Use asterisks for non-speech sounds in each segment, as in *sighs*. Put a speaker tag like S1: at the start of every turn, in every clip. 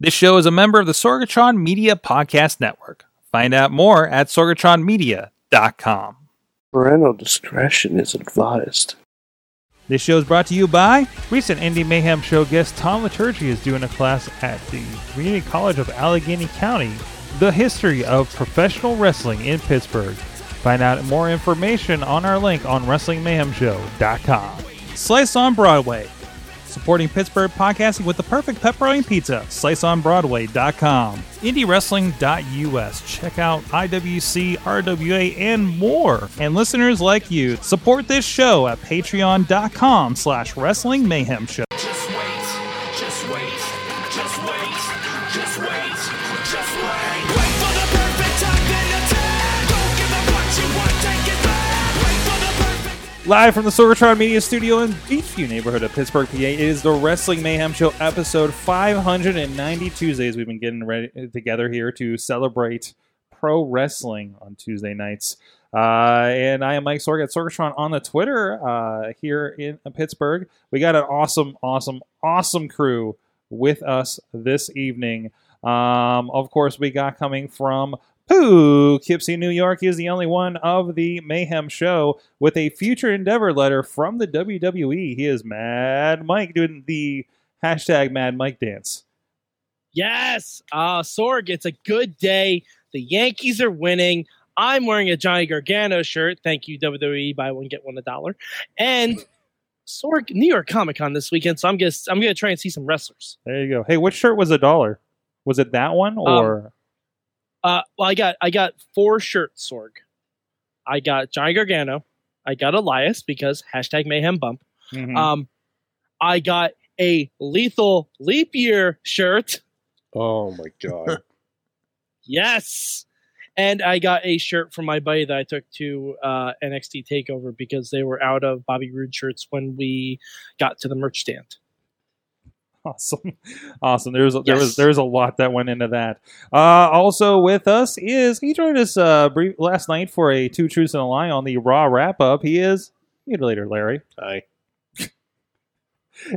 S1: This show is a member of the Sorgatron Media Podcast Network. Find out more at sorgatronmedia.com.
S2: Parental discretion is advised.
S1: This show is brought to you by recent Indie Mayhem show guest Tom Liturgy is doing a class at the Community College of Allegheny County, The History of Professional Wrestling in Pittsburgh. Find out more information on our link on WrestlingMayhemShow.com. Slice on Broadway, supporting Pittsburgh podcasting with the perfect pepperoni pizza. SliceOnBroadway.com, IndieWrestling.us. Check out IWC, RWA, and more. And listeners like you, support this show at Patreon.com slash Wrestling Mayhem Show.
S3: Just wait, just wait, just wait, just wait, just wait. Wait for the perfect time then attack. Don't give up what you want, take it back. Wait for the perfect.
S1: Live from the Sorgatron Media Studio in Beachview neighborhood of Pittsburgh, PA. It is the Wrestling Mayhem Show, episode 590 Tuesdays. We've been getting ready together here to celebrate pro wrestling on Tuesday nights. Uh, and I am Mike Sorg at Sorgatron on the Twitter uh, here in Pittsburgh. We got an awesome, awesome, awesome crew with us this evening. Um, of course, we got coming from Poughkeepsie, New York. He is the only one of the Mayhem Show with a future endeavor letter from the WWE. He is Mad Mike doing the hashtag Mad Mike dance.
S4: Yes, uh, Sorg, it's a good day. The Yankees are winning. I'm wearing a Johnny Gargano shirt. Thank you, WWE. Buy one, get one a dollar. And Sorg, New York Comic Con this weekend, so I'm gonna I'm gonna try and see some wrestlers.
S1: There you go. Hey, which shirt was a dollar? Was it that one or
S4: Uh, well, I got I got four shirts, Sorg. I got Johnny Gargano. I got Elias because hashtag Mayhem Bump.
S1: Mhm.
S4: Um, I got a Lethal Leap Year shirt.
S2: Oh my god.
S4: *laughs* Yes. And I got a shirt from my buddy that I took to uh, NXT Takeover because they were out of Bobby Roode shirts when we got to the merch stand.
S1: *laughs*
S4: *laughs*
S1: awesome, awesome? There's there was
S4: Yes.
S1: there's a lot that went into that. Uh, also with us is he joined us uh, brief, last night for a two truths and a lie on the Raw wrap up. He is mutilator Larry.
S2: Hi.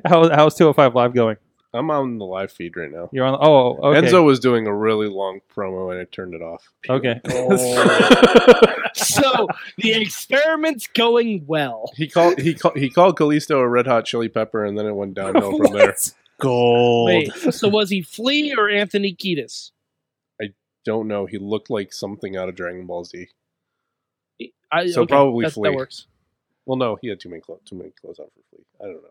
S1: How, how's 205 live going?
S5: I'm on the live feed right now.
S1: You're on. Oh, okay.
S5: Enzo was doing a really long promo and I turned it off.
S1: Okay. Oh.
S4: so the experiment's going well.
S5: *laughs* he called he called he called Callisto a red hot chili pepper and then it went
S1: *laughs*
S5: downhill from there.
S2: Gold.
S4: Wait, so was he Flea or Anthony Kiedis?
S5: Don't know. He looked like something out of Dragon Ball Z.
S4: I,
S5: So probably
S4: that's-
S5: Flea.
S4: That works.
S5: Well, no, he had too many clothes too many clothes on for Flea. I don't know.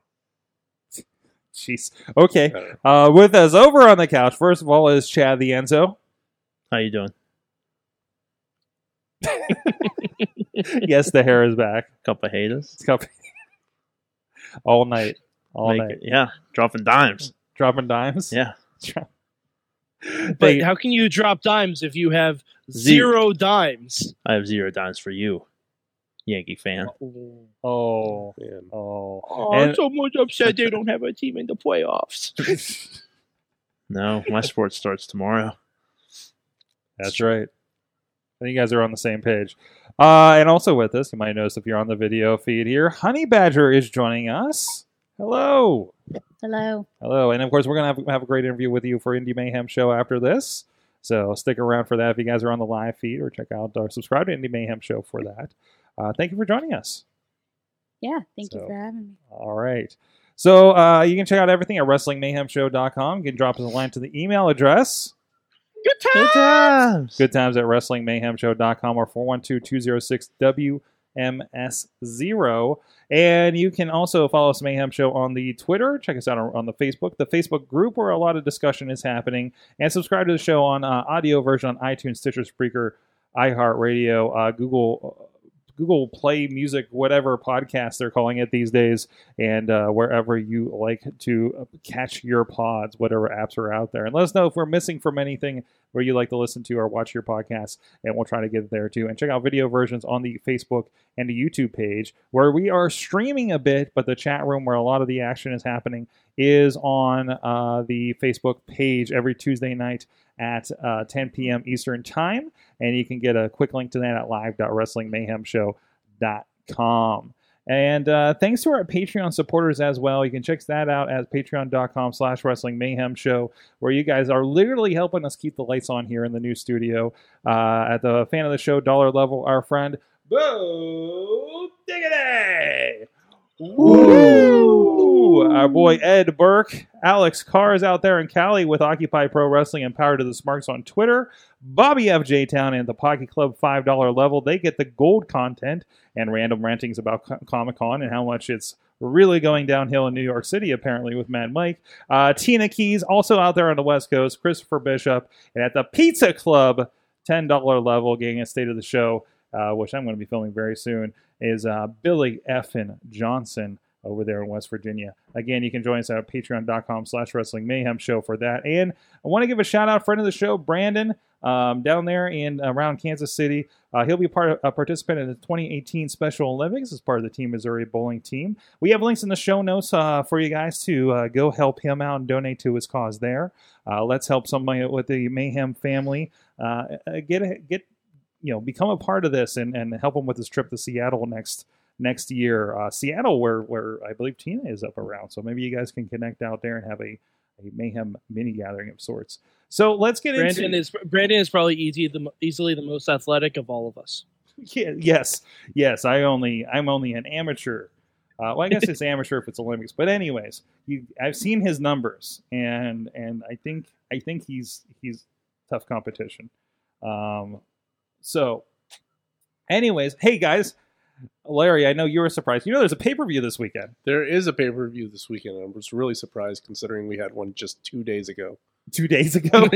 S1: Jeez. Okay.
S5: I don't know.
S1: Uh, with us over on the couch, first of all, is Chad the Enzo.
S6: How you doing?
S1: yes, the hair is back.
S6: Couple of haters.
S1: It's coming. *laughs* all night. All
S6: Make
S1: night.
S6: it- yeah, dropping dimes.
S1: Dropping dimes. *laughs*
S6: Yeah.
S4: But
S1: They-
S4: how can you drop dimes if you have
S6: Zero.
S4: zero dimes?
S6: I have zero dimes for you, Yankee fan.
S4: Oh,
S1: oh.
S5: Man.
S1: Oh.
S4: I'm
S1: And-
S4: so much upset they don't have a team in the playoffs.
S6: No,
S1: *laughs*
S6: my sport starts tomorrow.
S1: That's right. I think you guys are on the same page. Uh, and also with us, you might notice if you're on the video feed here, Honey Badger is joining us. Hello.
S7: Hello.
S1: Hello, and of course, we're gonna have, have a great interview with you for Indie Mayhem Show after this. So stick around for that if you guys are on the live feed, or check out or subscribe to Indie Mayhem Show for that. Uh, thank you for joining us.
S7: Yeah, thank you
S1: So-
S7: for having me.
S1: All right. So uh, you can check out everything at WrestlingMayhemShow.com. You can drop us a line to the email address.
S4: Good time.
S6: Good times.
S1: Good times at WrestlingMayhemShow.com or 412-206-WMS0. And you can also follow us Mayhem Show on the Twitter. Check us out on, on the Facebook, the Facebook group where a lot of discussion is happening. And subscribe to the show on uh, audio version on iTunes, Stitcher, Spreaker, iHeartRadio, uh, Google... Google Play Music, whatever podcast they're calling it these days, and uh, wherever you like to catch your pods, whatever apps are out there. And let us know if we're missing from anything where you like to listen to or watch your podcasts, and we'll try to get it there too. And check out video versions on the Facebook and the YouTube page where we are streaming a bit, but the chat room where a lot of the action is happening is on uh, the Facebook page every Tuesday night at uh, 10 p.m. Eastern Time. And you can get a quick link to that at live.wrestlingmayhemshow.com. And uh, thanks to our Patreon supporters as well. You can check that out at patreon.com slash wrestling mayhem show, where you guys are literally helping us keep the lights on here in the new studio. Uh, at the fan of the show dollar level, our friend Bo Diggity! Woo! Our boy Ed Burke, Alex Carr is out there in Cali with Occupy Pro Wrestling and Power to the Smarks on Twitter. Bobby FJ Town and the Pocket Club $5 level, they get the gold content and random rantings about Comic Con and how much it's really going downhill in New York City, apparently, with Mad Mike. Uh, Tina Keys, also out there on the West Coast, Christopher Bishop, and at the Pizza Club $10 level, getting a state of the show, uh, which I'm going to be filming very soon, is uh, Billy Effin Johnson over there in West Virginia. Again, you can join us at patreon.com slash wrestling mayhem show for that. And I want to give a shout out friend of the show, Brandon, um, down there in around Kansas City. Uh, he'll be part of, a participant in the 2018 Special Olympics as part of the Team Missouri bowling team. We have links in the show notes uh, for you guys to uh, go help him out and donate to his cause there. Uh, let's help somebody with the Mayhem family uh, get get you know become a part of this and, and help him with his trip to Seattle next next year. Uh, Seattle, where where I believe Tina is up around, so maybe you guys can connect out there and have a, a mayhem mini gathering of sorts. So let's get
S4: *laughs* Brandon
S1: into
S4: is Brandon is probably easy the, mo- easily the most athletic of all of us. *laughs*
S1: yeah, yes yes I only I'm only an amateur. Uh, well, I guess it's amateur if it's Olympics, but anyways, you, I've seen his numbers and and I think I think he's he's tough competition. Um, so, anyways, hey guys. Larry, I know you were surprised. You know, there's a pay per view this weekend.
S5: There is a pay per view this weekend. and I was really surprised considering we had one just two days ago.
S1: two days
S4: *laughs*
S1: ago.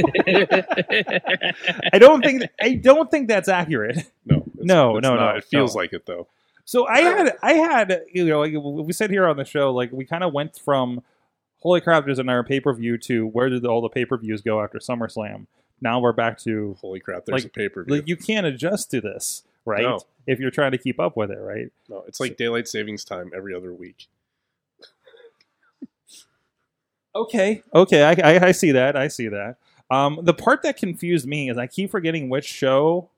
S1: *laughs* I don't think I don't think that's accurate.
S5: No, it's-
S1: No,
S5: it's
S1: no,
S5: not.
S1: no,
S5: It feels
S1: no.
S5: like it though.
S1: So I had I had you know like we said here on the show like we kind of went from holy crap there's another pay per view to where did all the pay per views go after SummerSlam? Now we're back to
S5: Holy crap! There's
S1: Like-
S5: a pay per view.
S1: like you can't adjust to this right
S5: No.
S1: if you're trying to keep up with it right.
S5: No, it's like daylight savings time every other week.
S1: Okay, okay, I, I, I see that. I see that. Um, the part that confused me is I keep forgetting which show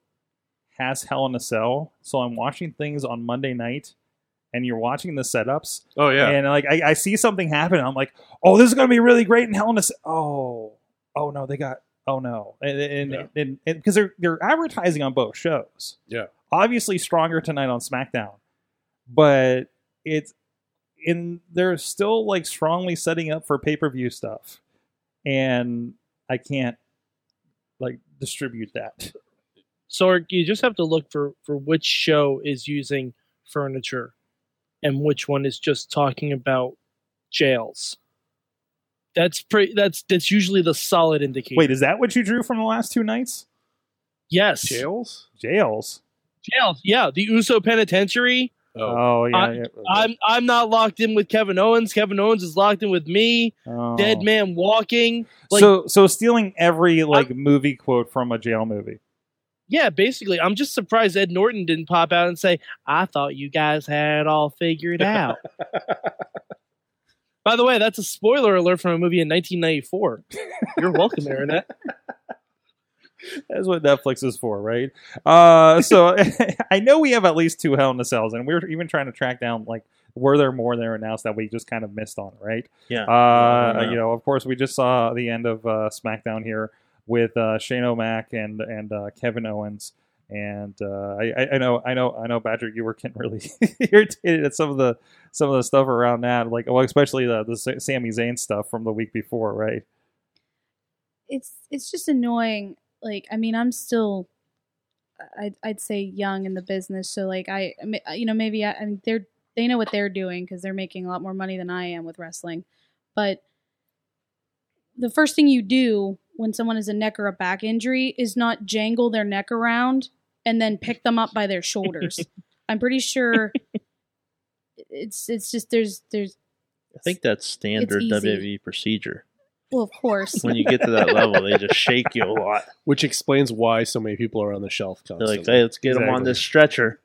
S1: has Hell in a Cell. So I'm watching things on Monday night, and you're watching the setups,
S5: Oh yeah,
S1: and like I, I see something happen, and I'm like, oh, this is gonna be really great in Hell in a Cell. Oh, oh no, they got oh no, and and
S5: Yeah.
S1: and- and because they're they're advertising on both shows.
S5: Yeah.
S1: obviously stronger tonight on SmackDown, but it's in they're still like strongly setting up for pay per view stuff, and I can't like distribute that.
S4: Sorg, you just have to look for for which show is using furniture, and which one is just talking about jails. That's pretty. That's that's usually the solid indicator.
S1: Wait, is that what you drew from the last two nights?
S4: yes,
S5: jails.
S1: Jails.
S4: jails. Yeah, the Uso Penitentiary.
S5: Oh,
S1: Oh, yeah,
S4: I-
S1: yeah.
S4: I'm I'm not locked in with Kevin Owens. Kevin Owens is locked in with me.
S1: Oh.
S4: Dead man walking. Like,
S1: so so stealing every like movie quote from a jail movie.
S4: yeah, basically, I'm just surprised Ed Norton didn't pop out and say, "I thought you guys had it all figured out." By the way, that's a spoiler alert from a movie in 1994. You're welcome,
S6: *laughs*
S4: Aaronette.
S1: That's what Netflix is for, right? Uh, so *laughs* I know we have at least two Hell in a Cells, and we're even trying to track down like were there more that were announced that we just kind of missed on, right?
S6: Yeah.
S1: Uh,
S6: Yeah.
S1: You know, of course, we just saw the end of uh, SmackDown here with uh, Shane O'Mac and and uh, Kevin Owens. And uh, I, I- I know, I know, I know, Patrick, you were getting really *laughs* irritated at some of the some of the stuff around that, like well, especially the the Sa- Sami Zayn stuff from the week before, right?
S7: It's it's just annoying. Like I mean, I'm still, I'd, I'd say young in the business. So like I, I ma- you know, maybe I, I mean they're they know what they're doing because they're making a lot more money than I am with wrestling. But the first thing you do when someone has a neck or a back injury is not jangle their neck around and then pick them up by their shoulders. I'm pretty sure it's it's just there's there's
S6: I think that's standard
S7: easy.
S6: WWE
S7: *laughs*
S6: procedure.
S7: well of course
S6: When you get to that level, they just shake you a lot.
S5: which explains why so many people are on the shelf
S6: They're
S5: constantly.
S6: like, "Hey, let's get him on
S1: Exactly.
S6: this stretcher."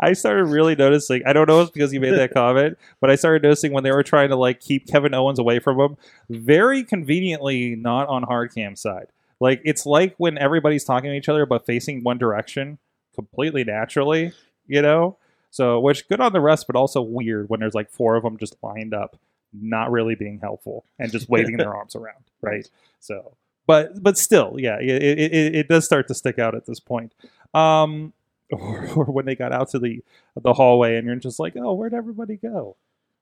S1: I started really noticing. I don't know if it's because you made that comment, but I started noticing when they were trying to like keep Kevin Owens away from him, very conveniently not on hard cam side. Like it's like when everybody's talking to each other but facing one direction completely naturally, you know? So, which good on the rest, but also weird when there's like four of them just lined up, not really being helpful and just waving
S6: *laughs*
S1: their arms around, right? So, but but still, yeah, it, it, it- it does start to stick out at this point. Um, *laughs* or, or when they got out to the the hallway, and you're just like, oh, where'd everybody go?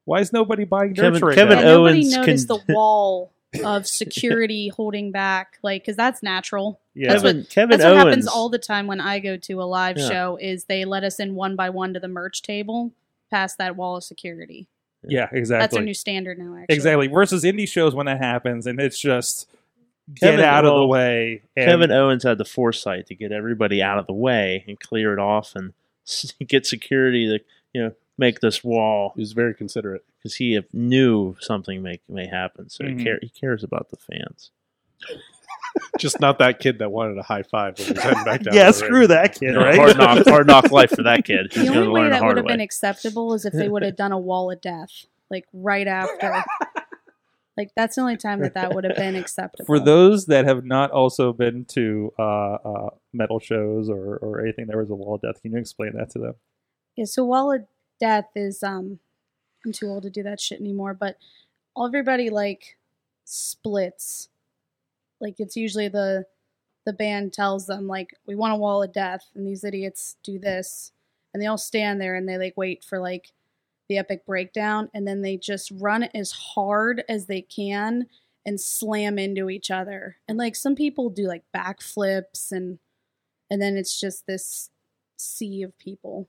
S1: Why is nobody buying
S6: Kevin-
S1: dirt right
S6: Kevin
S1: now?
S7: And nobody
S6: Owens
S7: noticed
S6: can-
S7: the wall
S6: *laughs*
S7: of security holding back, like, because that's natural.
S1: Yeah.
S7: That's what-
S6: Kevin, Kevin
S7: That's what
S6: Owens.
S7: happens all the time when I go to a live
S6: Yeah.
S7: show. Is they let us in one by one to the merch table, past that wall of security.
S1: yeah, exactly.
S7: That's our new standard now. Actually,
S1: Exactly. Versus indie shows when that happens, and it's just
S6: Kevin
S1: get out of the
S6: Owens-
S1: way. And
S6: Kevin Owens had the foresight to get everybody out of the way and clear it off and *laughs* s- get security to you know make this wall
S5: He was very considerate.
S6: because he knew something may may happen. So
S1: Mhm.
S6: he, care, he cares about the fans.
S5: Just not that kid that wanted a high five when he was heading back
S1: *laughs*
S5: down.
S1: yeah,
S5: the
S1: screw
S5: ramp.
S1: that kid, right?
S6: hard
S1: *laughs*
S6: knock hard knock life for that kid.
S7: The
S6: He's
S7: only
S6: going to
S7: way
S6: learn the
S7: that would
S6: hard
S7: have
S6: way.
S7: been acceptable is if they would have done a wall of death, like
S6: *laughs*
S7: right after. like that's the only time that that would have been acceptable.
S1: For those that have not also been to uh, uh, metal shows or, or anything, there was a wall of death. Can you explain that to them?
S7: yeah, so wall of death is um, I'm too old to do that shit anymore. But all everybody like splits. Like it's usually the the band tells them like we want a wall of death, and these idiots do this, and they all stand there and they like wait for like the epic breakdown, and then they just run as hard as they can and slam into each other, and like some people do like backflips and and then it's just this sea of people.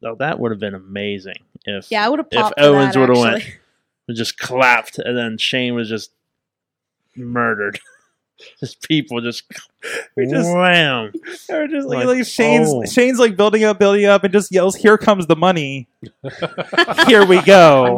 S6: Now, that would have been amazing if
S7: Yeah, I would have
S6: if
S7: popped.
S6: Owens
S7: would
S6: would
S7: have
S6: have went
S7: *laughs*
S6: and just clapped and then Shane was just murdered. *laughs* just people just,
S1: We just-
S6: wham.
S1: Or just like,
S6: Like,
S1: like Shane's
S6: oh.
S1: Shane's like building up, building up, and just yells, "Here comes the
S6: *laughs*
S1: money! Here we
S4: *laughs*
S1: go!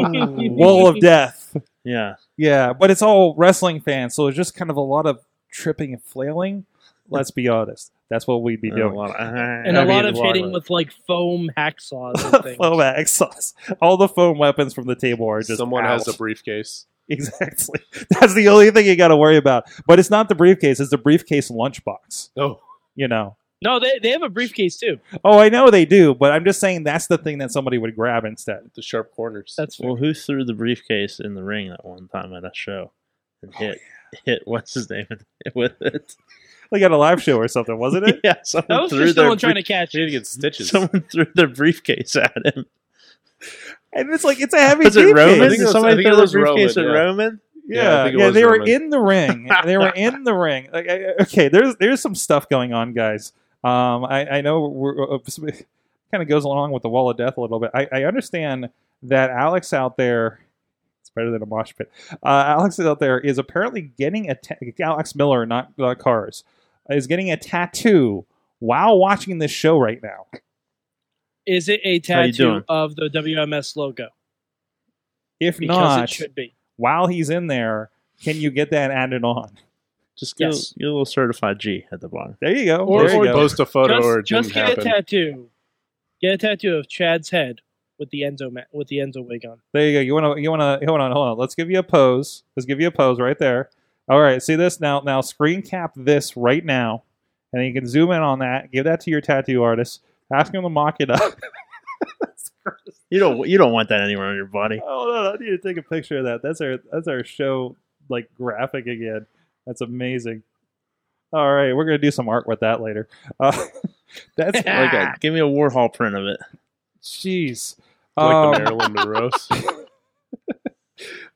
S1: Wall of death!"
S6: Yeah.
S1: Yeah, but it's all wrestling fans, so it's just kind of a lot of tripping and flailing. Let's be honest, that's what we'd be
S6: And a
S1: doing.
S6: lot of, *laughs*
S4: And
S1: I
S4: a
S1: mean,
S4: lot of
S1: a lot
S4: hitting
S1: of-
S4: with like foam hacksaws and things.
S1: *laughs* foam axe sauce. All the foam weapons from the table are just
S5: Someone has
S1: out.
S5: a briefcase.
S1: exactly. *laughs* That's the only thing you got to worry about. But it's not the briefcase; it's the briefcase lunchbox.
S5: Oh,
S1: You know.
S4: No, they, they have a briefcase too.
S1: Oh, I know they do, but I'm just saying that's the thing that somebody would grab instead.
S5: the sharp corners.
S4: That's
S6: Well, who threw the briefcase in the ring that one time at a show and
S1: Oh,
S6: hit hit what's his name *laughs* with it?
S1: Like at a live show or something, wasn't it?
S6: *laughs* yeah, someone
S4: that was
S6: threw
S4: just
S6: their
S4: someone trying to
S6: brief-
S4: catch
S5: you need to
S4: it.
S5: get stitches.
S6: someone *laughs* threw their briefcase at him.
S1: And it's like it's a heavy.
S6: Was it
S1: briefcase.
S6: Roman?
S5: I think it
S6: Did
S5: was- I
S6: somebody
S5: think it
S6: throw the
S5: was Roman,
S6: briefcase
S5: yeah.
S6: at Roman?
S1: Yeah,
S5: Yeah, I
S1: yeah,
S5: think it was
S1: they were
S5: Roman.
S1: in the
S5: *laughs*
S1: ring. they were in the ring. Like, I- okay, there's there's some stuff going on, guys. Um, I I know we're uh, kind of goes along with the wall of death a little bit. I, I understand that Alex out there, it's better than a mosh pit. Uh, Alex out there is apparently getting a ta- Alex Miller, not not Cars, is getting a tattoo while watching this show right now.
S4: Is it a
S6: How
S4: tattoo
S6: you doing?
S4: of the WMS logo?
S1: If
S4: Because it
S1: not,
S4: should be.
S1: while he's in there, can you get that added on?
S6: Just get,
S4: Yes.
S6: a, get a little certified G at the bottom.
S1: There you go.
S4: Or-
S1: there you
S4: or
S1: go.
S5: post a photo
S4: just
S5: or it
S4: just
S5: didn't
S4: get
S5: happen.
S4: a tattoo. Get a tattoo of Chad's head with the Enzo ma- with the Enzo wig on.
S1: There you go. You want to? You want to? Hold on. Hold on. Let's give you a pose. Let's give you a pose right there. All right. See this now. Now screen cap this right now, and then you can zoom in on that. Give that to your tattoo artist. Ask him to mock it up.
S6: You don't you don't want that anywhere on your body.
S1: *laughs* oh no! I need to take a picture of that. That's our that's our show like graphic again. That's amazing. All right, we're gonna do some art with that later. Uh, *laughs* that's *laughs*
S6: Like a, give me a Warhol print of it.
S1: jeez.
S5: like
S1: Um,
S5: the Marilyn Monroe.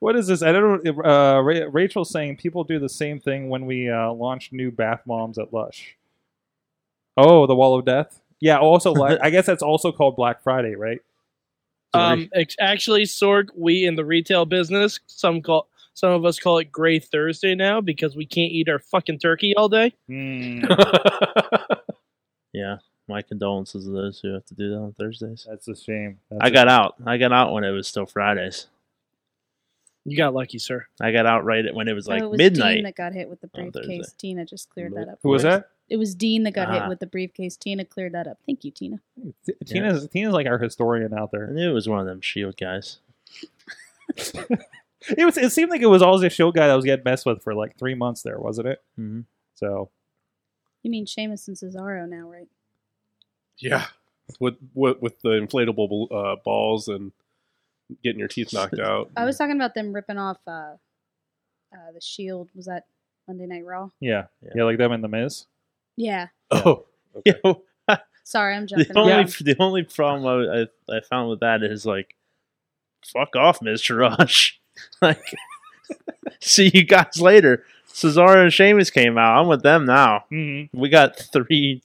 S1: What is this? I don't. know. Uh, Ra- Rachel's saying people do the same thing when we uh, launch new bath bombs at Lush. Oh, the Wall of Death. Yeah. Also,
S6: *laughs*
S1: li- I guess that's also called Black Friday, right?
S4: Um, ex- actually, Sorg, we in the retail business, some call some of us call it Gray Thursday now because we can't eat our fucking turkey all day.
S1: Hmm.
S6: Yeah. My condolences to those who have to do that on Thursdays.
S1: *laughs* That's a shame. That's
S6: I
S1: a-
S6: got out. I got out when it was still Fridays.
S4: You got lucky, sir.
S6: I got out right at when it was
S7: So
S6: like
S7: Oh, it was Dean
S6: midnight.
S7: that got hit with the
S6: on Thursday.
S7: briefcase. Tina just cleared that up.
S1: Who was
S7: for us.
S1: that?
S7: It was Dean that got hit
S6: Ah.
S7: with the briefcase. Tina cleared that up. Thank you, Tina.
S1: T- Tina's Tina's like our historian out
S6: I
S1: there.
S6: knew it was one of them Shield guys.
S1: It was. It seemed like it was always a show guy that was getting messed with for like three months there, wasn't it?
S6: Mhm.
S1: So
S7: You mean Sheamus and Cesaro now, right?
S5: *laughs* yeah. with with, with the inflatable uh, balls and getting your teeth knocked out.
S4: Uh,
S7: I was
S6: Mm.
S7: talking about them ripping off uh, uh, the Shield. Was that Monday Night Raw?
S1: Yeah.
S6: Yeah.
S1: yeah, like them in the Miz.
S7: Yeah.
S6: *laughs* Oh,
S5: Okay.
S6: you know,
S7: Sorry,
S6: *laughs*
S7: I'm jumping.
S6: the only
S7: around.
S6: the only problem I, I I found with that is like, fuck off, Mister Rush. *laughs* like, see you guys later. Cesaro and Sheamus came out. I'm with them now.
S1: Mm-hmm.
S6: We got three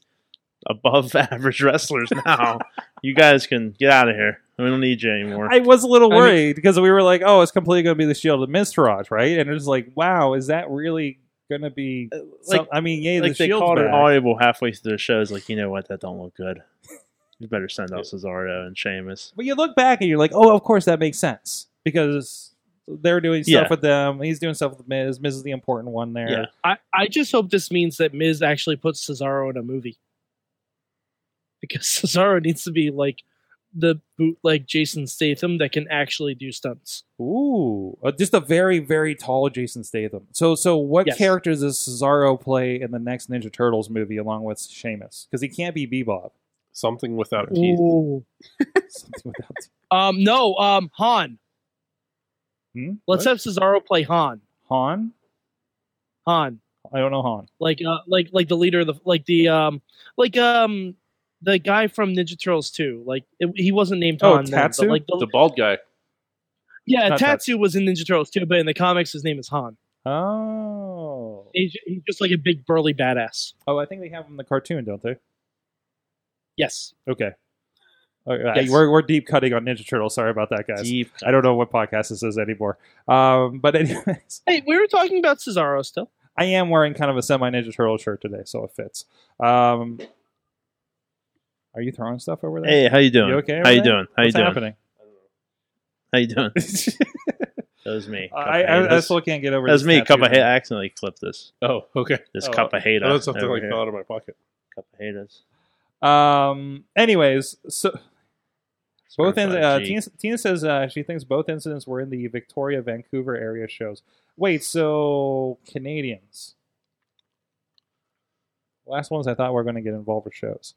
S6: above *laughs* average wrestlers now. you guys can get out of here. We don't need you anymore.
S1: I was a little
S4: I mean-
S1: worried because we were like, oh, it's completely going to be the Shield of Mistrage, right? And it's like, wow, is that really going to be?
S6: Uh,
S1: some-
S6: like
S1: I mean, yay,
S6: like
S1: the
S6: they
S1: Shield's
S6: called an
S1: back.
S6: audible halfway through the show. It's like you know what, that don't look good. You better send out Cesaro and Sheamus.
S1: But you look back and you're like, oh, of course that makes sense because they're doing stuff
S6: Yeah.
S1: with them. He's doing stuff with Miz. Miz is the important one there.
S6: Yeah.
S4: I, I just hope this means that Miz actually puts Cesaro in a movie. Because *laughs* Cesaro needs to be like the bootleg Jason Statham that can actually do stunts.
S1: Ooh, uh, just a very very tall Jason Statham. So so what
S4: Yes.
S1: characters does Cesaro play in the next Ninja Turtles movie along with Sheamus? Because he can't be
S6: *laughs*
S1: Bebop.
S5: Something without teeth.
S4: Ooh.
S1: Something without
S4: Um, no, um, Han.
S1: Hmm?
S4: Let's have Cesaro play Han.
S1: Han.
S4: Han,
S1: I don't know Han.
S4: like, uh, like, like the leader of the, like the, um, like, um, the guy from Ninja Turtles 2. Like, it, he wasn't named
S1: Oh,
S4: Han. then, but,
S1: Tatsu?
S4: like, the,
S5: The bald guy.
S4: yeah,
S1: not Tatsu.
S4: Tatsu was in Ninja Turtles 2, but in the comics, his name is Han.
S1: Oh,
S4: He's, he's just like a big burly badass.
S1: oh, I think they have him in the cartoon, don't they?
S4: Yes.
S1: Okay. All right,
S4: Yes.
S1: we're, we're deep cutting on Ninja Turtles. Sorry about that, guys.
S6: Deep.
S1: I don't know what podcast this is anymore. Um, but *laughs* anyways,
S4: Hey, we were talking about Cesaro still.
S1: I am wearing kind of a semi Ninja Turtle shirt today, so it fits. Um, are you throwing stuff over there?
S6: Hey, how you doing?
S1: You okay over
S6: How you
S1: there?
S6: doing? How you
S1: What's
S6: doing?
S1: happening?
S6: *laughs* How you doing? That was me. Cup
S1: I,
S6: of hate.
S1: I, I
S6: That's-
S1: still can't get over.
S6: that was
S1: this
S6: me. Cup
S1: tattoo.
S6: of hate. I accidentally clipped this.
S5: Oh, okay.
S6: This
S1: Oh,
S6: cup of hate.
S5: I thought something
S6: over
S5: like
S6: here.
S5: fell out of my pocket.
S6: Cup of haters.
S1: Um. Anyways, so both in,
S6: Certified
S1: uh,
S6: G.
S1: Tina, Tina says uh, she thinks both incidents were in the Victoria Vancouver area shows. Wait, so Canadians? Last ones I thought were going to get involved with shows.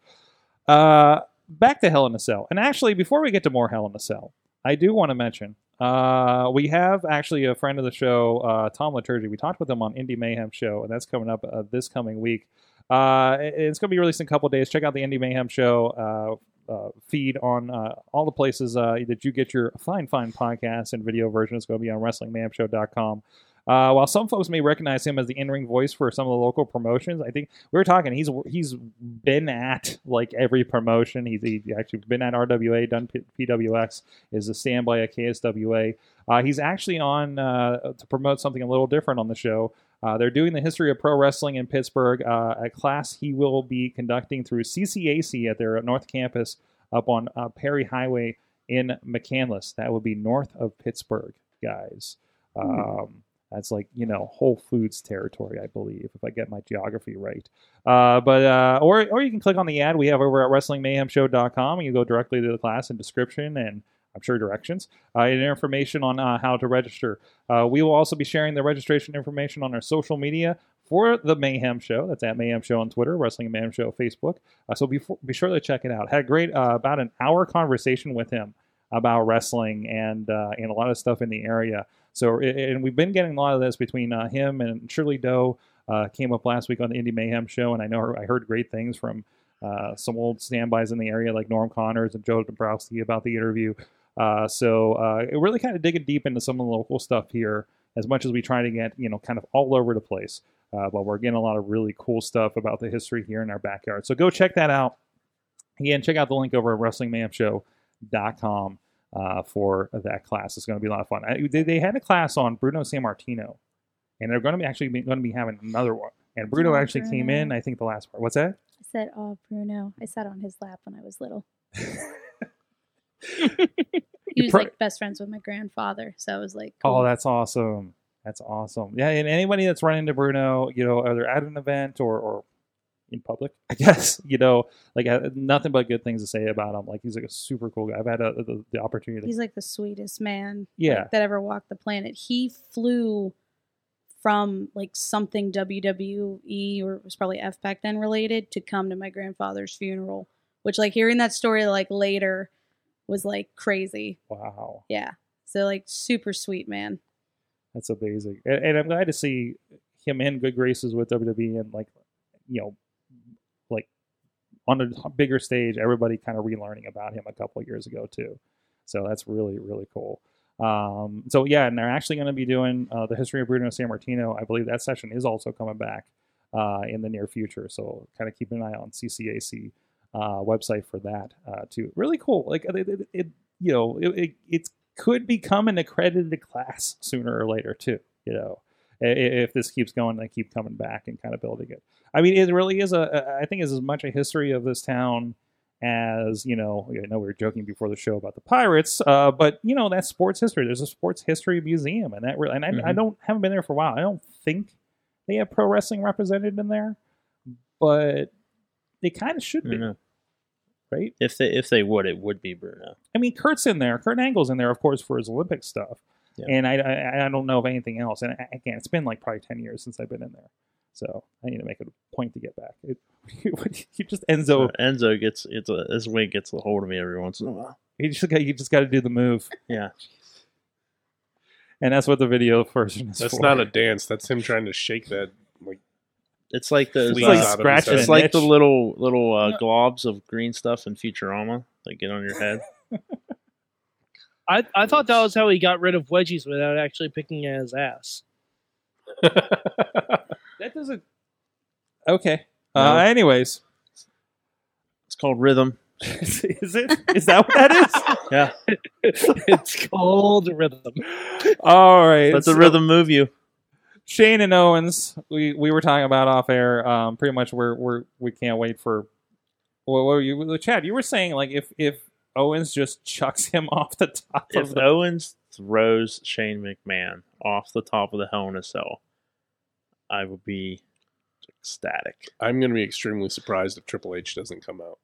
S1: Uh, back to Hell in a Cell, and actually, before we get to more Hell in a Cell, I do want to mention uh, we have actually a friend of the show, uh, Tom Liturgy. We talked with him on Indie Mayhem show, and that's coming up uh, this coming week. Uh, it- it's going to be released in a couple days. Check out the Indie Mayhem show uh, uh, feed on uh, all the places uh, that you get your fine, fine podcasts and video version. It's going to be on WrestlingMayhemShow.com. Uh, while some folks may recognize him as the in-ring voice for some of the local promotions, I think we were talking. He's he's been at like every promotion. He's he actually been at RWA, done P- PWX, is a standby at KSWA. Uh, he's actually on uh, to promote something a little different on the show. Uh, they're doing the history of pro wrestling in Pittsburgh, uh, a class he will be conducting through CCAC at their North Campus up on uh, Perry Highway in McCandless. That would be north of Pittsburgh, guys. Um, that's like you know Whole Foods territory, I believe, if I get my geography right. Uh, but uh, or or you can click on the ad we have over at WrestlingMayhemShow.com and you go directly to the class and description and I'm sure directions uh, and information on uh, how to register. Uh, we will also be sharing the registration information on our social media for the Mayhem Show. That's at Mayhem Show on Twitter, Wrestling Mayhem Show Facebook. Uh, so be, be sure to check it out. Had a great uh, about an hour conversation with him about wrestling and uh, and a lot of stuff in the area. So a- and we've been getting a lot of this between uh, him and Shirley Doe. Uh, came up last week on the Indie Mayhem Show, and I know I heard great things from uh, some old standbys in the area like Norm Connors and Joe Dombrowski about the interview. Uh, so uh, it really kind of digging deep into some of the local stuff here, as much as we try to get you know kind of all over the place. Uh, but we're getting a lot of really cool stuff about the history here in our backyard. So go check that out. Again, check out the link over at WrestlingMayhemShow.com uh, for that class. It's going to be a lot of fun. I, they, they had a class on Bruno San Martino, and they're going to be actually be, going to be having another one. And Bruno
S7: Oh,
S1: actually came
S7: Bruno.
S1: in, I think, the last part. What's that?
S7: I said, "Oh, Bruno." I sat on his lap when I
S6: *laughs*
S7: was little. he
S1: You
S7: was
S1: pro-
S7: like best friends with my grandfather, so I was like,
S1: Oh,
S7: cool.
S1: that's awesome. That's awesome. Yeah, and anybody that's running to Bruno, you know, either at an event or, or in public, *laughs* I guess, you know, like uh, nothing but good things to say about him. Like he's like a super cool guy. I've had a, the, the opportunity.
S7: He's like the sweetest man
S1: Yeah.
S7: that ever walked the planet. He flew from like E something WWE or it was probably F back then related to come to my grandfather's funeral which like hearing that story like later was like crazy.
S1: Wow.
S7: Yeah. So like super sweet man.
S1: That's amazing, and, and I'm glad to see him in good graces with WWE and like, you know, like on a bigger stage. Everybody kind of relearning about him a couple of years ago too, so that's really really cool. Um, so yeah, and they're actually going to be doing uh, the history of Bruno San Martino. I believe that session is also coming back uh, in the near future. So kind of keep an eye on CCAC uh, website for that uh, too. Really cool. Like it, it, it you know, it, it, it could become an accredited class sooner or later too. You know, i- i- if this keeps going, they keep coming back and kind of building it. I mean, it really is a. I think is as much a history of this town as you know. I know we were joking before the show about the pirates, uh, but you know that's sports history. There's a sports history museum, and that really, and I, I
S6: Mhm.
S1: don't haven't been there for a while. I don't think they have pro wrestling represented in there, but they kind of should
S6: I
S1: be,
S6: don't know.
S1: right?
S6: If they if they would, it would be Bruno.
S1: I mean, Kurt's in there. Kurt Angle's in there, of course, for his Olympic stuff.
S6: Yeah.
S1: And I, I I don't know of anything else. And I- again, it's been like probably ten years since I've been in there, so I need to make it a point to get back. It, *laughs* you just Enzo.
S6: Uh, Enzo gets it's a this wig gets a hold of me every once in a while.
S1: You just got you just got to do the move,
S6: Yeah,
S1: and that's what the video version is.
S5: That's
S1: for.
S5: not a dance. That's him trying to shake that.
S6: it's like the
S1: It's
S5: It's Please
S1: like
S5: stop it,
S1: scratching.
S5: sir.
S1: an
S6: it's like the
S1: itch.
S6: little little uh, globs of green stuff in Futurama that get on your head.
S4: I, I thought that was how he got rid of wedgies without actually picking at
S1: *laughs*
S4: his ass.
S1: that doesn't. Okay.
S6: No.
S1: Uh, anyways, *laughs*
S6: It's called rhythm.
S1: is it? Is that what
S6: *laughs*
S1: that
S6: Yeah,
S4: it's called rhythm.
S1: is? All right.
S6: let the
S1: so-
S6: rhythm
S1: *laughs*
S6: move you.
S1: Shane and Owens, we, we were talking about off air. Um, pretty much, we're we're we can't wait for. Well, what were you, Chad? You were saying like if if Owens just chucks him *laughs* off the top of
S6: If
S1: the
S6: Owens throws Shane McMahon off the top of the Hell in a Cell, I will be ecstatic.
S5: I'm going to be extremely surprised if Triple H doesn't come out.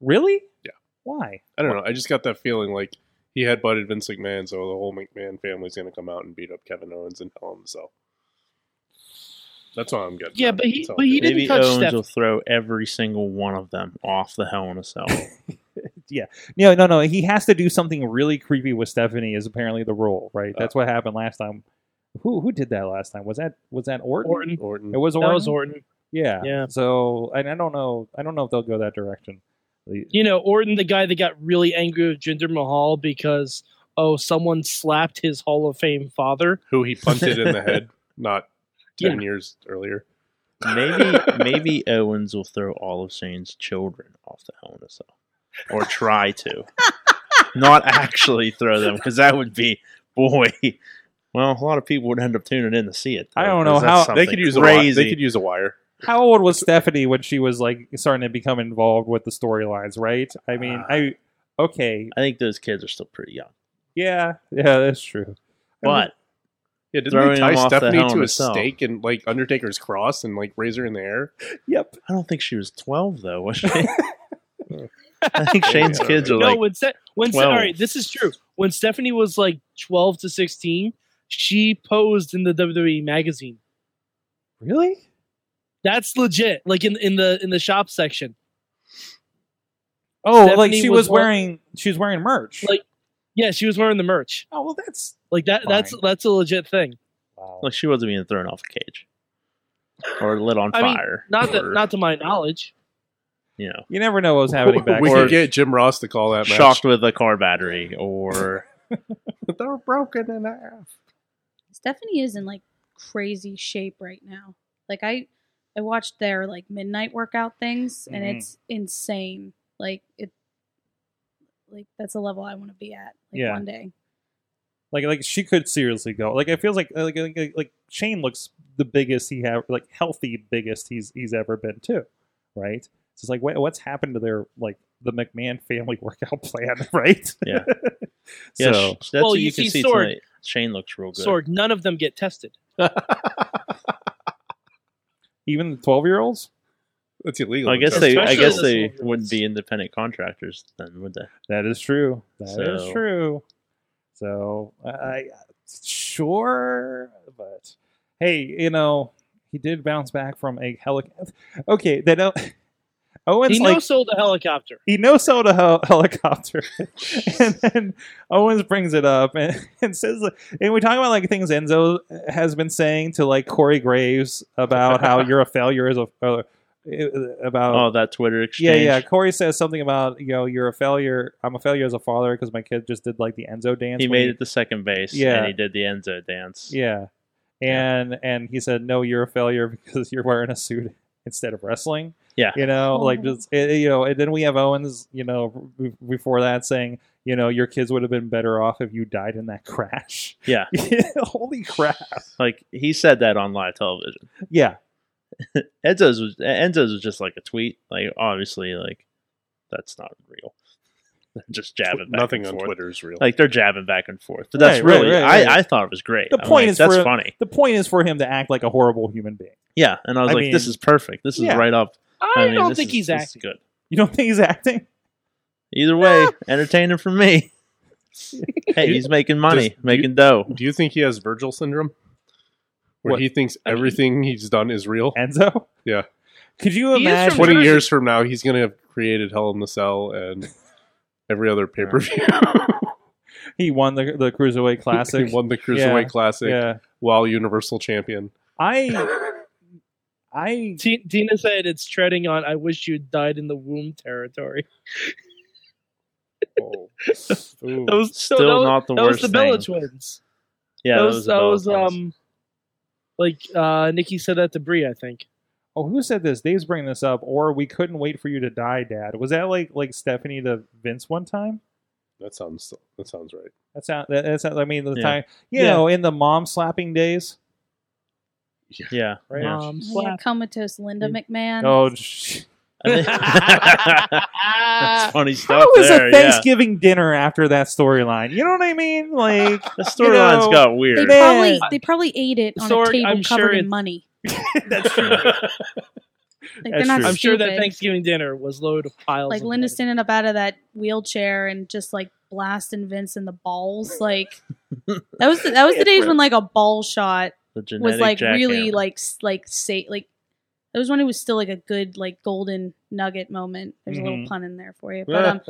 S1: really,
S5: Yeah.
S1: why?
S5: I don't know. I just got that feeling like he had butted Vince McMahon, so the whole McMahon family's going to come out and beat up Kevin Owens and tell him so. That's all I'm getting.
S4: Yeah,
S5: at.
S4: but he-
S5: That's all
S4: but
S5: I'm
S4: he
S5: getting
S4: didn't
S6: Maybe
S4: touch
S6: Owens
S4: Steph-
S6: will throw every single one of them off the Hell in a Cell.
S1: No, no, no. He has to do something really creepy with Stephanie. Is apparently the rule, right?
S4: Uh.
S1: That's what happened last time. Who who did that last time? Was that was that Orton?
S4: Orton.
S5: at. Orton.
S1: It was
S4: That
S1: Orton.
S4: was Orton.
S1: Yeah.
S4: Yeah.
S1: So and I don't know. I don't know if they'll go that direction. The-
S4: You know, Orton, the guy that got really angry with Jinder Mahal because, oh, someone slapped his Hall of Fame father.
S5: Who he punted in the
S4: *laughs*
S5: head not 10 years earlier. *laughs*
S4: *laughs*
S6: maybe maybe Owens will throw all of Shane's children off the Hell in a Cell, or
S4: *laughs*
S6: try to, not actually throw them, because that would be boy. Well, a lot of people would end up tuning in to see it.
S1: I don't
S6: though, 'cause
S1: know
S6: that's
S1: how-
S5: They
S6: something
S5: could use a wire.
S6: crazy.
S5: They could use a wire.
S1: how old was Stephanie when she was like starting to become involved with the storylines, right? I mean,
S5: Uh.
S1: I okay,
S6: I think those kids are still pretty young,
S1: yeah, yeah, that's true.
S6: but
S5: Yeah, didn't
S6: Throwing
S5: they tie
S6: him off the
S5: Stephanie
S6: Hell in
S5: to
S6: a
S5: a
S6: Cell.
S5: stake and like Undertaker's cross and like razor in the air?
S1: yep,
S6: I don't think she was twelve though,
S5: *laughs*
S6: was she? I think Shane's
S5: Yeah.
S6: kids are
S4: no,
S6: like
S4: when, Ste- when Ste-
S6: 12.
S4: all right, this is true. When Stephanie was like 12 to 16, she posed in the WWE magazine.
S1: really?
S4: That's legit. Like in, in the in the shop section.
S1: Oh, like
S4: Stephanie
S1: she
S4: was
S1: was,
S4: one-
S1: wearing she was wearing merch.
S4: Like- Yeah, she was wearing the merch.
S1: oh well, that's
S4: Like that. That's
S1: Fine.
S4: that's a legit thing.
S1: wow.
S6: like she wasn't being thrown off a cage or lit on
S4: *laughs* I mean,
S6: fire.
S4: Not that
S6: or,
S4: not to my knowledge.
S6: you know
S1: you never know what was happening back
S5: *laughs* we
S1: then.
S5: could get Jim Ross to call that match.
S6: shocked with a car battery or
S5: They're broken in half.
S7: Stephanie is in like crazy shape right now. Like I I watched their like midnight workout things and
S1: Mhm.
S7: it's insane. Like it like that's a level I want to be at like
S1: Yeah.
S7: one day.
S1: Like like she could seriously go. Like it feels like like like, like Shane looks the biggest he have like healthy biggest he's he's ever been too, right? It's just like what, what's happened to their like the McMahon family *laughs* workout plan, right?
S6: Yeah.
S1: *laughs* so
S6: Yeah, sh- that's
S4: Well,
S6: what
S4: you
S6: you, can
S4: see
S6: see
S4: Sorg-
S6: tonight. Shane looks real good.
S4: Sorg, none of them get tested.
S1: even the twelve year olds.
S5: That's illegal.
S6: I guess
S5: That's
S6: they. I
S4: Especially
S6: guess
S4: the
S6: they
S4: Sorg
S6: wouldn't
S4: ones.
S6: be independent contractors then, would they?
S1: That is true. That is
S6: So-
S1: true. So I, I sure, but hey, you know, he did bounce back from a helic. Okay, they don't. *laughs* Owens
S4: He
S1: like
S4: no sold a helicopter.
S1: he no sold a hel- helicopter, *laughs* and then Owens brings it up and, *laughs* and says, like- and we talk about like things Enzo has been saying to like Corey Graves about *laughs* how you're a failure as a uh, about
S6: Oh, that Twitter
S1: yeah
S6: exchange.
S1: yeah. Corey says something about you know you're a failure. I'm a failure as a father because my kid just did like the Enzo dance.
S6: He
S1: when
S6: made it to second base.
S1: Yeah.
S6: and he did the Enzo dance.
S1: Yeah. And and he said, "No, you're a failure *laughs* because you're wearing a suit instead of wrestling."
S6: Yeah.
S1: You know,
S7: Oh.
S1: like just it, it- you know, and then we have Owens, you know, b- before that saying, you know, your kids would have been better off if you died in that *laughs* crash. *laughs*
S6: Yeah.
S1: Holy crap.
S6: Like he said that on live television. *laughs*
S1: Yeah.
S6: Enzo's was Enzo's was just like a tweet. Like obviously, like that's not real. *laughs* They're just jabbing back
S5: Nothing
S6: and
S5: on
S6: forth.
S5: Twitter is real.
S6: Like they're jabbing back and forth. But that's
S1: Right, right,
S6: really
S1: right, right.
S6: I, I thought it was great.
S1: The
S6: I'm
S1: point
S6: like,
S1: is
S6: that's
S1: for-
S6: funny.
S1: The point is for him to act like a horrible human being.
S6: Yeah. And I was
S1: I
S6: like,
S1: mean-
S6: this is perfect. This is
S1: Yeah.
S6: right up.
S4: I,
S6: mean,
S4: don't
S6: this
S4: think
S6: is-
S4: he's
S6: this is
S4: acting.
S6: good.
S1: You don't think he's acting?
S6: Either
S1: Ah!
S6: way, entertaining
S1: *laughs*
S6: for me. hey, he's making money,
S5: Does-
S6: making dough.
S5: Do you think he has Virgil syndrome? Where
S1: What?
S5: he thinks
S6: I mean-
S5: everything he's done is real?
S1: Enzo?
S5: Yeah.
S1: Could you
S4: He is
S1: imagine?
S4: from
S5: 20
S4: Jersey.
S5: years from now, he's going to have created Hell in the Cell and every other pay per *laughs* view.
S1: He won the the cruiserweight classic.
S5: he won the Cruiserweight
S1: Yeah.
S5: Classic
S1: yeah.
S5: while Universal Champion.
S1: I I
S4: T- Tina said it's treading on I wish you'd died in the womb territory.
S5: Oh.
S4: That was so
S6: Still
S4: that was-
S6: not the
S4: that
S6: worst
S4: was the
S6: thing.
S4: Bella twins.
S6: Yeah,
S4: that was that
S6: about
S4: was
S6: nice.
S4: um like uh Nikki said that to Brie, I think.
S1: Oh, who said this? Dave's bringing this up. Or we couldn't wait for you to die, Dad. Was that like like Stephanie to Vince one time?
S5: That sounds that sounds right.
S1: That sound that, that sound, I mean the
S6: Yeah.
S1: time you
S4: Yeah.
S1: know in the mom slapping days.
S6: yeah.
S1: Right?
S6: yeah.
S4: Um,
S7: Oh, yeah,
S4: slap.
S7: comatose Linda McMahon.
S1: Oh, sh-
S6: I think- *laughs*
S1: *laughs*
S7: *laughs*
S6: That's funny stuff.
S1: um, how is
S6: there,
S1: a
S6: yeah.
S1: Thanksgiving dinner after that storyline? You know what I mean? Like
S6: The storyline's
S1: know,
S6: got
S7: They
S6: weird. *laughs*
S1: made-
S7: probably
S1: Man.
S7: they probably ate it on
S4: Sorg,
S7: a table
S4: I'm sure
S7: covered
S4: it's-
S7: in money.
S1: that's true.
S7: Like
S1: That's
S7: they're not
S1: true.
S4: I'm sure that
S7: stupid.
S4: Thanksgiving dinner was loaded of piles.
S7: like
S4: of *laughs*
S7: Linda
S4: money.
S7: standing up out of that wheelchair and just like blasting Vince in the balls. Like that was the, that was the days when like a ball shot
S6: The genetic
S7: was like really
S6: jackhammer.
S7: like s- like say like that was when it was still like a good like golden nugget moment. There's a
S4: Mm-hmm.
S7: little
S1: Mhm.
S7: pun in there for you, but um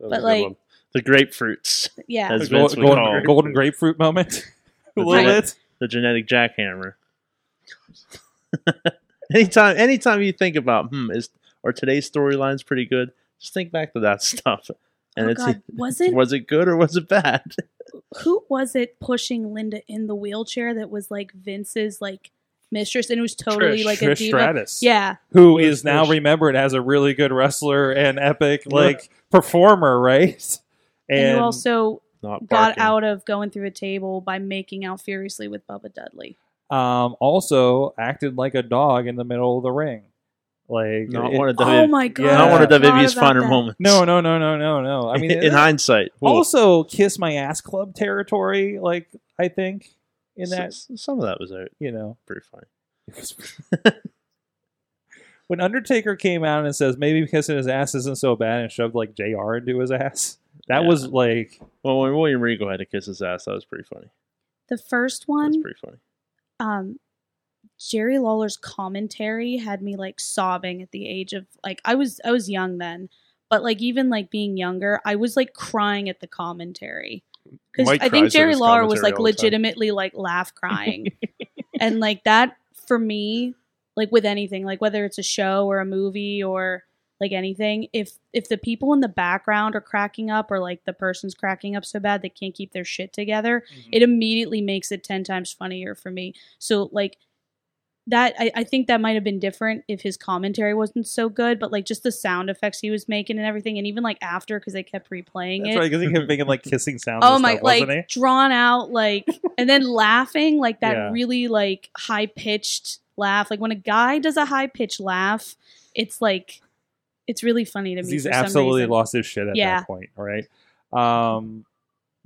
S7: but like
S6: the grapefruits,
S7: yeah,
S6: As
S1: The gol-
S6: Vince would
S1: golden,
S6: call
S1: golden,
S6: it.
S1: grapefruit moment. a
S6: That's
S1: little
S6: right.
S1: bit.
S6: the genetic jackhammer. *laughs* anytime, anytime you think about hmm, is or today's storyline's pretty good, just think back to that *laughs* stuff. And
S7: oh
S6: it's
S7: god, was it
S6: was it good or was it bad? *laughs*
S7: who was it pushing Linda in the wheelchair that was like Vince's like mistress and it was totally
S4: Trish.
S7: like a
S1: Trish
S7: diva.
S1: Stratus.
S7: Yeah,
S1: Who
S4: Trish,
S1: is now
S4: Trish.
S1: remembered as a really good wrestler and epic like performer, right? *laughs*
S7: and, you also
S6: Not
S7: got
S6: barking.
S7: out of going through a table by making out furiously with Bubba Dudley.
S1: um, also acted like a dog in the middle of the ring. Like
S6: Not
S1: it-
S6: one of the
S7: oh my god!
S1: Yeah.
S6: not one of
S7: I forgot
S6: WWE's
S7: about
S6: finer
S7: that.
S6: moments.
S1: no, no, no, no, no, no. I mean,
S6: *laughs* in hindsight, whoa.
S1: also kiss my ass club territory. Like I think in that
S6: S- some of that was uh,
S1: you know
S6: pretty funny.
S1: *laughs* when Undertaker came out and says maybe kissing his ass isn't so bad and shoved like Jr. into his ass. That
S6: Yeah.
S1: was like
S6: *laughs* Well, when William Regal had to kiss his ass, that was pretty funny.
S7: The first
S6: That was
S7: one,
S6: pretty funny.
S7: um, Jerry Lawler's commentary had me like sobbing at the age of like I was I was young then, but like even like being younger, I was like crying at the commentary because
S5: Mike cries
S7: I think
S5: at
S7: Jerry
S5: his
S7: Lawler
S5: commentary
S7: was like
S5: all the time.
S7: legitimately
S5: *laughs*
S7: like laugh crying, and like that for me, like with anything, like whether it's a show or a movie or like anything if if the people in the background are cracking up or like the person's cracking up so bad they can't keep their shit together
S5: Mm-hmm.
S7: it immediately makes it 10 times funnier for me so like that I, I think that might have been different if his commentary wasn't so good but like just the sound effects he was making and everything and even like after because they kept replaying
S1: that's
S7: it
S1: right because he kept making like kissing sounds.
S7: oh
S1: and
S7: my
S1: stuff,
S7: like
S1: wasn't he?
S7: drawn
S1: *laughs*
S7: out like and then laughing like that
S1: Yeah.
S7: really like high pitched laugh like when a guy does a high pitched laugh it's like it's really funny to me
S1: he's
S7: for
S1: absolutely
S7: some reason.
S1: lost his shit at
S7: Yeah.
S1: that point all right um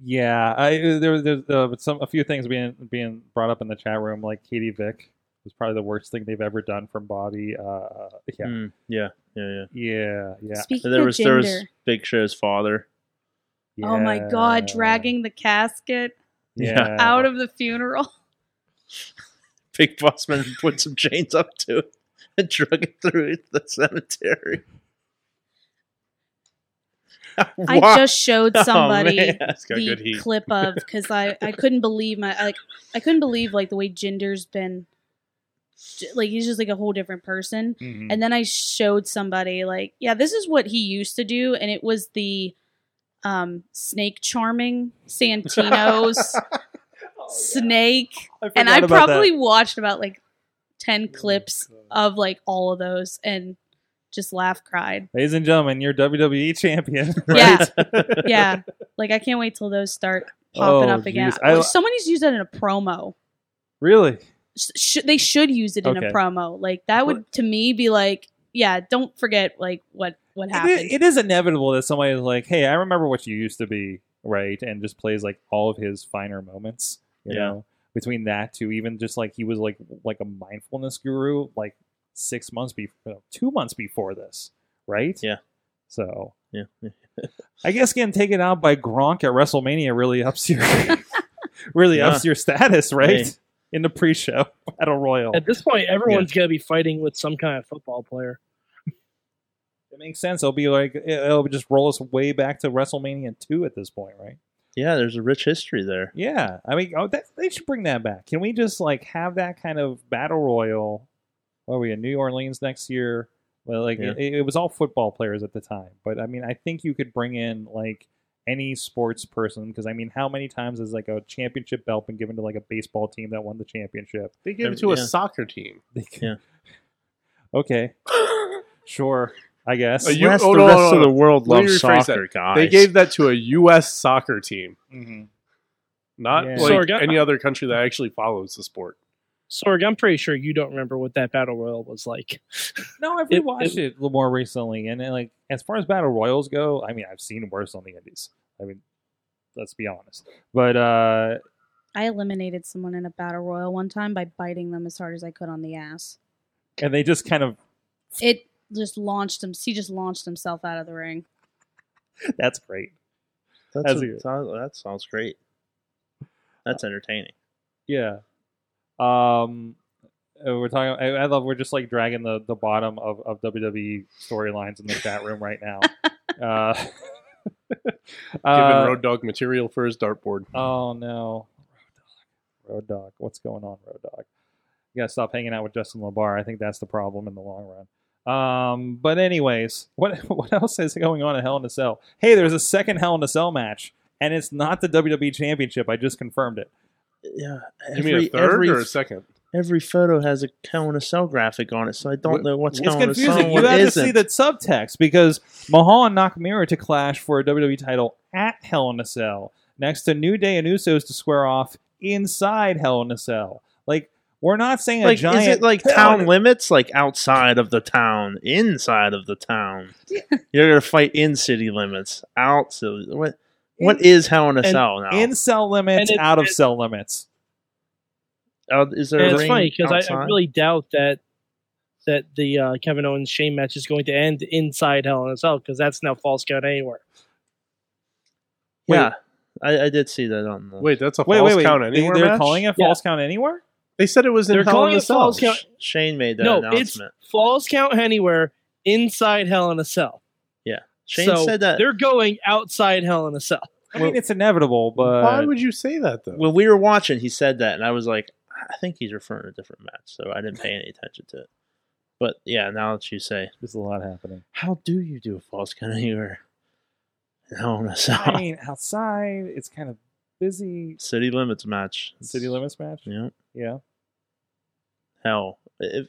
S1: yeah i there there's uh, some a few things being being brought up in the chat room like katie vick was probably the worst thing they've ever done from bobby uh yeah
S6: Mm, yeah, yeah, yeah.
S1: yeah yeah
S7: Speaking
S6: There
S7: of
S6: was there
S7: gender,
S6: was Big Show's father.
S7: oh my god,
S1: yeah,
S7: dragging the casket *laughs*
S1: yeah. *laughs*
S7: out of the funeral.
S6: *laughs* Big Bossman put some chains up to it. drug it through the cemetery.
S7: I
S6: Why?
S7: just
S1: *laughs*
S7: showed
S6: Oh,
S7: somebody
S6: man.
S5: It's got good
S7: the
S5: heat.
S7: clip of because I I couldn't believe my like I couldn't believe like the way Jinder's been like he's just like a whole different person.
S1: Mhm.
S7: And then I showed somebody like yeah this is what he used to do and it was the um snake charming
S1: *laughs* Oh,
S7: Santino's snake and I probably watched about
S1: Oh
S7: like ten clips of like all of those and just laugh cried.
S1: Ladies and gentlemen, you're WWE champion. *laughs*
S7: Yeah. yeah. Like I can't wait till those start popping
S1: Oh,
S7: up again.
S1: jeez. I-
S7: Someone needs to use that in a promo.
S1: Really?
S7: Sh- sh- they should use it in
S1: Okay.
S7: a promo. Like that would to me be like, yeah, don't forget like what what
S1: It i-
S7: happened.
S1: it is inevitable that somebody's like, "Hey, I remember what you used to be," right? And just plays like all of his finer moments. You
S6: Yeah.
S1: know, between that to even just like he was like like a mindfulness guru like six months before, two months before this, right?
S6: Yeah.
S1: So
S6: Yeah. *laughs*
S1: I guess getting taken out by Gronk at WrestleMania really ups your *laughs* really
S6: Yeah.
S1: ups your status, right?
S6: Hey.
S1: In the pre-show *laughs* Battle Royal,
S4: At this point, everyone's gonna be fighting with some kind of football player.
S1: it makes sense. It'll be like it'll just roll us way back to WrestleMania two at this point, right?
S6: Yeah, there's a rich history there.
S1: Yeah, I mean, oh, that, they should bring that back. Can we just like have that kind of battle royal? What are we in New Orleans next year? Well, like
S6: Yeah.
S1: it, it was all football players at the time, but I mean, I think you could bring in like any sports person because I mean, how many times has like a championship belt been given to like a baseball team that won the championship?
S5: They gave it to a
S6: Yeah.
S5: soccer team.
S1: They could-
S6: Yeah.
S1: Okay. sure. I guess.
S5: Uh, you-
S6: Yes,
S5: oh,
S6: the
S5: no,
S6: rest
S5: no, no.
S6: of the world
S5: Let me
S6: loves
S5: rephrase
S6: soccer, guys.
S5: They gave that to a U.S. soccer team,
S4: Mm-hmm.
S5: not
S1: Yeah.
S5: like
S4: Sorg, I-
S5: any other country that actually follows the sport.
S4: Sorg, I'm pretty sure you don't remember what that battle royal was like. *laughs*
S1: No, I've
S4: It-
S1: rewatched it, a little more recently, and, uh, like as far as battle royals go, I mean, I've seen worse on the Indies. I mean, let's be honest. But uh,
S7: I eliminated someone in a battle royal one time by biting them as hard as I could on the ass.
S1: and they just kind of
S7: It just launched him. He just launched himself out of the ring.
S1: that's great.
S6: That's
S1: That's
S6: a-
S1: a-
S6: so- that sounds great. That's entertaining.
S1: Yeah. Um, uh, we're talking. I, I love. We're just like dragging the the bottom of of WWE storylines in the chat room right now. *laughs* uh,
S5: Giving
S1: uh,
S5: Road Dog material for his dartboard.
S1: Oh no. Road dog. Road dog. What's going on, road dog? You gotta stop hanging out with Justin Labar. I think that's the problem in the long run. Um, but anyways, what *laughs* what else is going on in Hell in a Cell? Hey, there's a second Hell in a Cell match, and it's not the WWE Championship. I just confirmed it.
S6: Yeah.
S5: You mean a third
S6: every,
S5: or a second?
S6: every photo has a Hell in a Cell graphic on it, so I don't
S5: What-
S6: know what's
S1: it's
S6: Hell in a Cell.
S1: confusing.
S6: and
S1: You
S6: what
S1: have
S6: isn't.
S1: to see the subtext because Mahal and Nakamura to clash for a WWE title at Hell in a Cell. Next to New Day and Usos to square off inside Hell in a Cell. Like we're not saying a
S6: like,
S1: giant.
S6: is it like
S1: Hell in
S6: town
S1: a-
S6: limits, like outside of the town, inside of the town? You're gonna fight in city limits, out city. What? What is Hell in a
S4: and-
S6: Cell now?
S1: in cell limits,
S4: And it-
S1: out of
S4: it-
S1: cell limits.
S6: Out- Uh, is there
S4: And
S6: a
S4: it's
S6: ring
S4: funny because I, I
S6: outside?
S4: really doubt that that the uh, Kevin Owens Shane match is going to end inside Hell in a Cell because that's now false count anywhere.
S6: yeah. I, I did see that on the
S5: Wait, that's a
S1: Wait,
S5: false
S1: wait, wait.
S5: count
S1: they,
S5: anywhere.
S1: are
S5: match?
S1: calling it
S4: Yeah.
S1: false count anywhere.
S5: They said it was in
S4: They're
S5: Hell
S4: calling
S5: in a
S4: it
S5: Cell.
S4: false count.
S6: Shane made that
S4: no, it's
S6: announcement.
S4: false count anywhere inside Hell in a Cell.
S6: Shane
S4: so
S6: said that
S4: they're going outside Hell in a Cell.
S1: I mean, it's inevitable, but
S5: Why would you say that though?
S6: when we were watching, he said that, and I was like, I think he's referring to a different match, so I didn't pay any attention to it. But yeah, now that you say,
S1: there's a lot happening.
S6: how do *laughs* you do a false count anywhere? Hell in a
S1: I
S6: Cell
S1: mean, outside it's kind of busy.
S6: city limits match.
S1: City limits match.
S6: Yeah,
S1: Yeah.
S6: hell. If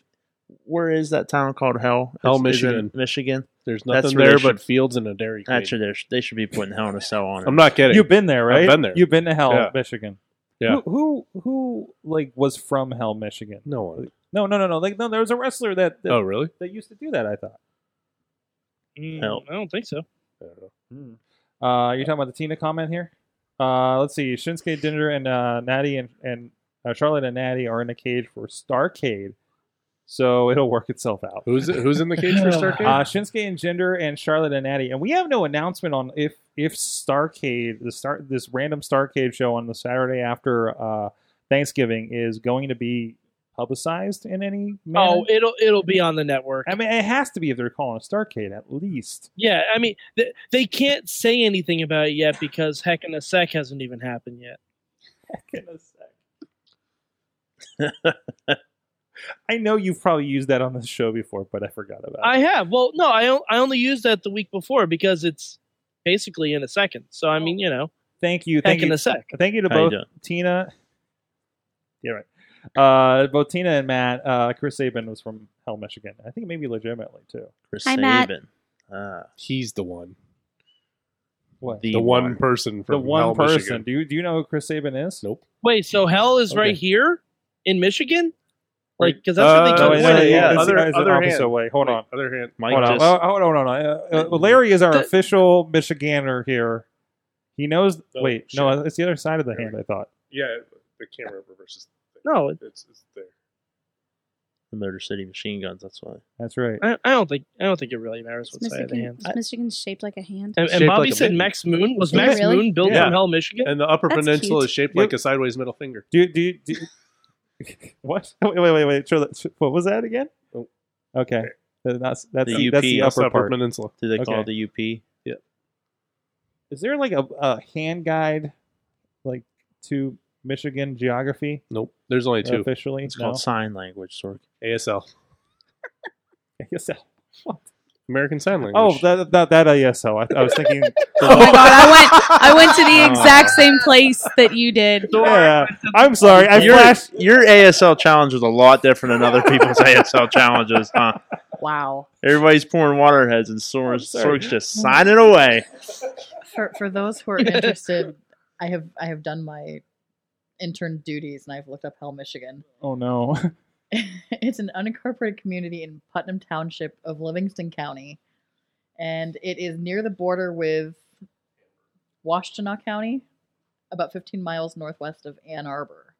S6: where is that town called Hell?
S5: Hell,
S6: Is- is it
S5: Michigan.
S6: Michigan.
S5: There's
S6: That's
S5: nothing
S6: where they
S5: there
S6: should-
S5: but fields and a dairy. Queen.
S6: Actually, there sh- they should be putting Hell in a Cell on it.
S5: I'm not kidding.
S1: You've been there, right?
S5: been there.
S1: You've been to Hell,
S5: Yeah.
S1: Michigan.
S5: Yeah.
S1: Who, who who like was from Hell, Michigan?
S5: no one.
S1: No, no, no, no. Like no, there was a wrestler that that,
S5: Oh, really?
S1: that used to do that. I thought.
S4: Mm,
S6: Hell.
S4: I don't think so.
S5: I don't know.
S1: Uh, you're talking about the Tina comment here. Uh, let's see. Shinsuke, Dinger, and uh, Natty and and uh, Charlotte and Natty are in a cage for Starcade, so it'll work itself out.
S5: Who's who's in the cage for
S1: *laughs*
S5: Starcade?
S1: Uh, Shinsuke and Gender and Charlotte and Natty, and we have no announcement on if if Starcade the start this random Starcade show on the Saturday after uh, Thanksgiving is going to be publicized in any manner?
S4: Oh, it'll it'll be on the network.
S1: I mean, it has to be if they're calling it Starcade at least.
S4: Yeah, I mean th- they can't say anything about it yet because Heck in a Sec hasn't even happened yet.
S1: *laughs* I know you've probably used that on this show before, but I forgot about it.
S4: I have. Well, no, I on- I only used that the week before because it's basically in a second. So I mean, you know,
S1: Thank you.
S4: Heck
S1: Thank
S4: in
S1: you.
S4: a Sec.
S1: Thank you to
S6: How you
S1: both
S6: doing?
S1: Tina. Yeah, right. Uh, both Tina and Matt. Uh, Chris Saban was from Hell, Michigan. I think maybe legitimately too.
S6: Chris
S7: Hi, Matt.
S6: Saban. Ah,
S5: He's the one.
S1: What
S5: The one person from
S1: the one
S5: Hell,
S1: person?
S5: Michigan.
S1: Do you do you know who Chris Saban is?
S5: Nope.
S4: Wait, so Hell is
S1: Okay.
S4: right here in Michigan? Like, because that's
S5: Uh,
S4: where
S1: wait,
S4: they
S1: no,
S4: keep
S6: wait,
S4: winning.
S1: Oh, yeah,
S6: yeah,
S1: this
S5: other-
S1: guy's an
S5: other
S1: opposite
S5: hand.
S1: way. Hold
S5: Wait,
S1: on.
S5: Other hand.
S6: Mike
S1: Hold on.
S6: just
S1: Oh, hold on, hold on. Uh, uh, Larry is our
S4: The-
S1: official Michigander here. He knows.
S5: Oh,
S1: wait,
S5: shit.
S1: no, it's the other side of the
S5: Here we
S1: hand. I thought.
S5: Yeah, the camera reverses.
S4: No,
S5: It's, it's there.
S6: the Motor City Machine Guns. That's why.
S1: That's right.
S4: I, I don't think I don't think it really matters
S7: Is
S4: what side of the
S7: Michigan,
S4: hand.
S7: is Michigan shaped like
S1: *laughs*
S7: a hand?
S4: And, and
S5: Shaped
S4: Bobby
S5: like a
S4: said
S5: moon.
S4: Max Moon was
S7: Is it
S4: Max
S7: really?
S4: Moon built
S5: Yeah.
S4: from Hell, Michigan.
S5: And the upper
S7: That's
S5: peninsula
S7: cute.
S5: is shaped
S1: Yep.
S5: like a sideways middle finger.
S1: Do do do. *laughs* what? Wait, wait, wait, wait. Show that- What was that again?
S5: Oh.
S1: Okay. That's that's
S6: The
S1: that's
S6: UP,
S1: the
S5: That's
S1: upper
S5: upper
S1: part.
S5: peninsula.
S6: Do they call
S1: Okay.
S6: it the UP?
S1: Is there like a, a hand guide, like to Michigan geography
S5: Nope. There's only two.
S1: officially?
S6: It's
S1: *laughs*
S6: called sign language. Sork.
S5: ASL.
S1: ASL.
S5: American Sign Language.
S1: Oh, that that, that ASL. I, I
S4: *laughs*
S1: was thinking.
S7: Oh
S6: *laughs*
S7: my god, I went I went to
S1: *laughs*
S6: Oh.
S7: the exact same place that you did.
S1: yeah. I'm sorry. I
S6: Your,
S1: flashed.
S6: your ASL challenge was a lot different than
S1: *laughs*
S6: other people's ASL challenges, huh?
S7: Wow.
S6: Everybody's pouring water heads and
S1: I'm
S6: Sork's,
S1: sorry.
S6: Sork's just signing away.
S8: for for
S6: *laughs*
S8: those who are interested, I have I have done my intern duties and I've looked up Hell, Michigan. *laughs*
S1: Oh no. *laughs*
S8: it's an unincorporated community in Putnam Township of Livingston County, and it is near the border with Washtenaw County, about 15 miles northwest of Ann Arbor.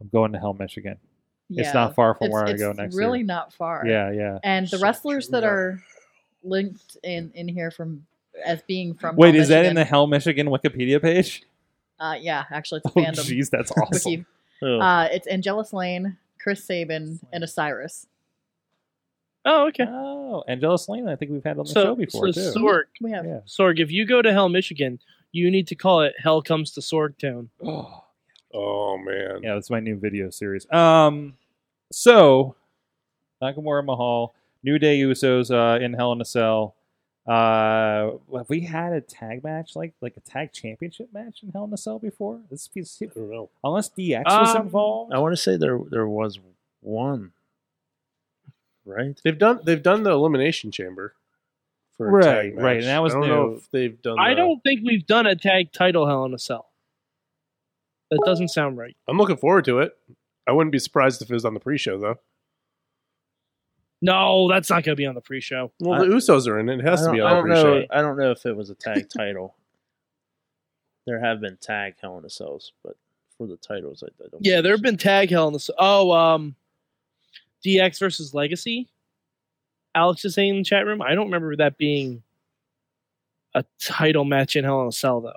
S1: I'm going to hell, Michigan. It's not far from where I go next year.
S8: Really not far.
S1: Yeah, yeah.
S8: And the
S6: So
S8: wrestlers that
S6: true.
S8: are linked in in here from as being from
S1: Wait,
S8: Hell,
S1: is that in the
S8: Michigan-
S1: Hell Michigan Wikipedia page? *laughs*
S8: Uh, yeah, actually, it's
S1: Oh,
S8: fandom.
S1: jeez, that's awesome. *laughs*
S8: *laughs* Wiki.
S6: Ugh.
S8: Uh, it's Angelus Lane, Chris Sabin, and Osiris.
S4: Oh, okay.
S1: Oh, Angela Slane, I think we've had on the show
S4: So,
S1: before
S4: so
S1: too.
S4: Sorg,
S8: We have
S1: yeah.
S4: Sorg, if you go to Hell, Michigan, you need to call it Hell Comes to Sorg Town.
S1: Oh,
S5: Oh, man.
S1: yeah, that's my new video series. Um, so Nakamura Mahal, New Day Usos uh, in Hell in a Cell. Uh, have we had a tag match like like a tag championship match in Hell in a Cell before? This piece,
S5: I don't know.
S1: unless DX was
S4: Um,
S1: involved.
S6: I want to say there there was one, right?
S5: They've done they've done the elimination chamber for a
S1: Right,
S5: tag match.
S1: right, and that was
S5: I don't
S1: new.
S5: know if they've done.
S4: I
S5: the-
S4: don't think we've done a tag title Hell in a Cell. That doesn't sound right.
S5: I'm looking forward to it. I wouldn't be surprised if it was on the pre-show though.
S4: No, that's not going to be on the pre-show.
S5: Well, the Usos are in it. It has
S6: I
S5: to
S6: don't,
S5: be
S6: I
S5: on
S6: don't
S5: the pre-show.
S6: know. I don't know if it was a tag title. There have been tag Hell in a Cells, but for the titles, I, I don't.
S4: Yeah,
S6: think
S4: there have
S6: so.
S4: been tag Hell in the Cell. Oh, um, DX versus Legacy. Alex is saying in the chat room. I don't remember that being a title match in Hell in a Cell though.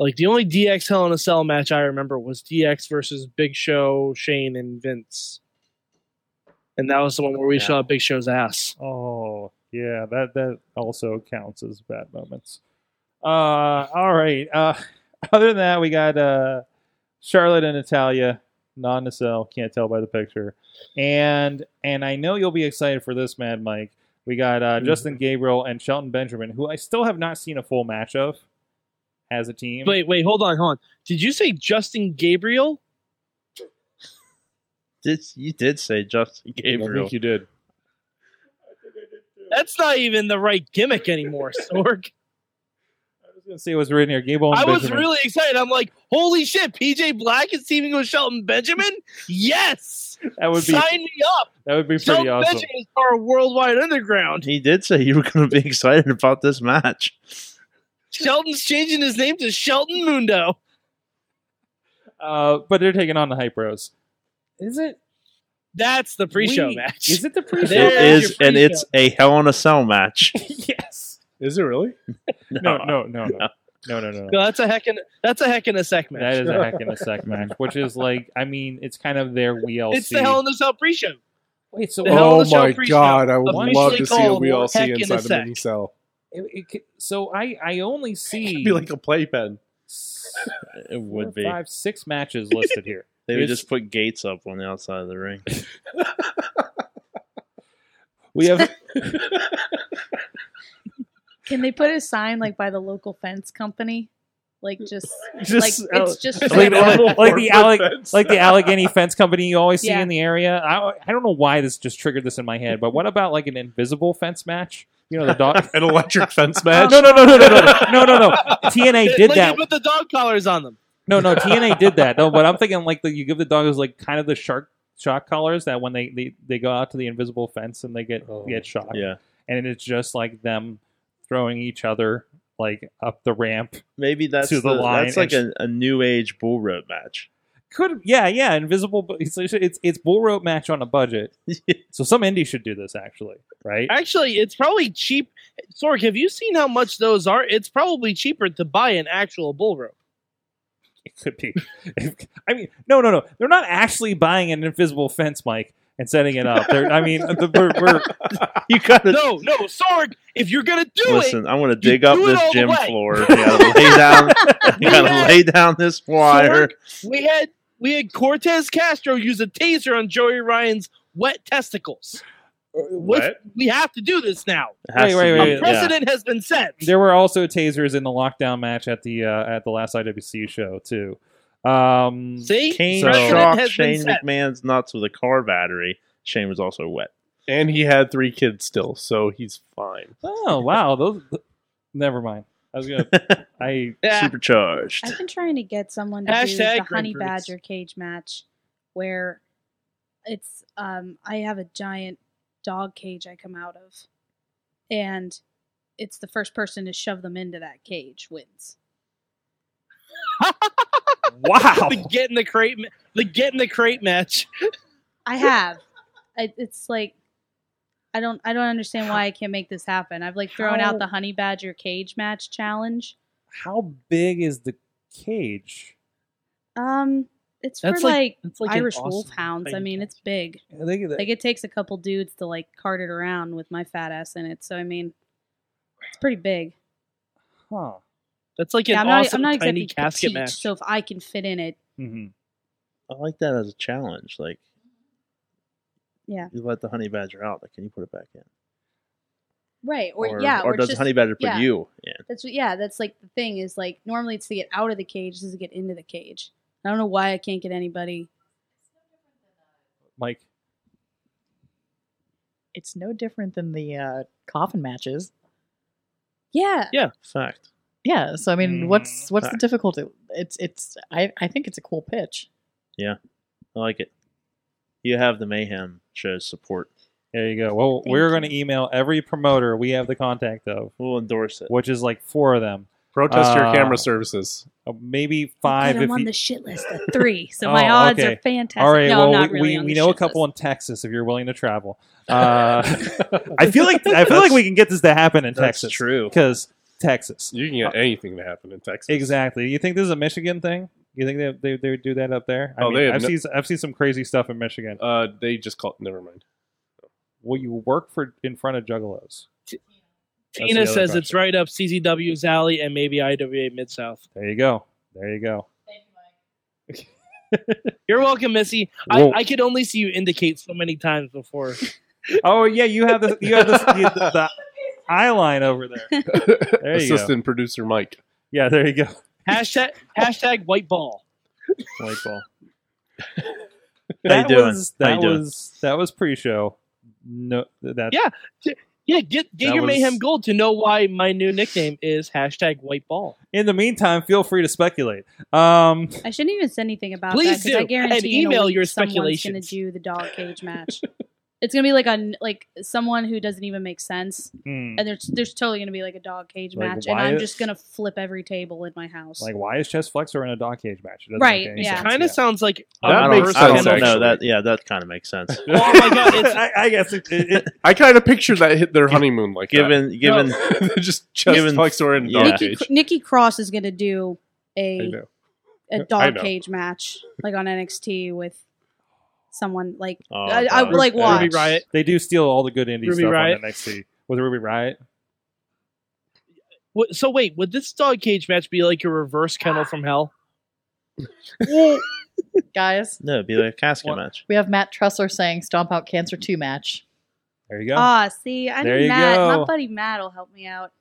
S4: Like the only DX Hell in a Cell match I remember was DX versus Big Show, Shane, and Vince, and that was the one where we
S6: Yeah.
S4: saw Big Show's ass.
S1: Oh, yeah, that that also counts as bad moments. Uh all right. Uh *laughs* other than that, we got uh Charlotte and Natalia, non nacelle, can't tell by the picture. And and I know you'll be excited for this, Mad Mike. We got uh,
S4: Mm-hmm.
S1: Justin Gabriel and Shelton Benjamin, who I still have not seen a full match of as a team.
S4: Wait, wait, hold on, hold on. Did you say Justin Gabriel?
S6: Did, you did say Justin
S5: I
S6: Gabriel.
S5: think you did.
S4: That's not even the right gimmick anymore, *laughs* Sorg.
S1: I was gonna say what's written here. Gabriel and
S4: I was
S1: Benjamin.
S4: really excited. I'm like, holy shit, PJ Black is teaming with Shelton Benjamin? Yes!
S1: that would be
S4: Sign me up!
S1: that would be pretty
S4: Shelton
S1: awesome.
S4: Benjamin is our worldwide underground.
S6: He did say you were going to be *laughs* excited about this match.
S4: Shelton's changing his name to Shelton Mundo.
S1: Uh but they're taking on the Hype Bros. Is it
S4: That's the pre-show
S1: We-
S4: match.
S1: Is it the
S6: It
S1: pre-show?
S4: There is
S6: is,
S4: your
S6: and
S4: pre-show.
S5: *laughs*
S6: *laughs* it's a Hell in a Cell match.
S1: yes.
S5: Is it really?
S1: No, no, no, no. No, no, no. no.
S4: No, *laughs* that's a heck in that's a heck in a sec match.
S1: That is a heck in a sec match, which is like, I mean, it's kind of their WLC.
S4: it's the Hell in a Cell pre-show.
S1: Wait, so
S4: the hell
S5: oh
S4: in the
S5: my
S4: show pre-show,
S5: god, I would
S1: officially
S5: love to see a
S4: called Heck
S5: WLC
S4: in a
S5: inside the
S4: Sec.
S5: mini cell.
S1: it, it, could- so I, I only see
S5: It'd be like a playpen.
S1: s-
S6: It
S1: four,
S6: would be.
S1: five, six matches listed here.
S6: They would
S1: It's-
S6: just put gates up on the outside of
S5: *laughs*
S6: the ring.
S1: We *laughs* have
S7: Can they put a sign like by the local fence company? Like just
S1: just
S7: like
S1: uh,
S7: it's just
S1: It's *laughs* like,
S7: fenced.
S1: like, like the Alec,
S5: fence.
S1: like *laughs* the Allegheny fence company you always see
S7: Yeah.
S1: in the area. I, I don't know why this just triggered this in my head, but what about like an invisible fence match? You know the dog. *laughs*
S5: An electric fence
S1: no,
S5: match.
S1: no, no, no, no, no, no, no, no. TNA did
S4: like
S1: that.
S4: They put the dog collars on them.
S1: No, no, TNA did that. No, but I'm thinking like the, you give the dog is like kind of the shark shock collars that when they, they they go out to the invisible fence and they get
S5: Oh.
S1: get shocked,
S6: Yeah.
S1: and it's just like them throwing each other like up the ramp.
S6: Maybe that's
S1: To the
S6: the,
S1: line
S6: that's like
S1: and
S6: a, a new age bull rope match. *laughs*
S1: Could yeah yeah invisible. bu- It's it's, it's bull rope match on a budget. so some indie should do this actually, right?
S4: Actually, it's probably cheap. Sorg, have you seen how much those are? It's probably cheaper to buy an actual bull rope.
S1: It could be. *laughs* I mean, no, no, no. They're not actually buying an invisible fence, Mike, and setting it up. They're, I mean, the, we're, we're
S6: You gotta
S4: No, no, Sorg, if you're gonna do it,
S6: listen. I want to dig up
S4: do it
S6: this
S4: all the
S6: gym
S4: way. *laughs*
S6: floor. You gotta lay down. You
S4: Yeah.
S6: gotta lay down this wire.
S4: we had we had Cortez Castro use a taser on Joey Ryan's wet testicles.
S5: What?
S4: We have to do this now.
S6: It has
S1: Wait,
S6: to
S1: wait, wait,
S4: A
S6: be-
S1: wait.
S6: yeah.
S4: precedent has been set.
S1: there were also tasers in the lockdown match at the uh, at the last IWC show too. Um,
S4: See,
S6: Kane
S1: So-
S4: Precedent
S6: shocked
S4: has been
S6: Shane
S4: set.
S6: McMahon's nuts with a car battery. Shane was also wet. *laughs*
S5: And he had three kids still, so he's fine.
S1: oh wow, those. Never mind. I was gonna. *laughs* I
S4: *laughs* Yeah.
S6: Supercharged.
S7: I've been trying to get someone to do
S4: Hashtag
S7: the honey
S4: grapefruits.
S7: badger cage match, where it's um I have a giant dog cage I come out of, and it's the first person to shove them into that cage wins.
S1: wow.
S4: the get in the crate, ma- the get in the crate match. *laughs*
S7: I have. I, it's like I don't I don't understand why I can't make this happen. I've like thrown
S1: How-
S7: out the honey badger cage match challenge.
S1: How big is the cage?
S7: Um, it's
S4: That's
S7: for
S4: like-
S7: like,
S4: It's like an
S7: Irish
S4: awesome
S7: wolfhounds. I
S4: thing.
S7: mean, it's big.
S1: I think that-
S7: Like it takes a couple dudes to like cart it around with my fat ass in it. So I mean, it's pretty big.
S1: huh.
S4: That's like an
S7: Yeah, I'm not.
S4: awesome
S7: I'm not
S4: tiny
S7: exactly
S4: casket
S7: petite,
S4: match.
S7: So if I can fit in it,
S1: Mhm.
S6: I like that as a challenge. Like,
S7: Yeah.
S6: you let the honey badger out. Like, can you put it back in?
S7: right? Or, yeah,
S6: or,
S7: it's
S6: does
S7: just,
S6: honey badger put
S7: yeah.
S6: you in?
S7: That's what, yeah. That's like the thing is like normally it's to get out of the cage. This is to get into the cage. I don't know why I can't get anybody.
S1: Mike.
S8: It's no different than the uh, coffin matches.
S7: Yeah,
S6: Fact.
S8: Yeah, so I mean,
S1: Mm,
S8: what's what's the
S6: alright.
S8: difficulty? It's it's I I think it's a cool pitch.
S6: I like it. You have the mayhem shows support.
S1: There you go. Well,
S8: Thank
S1: we're
S8: you.
S1: going to email every promoter we have the contact of,
S6: We'll endorse it.
S1: which is like four of them,
S5: Protest your
S1: Uh,
S5: camera services.
S1: uh, maybe
S7: Oh, good,
S1: five.
S7: I'm
S1: if
S7: on
S1: you,
S7: the shit list of three,
S1: *laughs*
S7: so
S1: Oh,
S7: my odds
S1: okay.
S7: are fantastic.
S1: All right.
S7: no,
S1: well,
S7: I'm not
S1: we,
S7: really
S1: we,
S7: on
S1: we
S7: the
S1: know a
S7: shit
S1: couple
S7: list.
S1: in Texas if you're willing to
S7: *laughs*
S1: travel. Uh, I feel like I feel like we can get this to happen in
S6: That's
S1: Texas
S6: true.
S1: because Texas.
S5: You can get anything to happen in Texas.
S1: Exactly. You think this is a Michigan thing? You think they they, they would do that up there? I
S5: Oh, they have
S1: I've
S5: no-
S1: seen I've seen some crazy stuff in Michigan.
S5: Uh, they just call. Never mind.
S1: Will you work for in front of juggalos? That's the
S4: Tina
S1: other
S4: says it's
S1: question.
S4: right up CZW's alley and maybe IWA Mid South.
S1: There you go. There you go.
S4: You're welcome, Missy. I,
S1: Whoa.
S4: I could only see you indicate so many times before.
S1: Oh yeah, you have the you have the, the, the eye line over there. There you go.
S5: Assistant producer Mike.
S1: Yeah, there you go.
S4: hashtag hashtag white ball.
S6: White ball. How you
S1: That
S6: doing?
S1: was
S6: How you
S1: that
S6: doing?
S1: was that was pre-show. No, that
S4: Yeah. Yeah, get get
S1: That
S4: your
S1: was-
S4: mayhem gold to know why my new nickname is hashtag white ball.
S1: In the meantime, feel free to speculate. Um,
S7: I shouldn't even say anything about
S4: Please
S7: that because I
S4: do,
S7: guarantee
S4: and
S7: in a
S4: email
S7: week
S4: your
S7: someone's going to
S4: speculations.
S7: do the dog cage match. It's gonna be like a n- like someone who doesn't even make sense,
S1: Hmm.
S7: and there's there's totally gonna be like a dog cage
S1: Like,
S7: match,
S1: why
S7: and I'm
S1: is-
S7: just gonna flip every table in my house.
S1: Like, why is Chess Flexor in a dog cage match? It doesn't
S7: Right,
S1: make any
S7: yeah.
S1: sense.
S4: Kind of sounds like a
S5: That
S6: I
S5: makes
S6: don't,
S4: reverse
S6: I don't
S5: sense,
S4: Kennel-
S5: actually.
S6: know that. Yeah, that kind of makes sense.
S4: Oh my god,
S1: *laughs*
S4: it's
S1: I, I guess it, it, it-
S5: I kind of picture that hit their honeymoon like that.
S6: Given, given,
S5: *laughs* They're just chest
S6: given-
S5: flexor and
S6: yeah.
S5: dog
S7: Nikki,
S5: cage.
S7: Nikki Cross is gonna do
S5: I
S7: a
S5: know. *laughs* I
S7: a dog
S5: know.
S7: cage match like on NXT with someone like
S6: oh,
S7: I, I
S6: God.
S7: would like
S1: Ruby
S7: watch
S4: Ruby Riot.
S1: *laughs* they do steal all the good indie
S4: Ruby
S1: stuff
S4: Riot.
S1: on NXT with Ruby Riot.
S4: What- So wait, would this dog cage match be like a reverse kennel from hell?
S8: Guys,
S6: No, it'd be like a casket
S1: What?
S6: match.
S8: we have Matt Tressler saying Stomp Out Cancer 2 match.
S1: There you go.
S7: Ah, see, I
S1: There
S7: knew
S1: you
S7: Matt.
S1: go.
S7: My buddy Matt will help me out.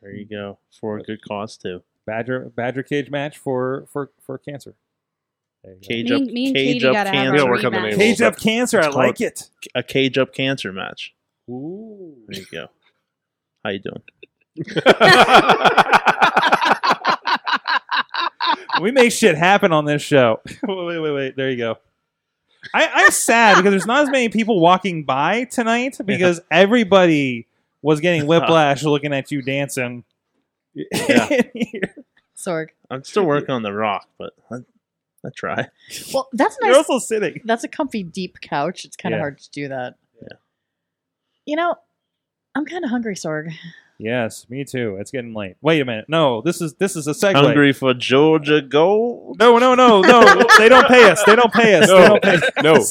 S6: There you go. For a good cause too.
S1: Badger Badger cage match for for for cancer. There you go.
S6: Cage
S7: Me
S6: up,
S7: and- me and
S6: cage
S7: Katie
S6: up
S7: gotta have
S6: cancer.
S5: Yeah,
S7: our
S5: work on the
S7: rematch.
S5: name.
S1: Cage up cancer. I
S6: It's called-
S1: like it.
S6: A cage up cancer match.
S1: Ooh.
S6: There you go. How you doing?
S1: we make shit happen on this show. *laughs* wait, wait, wait, wait. There you go. I, I'm sad because there's not as many people walking by tonight because everybody was *laughs* getting whiplash looking at you dancing. *laughs*
S6: Yeah.
S8: Sorg.
S6: I'm still working on the rock, but I, I
S1: *laughs*
S6: try.
S8: Well, that's
S1: You're
S8: nice.
S1: also sitting.
S8: That's a comfy, deep couch. It's kind of
S1: Yeah.
S8: hard to do that.
S6: Yeah.
S8: You know, I'm kind of
S1: *laughs*
S8: hungry, Sorg.
S1: Yes, me too. It's getting late. Wait a minute. No, this is this is a segue.
S6: Hungry for Georgia gold.
S1: No, no, no, no. they don't pay us. They don't pay us. They
S5: No,
S1: don't pay us.
S5: no.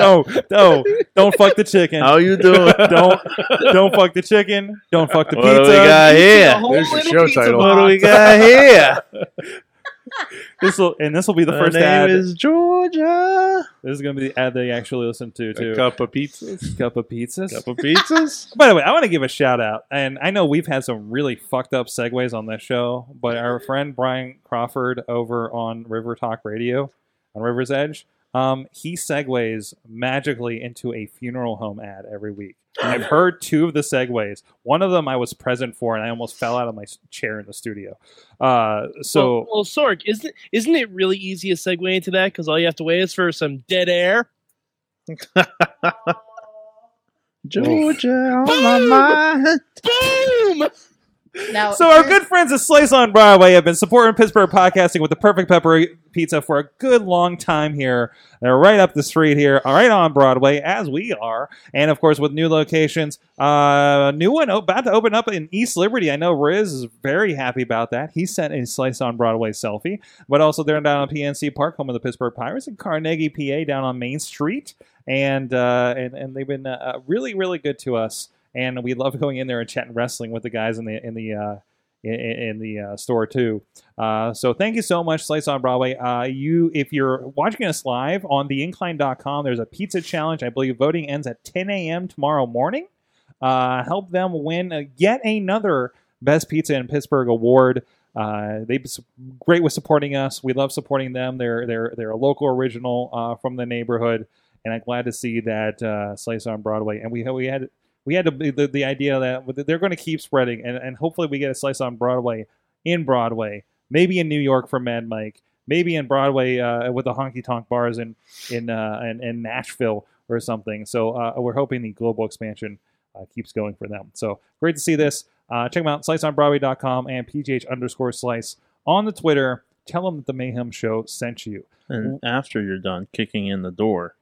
S1: No, no. Don't fuck the chicken.
S6: How you doing?
S1: *laughs* Don't don't fuck the chicken. Don't fuck the
S6: *laughs* what do we
S1: pizza.
S6: got here?
S4: whole
S5: There's your
S4: little
S5: show
S4: pizza
S5: title.
S6: What do we
S4: box.
S6: got here?
S1: This will and this will be *laughs* the
S6: Her
S1: first
S6: name
S1: ad.
S6: is Georgia.
S1: this is going to be the ad they actually listen to too.
S5: A cup of pizza.
S1: Cup of pizzas.
S6: Couple
S5: *laughs*
S6: pizzas.
S1: By the way, I want to give a shout out, and I know we've had some really fucked up segues on this show, but our friend Brian Crawford over on River Talk Radio on River's Edge, um, he segues magically into a funeral home ad every week. And I've heard two of the segues. One of them I was present for, and I almost fell out of my s- chair in the studio. Uh,
S4: Well,
S1: so
S4: well, Sorg, isn't isn't it really easy to segue into that? Because all you have to wait is for some dead air.
S6: Georgia
S7: Oh,
S5: *laughs*
S6: on my mind.
S4: Boom!
S8: Now,
S1: So our good friends at Slice on Broadway have been supporting Pittsburgh podcasting with the perfect pepperoni pizza for a good long time here. They're right up the street here, right on Broadway, as we are, and of course with new locations. Uh, new one o- about to open up in East Liberty. I know Riz is very happy about that. He sent a Slice on Broadway selfie, but also they're down on PNC Park, home of the Pittsburgh Pirates, and Carnegie, PA, down on Main Street, and uh, and and they've been uh, really really good to us. And we love going in there and chatting wrestling with the guys in the in the uh, in, in the uh, store too. Uh, so thank you so much, Slice on Broadway. Uh, you, if you're watching us live on theincline.com, there's a pizza challenge. I believe voting ends at 10 a.m. tomorrow morning. Uh, help them win uh, yet another Best Pizza in Pittsburgh award. Uh, they've been su- great with supporting us. We love supporting them. They're they're they're a local original uh, from the neighborhood, and I'm glad to see that uh, Slice on Broadway. And we we had we had to, the, the idea that they're going to keep spreading and, and hopefully we get a slice on broadway in broadway maybe in new york for mad mike maybe in broadway uh, with the honky tonk bars in in, uh, in in nashville or something so uh, we're hoping the global expansion uh, keeps going for them so great to see this uh, check them out sliceonbroadway.com and pgh underscore slice on the twitter tell them that the mayhem show sent you Mm.
S6: And after you're done kicking in the door,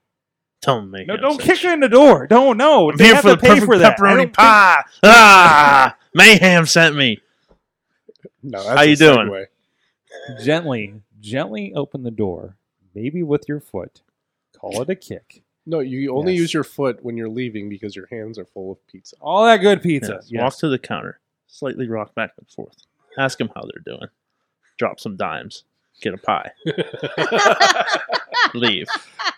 S6: tell me.
S1: no don't kick her in the door don't no
S6: I'm
S1: they
S6: here
S1: have
S6: for the
S1: to pay
S6: perfect
S1: for that I
S6: pepperoni
S1: don't
S6: pie. Ah, mayhem sent me.
S5: No,
S6: How you doing?
S1: gently, gently open the door, maybe with your foot. Call it a kick.
S5: No, you only
S1: Yes.
S5: use your foot when you're leaving because your hands are full of pizza.
S1: All that good
S6: Yes,
S1: pizza.
S6: Walk to the counter, slightly rock back and forth. Ask them how they're doing. Drop some dimes. Get
S4: *laughs*
S6: a pie. Leave.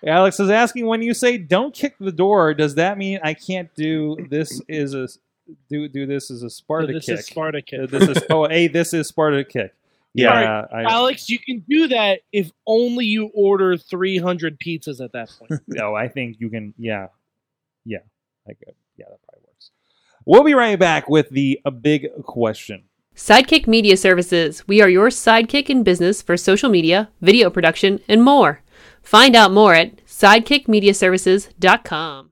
S1: Alex is asking when you say "don't kick the door," does that mean I can't do this? Is a do do this is a Sparta
S4: this
S1: kick?
S4: is Sparta kick.
S1: Uh, this
S4: *laughs*
S1: is oh a this is Sparta kick.
S6: Yeah.
S1: Yeah, I,
S4: Alex, you can do that if only you order 300 pizzas at that point.
S1: no, I think you can. Yeah, yeah, I could. Yeah, that probably works. We'll be right back with the a big question.
S9: Sidekick Media Services. We are your sidekick in business for social media, video production, and more. Find out more at sidekickmediaservices.com.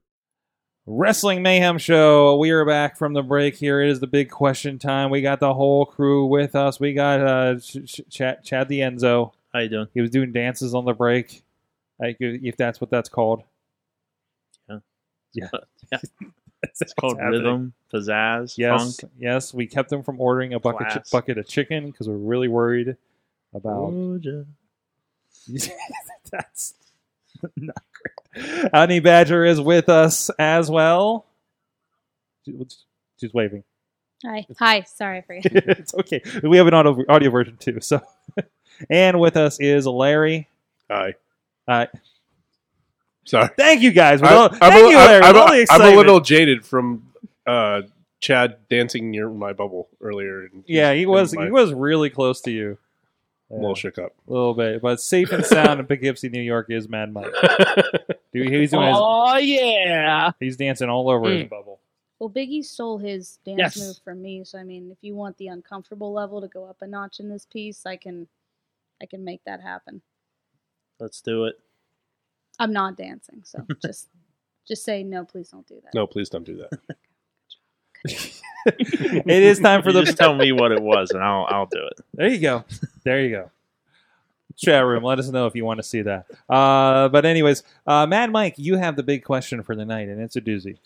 S1: Wrestling Mayhem Show. We are back from the break. Here it is the big question time. We got the whole crew with us. We got uh, Ch- Ch- Chad, Chad the Enzo.
S6: How you doing?
S1: He was doing dances on the break, like if if that's what that's called.
S6: *laughs*
S1: *laughs*
S6: It's called
S1: happening.
S6: rhythm, pizzazz,
S1: Yes,
S6: funk.
S1: yes. We kept him from ordering a bucket chi-
S6: Class.
S1: bucket of chicken because we are really worried about.
S6: Georgia.
S1: *laughs* that's not great. Honey Badger is with us as well. She- She's waving. *laughs*
S7: Hi. Hi. Sorry, I forgot.
S1: it's okay. We have an audio, audio version too. So, *laughs* and with us is Larry.
S5: Hi.
S1: Hi. *laughs*
S5: Sorry.
S1: Thank you guys. With
S5: I-
S1: all,
S5: I'm
S1: thank
S5: a-
S1: you, Larry.
S5: I'm
S1: with
S5: a-
S1: all the
S5: I'm
S1: excitement.
S5: a little jaded from uh, Chad dancing near my bubble earlier. and
S1: Yeah, he
S5: he's
S1: was.
S5: in my
S1: He was really close to you. Yeah,
S5: little shook up.
S1: a little bit, but safe and sound in Poughkeepsie, New York, is Mad
S5: *laughs*
S1: Mike. Dude, he's doing his,
S4: Oh yeah.
S1: He's dancing all over
S5: Hmm.
S1: his bubble. *laughs*
S7: Well, Biggie stole his dance
S4: Yes.
S7: move from me, so I mean, if you want the uncomfortable level to go up a notch in this piece, I can, I can make that happen.
S6: Let's do it.
S7: I'm not dancing, so
S1: *laughs*
S7: just, just say no. Please don't do that. *laughs*
S5: No, please don't do
S1: *laughs*
S5: that.
S1: it is time for
S6: You
S1: the.
S6: just tell me what it was, and I'll I'll do it.
S1: There you go. There you go. Chat room, let us know if you want to see that. Uh, but anyways, uh, Mad Mike, you have the big question for the night, and it's a doozy.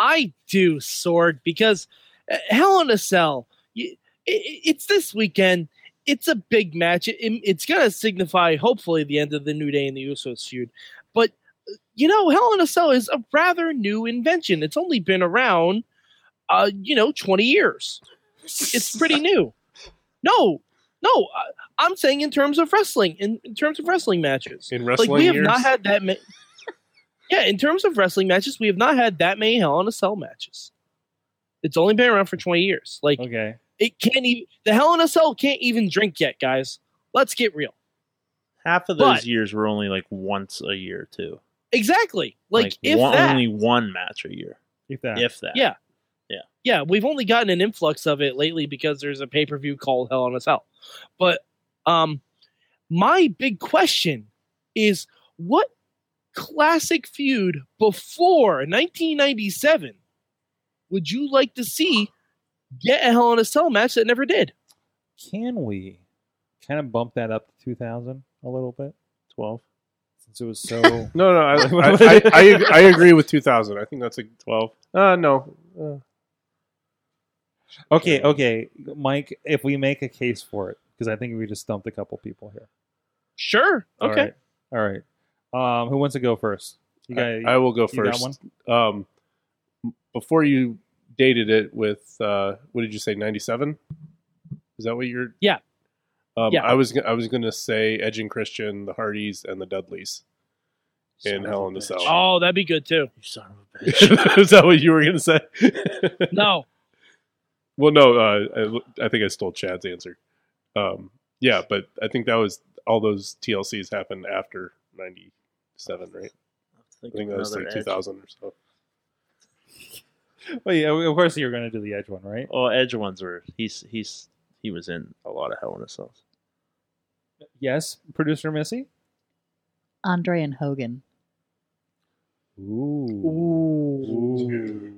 S4: I do, Sorg, because uh, Hell in a Cell, you, i- i it's this weekend. It's a big match. It, it- it's going to signify, hopefully, the end of the New Day and the Usos feud. But, uh, you know, Hell in a Cell is a rather new invention. It's only been around, uh, you know, 20 years. It's pretty new. No, no. I, I'm saying in terms of wrestling, in, in terms of wrestling matches
S5: In wrestling
S4: like we have
S5: years,
S4: not had that many. *laughs* yeah, in terms of wrestling matches, we have not had that many Hell in a Cell matches. It's only been around for twenty years. Like
S1: Okay.
S4: it can't even the Hell in a Cell can't even drink yet, guys. Let's get real.
S6: Half of those
S4: But-
S6: years were only like once a year too.
S4: Exactly. Like, if
S6: one,
S4: that.
S6: only one match a year,
S1: If that.
S6: if that.
S4: Yeah. yeah, we've only gotten an influx of it lately because there's a pay per view called Hell in a Cell. But um, my big question is what classic feud before 1997 would you like to see get a Hell in a Cell match that never did?
S1: Can we kind of bump that up to 2000 a little bit? 12? Since it was *laughs* so.
S5: No, no, I, I, I, I, ag- I agree with 2000. I think that's a 12. Uh, no. Uh,
S1: okay, okay. Mike, if we make a case for it, because I think we just stumped a couple people here.
S4: Sure.
S1: All
S4: Okay.
S1: right. All right. Um, who wants to go first? You got,
S5: I, I will go
S1: you got
S5: first.
S1: one?
S5: Um, before you dated it with uh, what did you say? Ninety seven. Is that what you're?
S4: Yeah.
S5: Um,
S4: Yeah.
S5: I was go- I was gonna say Edge and Christian, the Hardys, and the Dudleys. *laughs* In
S6: Son of
S5: Hell
S6: a
S5: in a
S6: bitch.
S5: Cell.
S4: Oh, that'd be good too.
S6: You son of a bitch.
S5: Is that what you were gonna say?
S4: No.
S5: *laughs* well, no. Uh, I, I think I stole Chad's answer. Um, yeah, but I think that was all those TLCs happened after ninety seven, right? I think that was like two thousand or so.
S1: Well, yeah, of course you're going to do the edge one, right?
S6: Oh, Edge ones were he's he's he was in a lot of Hell in a Cell.
S1: Yes, producer Missy.
S8: Andre and Hogan.
S1: Ooh.
S4: Ooh.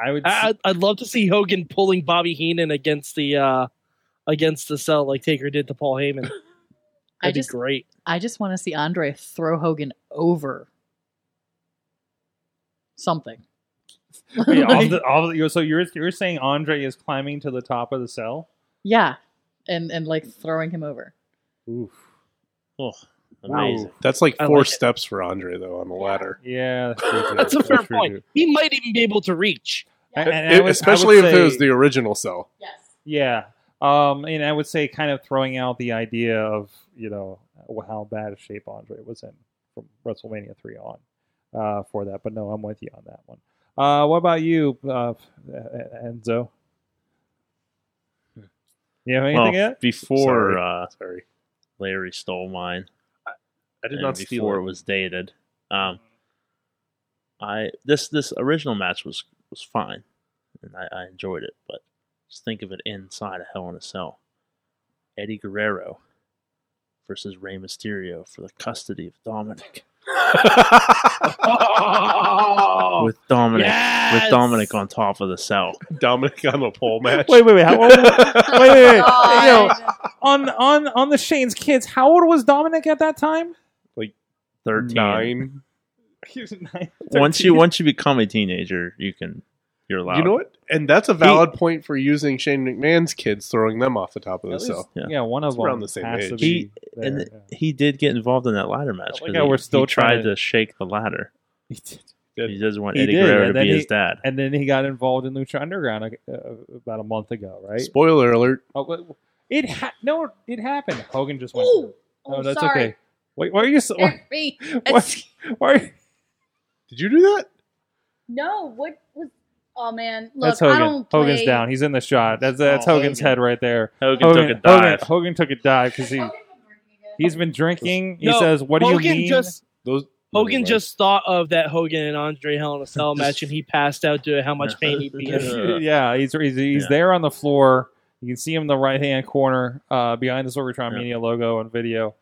S1: I would.
S4: I, I'd- I'd love to see Hogan pulling Bobby Heenan against the uh against the cell like Taker did to Paul Heyman. That'd
S8: I
S4: be
S8: just,
S4: great.
S8: I just want to see Andre throw Hogan over something.
S1: Wait, all
S4: *laughs*
S8: Like,
S1: the, all the, so you're you're saying Andre is climbing to the top of the cell?
S8: *laughs* yeah, and and like throwing him over.
S1: Oof.
S6: Oh, amazing.
S5: That's like
S4: I
S5: four
S4: like it.
S5: steps for Andre though on the ladder.
S1: Yeah,
S4: *laughs*
S1: that's, true, too.
S4: That's a fair
S1: true,
S4: point.
S1: too.
S4: He might even be able to reach.
S1: And- *laughs* and I
S5: It-
S1: would- I
S5: especially
S1: would
S5: if it was
S1: say-
S5: the original cell.
S8: Yes.
S1: Yeah. Um, and I would say kind of throwing out the idea of, you know, how bad a shape Andre was in from WrestleMania 3 on uh, for that. But no, I'm with you on that one. Uh, what about you, uh, Enzo? You have anything
S5: *laughs*
S6: Well,
S1: yet?
S6: before
S5: Sorry.
S6: uh,
S5: Sorry,
S6: Larry stole mine,
S5: I did
S6: and
S5: not steal
S6: before
S5: it.
S6: it was dated, um, I this this original match was was fine, and I, I enjoyed it. But just think of it inside a Hell in a Cell. Eddie Guerrero versus Rey Mysterio for the custody of
S5: *laughs*
S6: Dominic. with Dominic,
S4: Yes!
S6: with Dominic on top of the cell.
S5: Dominic on
S1: *laughs*
S5: a pole match.
S1: Wait, wait, wait. How old? wait, wait,
S7: *laughs*
S1: wait.
S7: Oh,
S1: You know, *laughs* on on on the Shane's kids. How old was Dominic at that time?
S5: *laughs*
S6: Thirteen.
S5: Nine.
S1: He was nine-
S6: Once
S1: 13.
S6: you once you become a teenager, you can you're allowed.
S5: You know what? And that's a valid point for using Shane McMahon's kids, throwing them off the top of
S1: At
S5: the
S1: least-
S5: cell.
S1: yeah.
S6: Yeah.
S1: one of
S5: It's
S1: them
S5: around the same
S1: has
S5: age.
S1: to
S6: He-
S1: be there,
S6: and
S1: yeah. *laughs*
S6: he did get involved in that ladder match.
S1: Like
S6: 'cause
S1: how
S6: he,
S1: we're still
S6: he tried
S1: trying to-
S6: to shake the ladder.
S1: He did.
S6: He doesn't want
S1: He
S6: Eddie
S1: did,
S6: Guerrero
S1: and
S6: to
S1: then
S6: be
S1: he-
S6: his dad.
S1: And then he got involved in Lucha Underground uh, about a month ago, right?
S5: Spoiler alert.
S1: Oh, wait, it ha- no, it happened. Hogan just went.
S7: Ooh.
S1: No,
S7: Oh,
S1: that's
S7: sorry.
S1: okay. Wait, why are you? So, why,
S7: Sorry.
S1: *laughs* why, why are you-
S5: Did you do
S1: *laughs*
S5: that?
S7: No, what was? Oh man, look,
S1: that's Hogan.
S7: I don't play.
S1: Hogan's down. He's in the shot. That's that's
S6: Oh,
S1: Hogan's
S6: Hogan.
S1: head right there.
S6: Hogan, took a
S1: Hogan, *laughs*
S6: dive.
S1: Hogan took a dive because he he's been drinking. He
S4: No,
S1: says, "What do you
S4: Hogan
S1: mean?"
S4: just
S5: Those
S4: Hogan
S5: Anyway.
S4: just thought of that Hogan and Andre Hell in a
S6: *laughs*
S4: Cell match, and he passed out due to how much pain he'd be in.
S1: yeah, he's he's, he's
S6: Yeah.
S1: there on the floor. You can see him in the right hand corner uh, behind the Sorgatron
S6: Yeah.
S1: Media logo and video.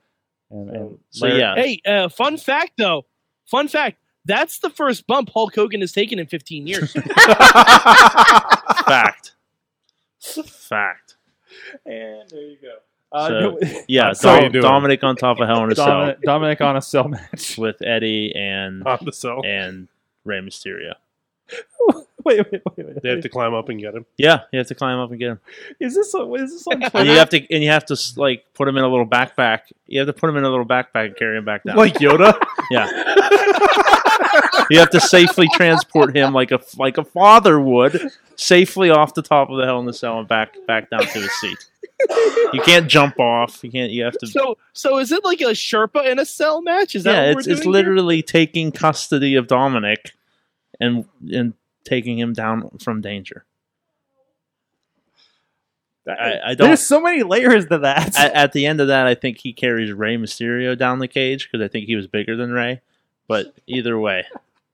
S1: And, and
S6: So
S1: Larry-
S6: *laughs* yeah,
S4: Hey, uh, fun fact though, fun fact. That's the first bump Hulk Hogan has taken in 15
S6: *laughs*
S4: years.
S1: *laughs*
S6: fact, fact.
S1: and there you go. Uh,
S6: So,
S1: no-
S6: Yeah,
S5: That's how you
S6: Dom-
S5: do it.
S6: Dominic on top of Hell in a Cell
S1: Dominic, Oh. Dominic on a cell match.
S6: with Eddie and
S5: on the cell.
S6: and Rey Mysterio.
S1: *laughs* wait, wait, wait, wait.
S5: They have to climb up and
S1: *laughs*
S5: get him.
S6: Yeah, you have to climb up and get him,
S1: Is this a, is
S6: *laughs*
S1: this on
S6: and
S1: Twitter?
S6: you have to and you have to like put him in a little backpack. You have to put him in a little backpack and carry him back down.
S5: Like Yoda.
S6: Yeah. you have to safely transport him like a like a father would safely off the top of the hell in the cell and back back down to his seat. You can't jump off. You can't. You have to.
S4: so, so is it like a Sherpa in a cell match? Is that
S6: yeah,
S4: what
S6: it's
S4: we're doing
S6: it's
S4: here?
S6: literally taking custody of Dominic, and and taking him down from danger. I, I don't.
S1: There's so many layers to that.
S6: at, at the end of that, I think he carries Rey Mysterio down the cage because I think he was bigger than Rey. But
S4: *laughs*
S6: either way,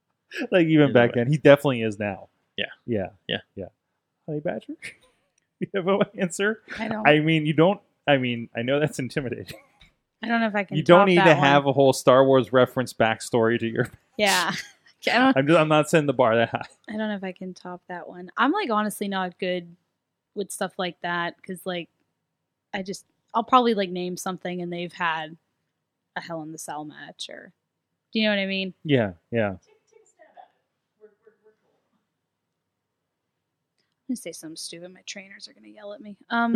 S1: *laughs* like even
S6: Either
S1: back
S6: way.
S1: then, he definitely is now.
S6: Yeah.
S1: yeah,
S6: Yeah.
S1: yeah. Honey Badger, *laughs* you have an answer.
S7: I don't. I,
S1: I mean, you don't. I mean, I know that's intimidating.
S7: don't know if I can.
S1: You don't
S7: top
S1: need to
S7: that one.
S1: have a whole Star Wars reference backstory to your. *laughs*
S7: Yeah. *laughs* I don't.
S1: I'm just, I'm not setting the bar that high.
S7: I don't know if I can top that one. I'm like honestly not good with stuff like that because like I just I'll probably like name something and they've had a Hell in the Cell match or do you know what I mean?
S1: Yeah, yeah.
S7: I'm gonna say something stupid. My trainers are gonna yell at me. Um,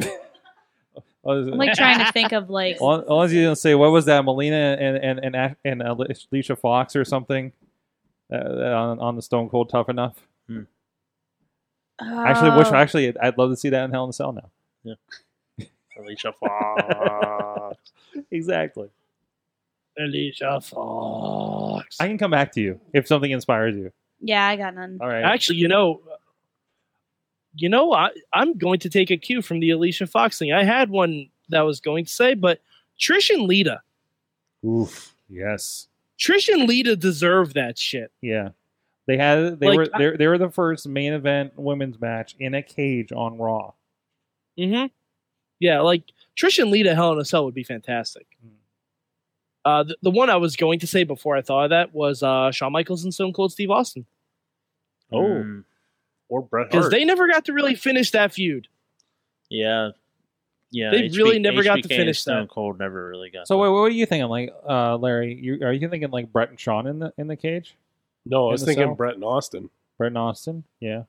S1: Oh, is it-
S7: I'm like trying to think of like
S1: *laughs* All, all I was gonna say, what was that? Melina and and and Ash- and Alicia Fox or something uh, on on the Stone Cold Tough Enough. I Actually, wish
S7: oh,
S1: actually I'd- I'd love to see that in Hell in a Cell now.
S6: Alicia Fox.
S1: Exactly.
S4: Alicia Fox.
S5: *laughs*
S1: I can come back to you if something inspires you.
S7: yeah, I got none.
S1: All right.
S4: Actually, you know, you know, I, I'm going to take a cue from the Alicia Fox thing. I had one that I was going to say, but Trish and Lita,
S1: Oof. Yes.
S4: Trish and Lita deserve that shit.
S1: Yeah. They had they
S4: Like,
S1: were
S4: I-
S1: they they were the first main event women's match in a cage on Raw.
S4: Mm-hmm. Yeah, like Trish and Lita Hell in a Cell would be fantastic.
S1: Mm.
S4: Uh, the, the one I was going to say before I thought of that was uh, Shawn Michaels and Stone Cold Steve Austin
S5: Oh.
S6: Mm,
S5: Or Bret
S4: because
S5: Hart.
S4: they never got to really finish that feud.
S6: yeah, yeah.
S4: They really never got to
S6: HBK
S4: finish
S6: Stone
S4: that.
S6: Cold never really got.
S1: So
S6: to-
S1: wait, what are you thinking? Like, uh, Larry, you are you thinking like Brett and Sean in the in the cage?
S5: no, I
S1: in
S5: was
S1: the
S5: thinking
S1: cell?
S5: Bret and Austin.
S1: Brett and Austin? Yeah.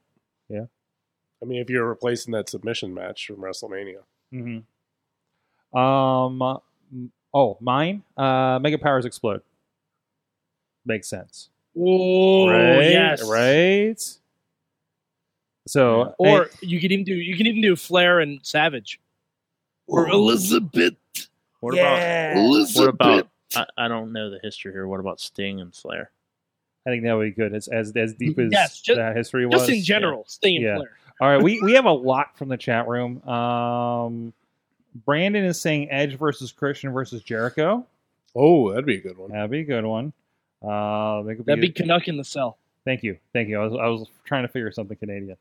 S5: I mean, if you're replacing that submission match from WrestleMania.
S1: Mm-hmm. Um. uh, m- Oh, mine. Uh, Mega powers explode. Makes sense.
S4: Oh
S1: right.
S4: yes,
S1: Right. So
S4: Or you could even do you can even do Flair and Savage or Elizabeth.
S6: what
S4: Yeah.
S6: about
S4: Elizabeth.
S6: what about? I, I don't know the history here. What about Sting and Flair?
S1: I think that would be good. As as, as deep as
S4: Yes, ju-
S1: that history was.
S4: Just in general, staying
S1: Yeah.
S4: Flair.
S1: All right, we we have a lot from the chat room. Um, Brandon is saying Edge versus Christian versus Jericho.
S5: Oh, that'd be a good one.
S1: That'd be a good one. Uh, that could
S4: That'd be Canuck in the cell.
S1: thank you, thank you. I was I was trying to figure something Canadian.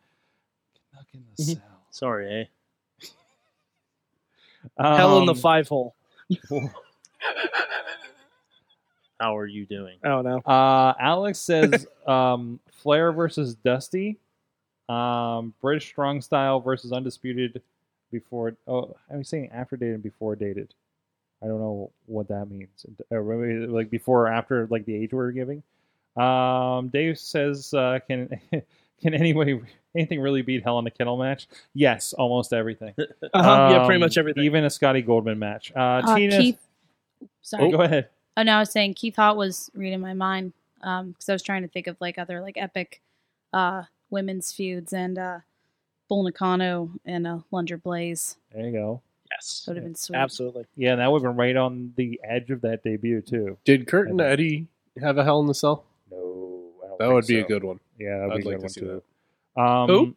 S1: Knock in the
S4: Mhm.
S1: cell.
S6: Sorry, eh?
S1: Um,
S4: Um, Hell in the five hole.
S6: How are you doing?
S4: I don't know.
S1: Uh, Alex says um, Flair versus Dusty, um, British Strong Style versus Undisputed before. Oh, I'm saying after dated and before dated. I don't know what that means. Or maybe like before or after, like the age we're giving. Um, Dave says, uh, "Can *laughs* can anybody anything really beat Hell in a Kettle match?" Yes, almost everything.
S4: Uh-huh, yeah, pretty
S1: Um,
S4: much everything.
S1: Even a Scotty Goldman match. Uh,
S7: Uh,
S1: Tina,
S7: Keith,
S1: oh,
S7: sorry.
S1: go ahead.
S7: Oh no, I was saying Keith Hot was reading my mind because I was trying to think of like other like epic uh, women's feuds and uh, Bull Nakano and uh, Lunger Blaze.
S1: There you go.
S4: yes,
S7: That would have been sweet.
S4: absolutely.
S1: Yeah, and that would have been right on the edge of that debut too.
S5: Did Kurt and Eddie have a Hell in the Cell?
S1: No, I don't
S5: That
S1: think
S5: would be a
S1: so.
S5: good one.
S1: Yeah, that'd
S5: I'd
S1: be a
S5: like
S1: good
S5: to
S1: one
S5: see
S1: too. Um,
S4: Who?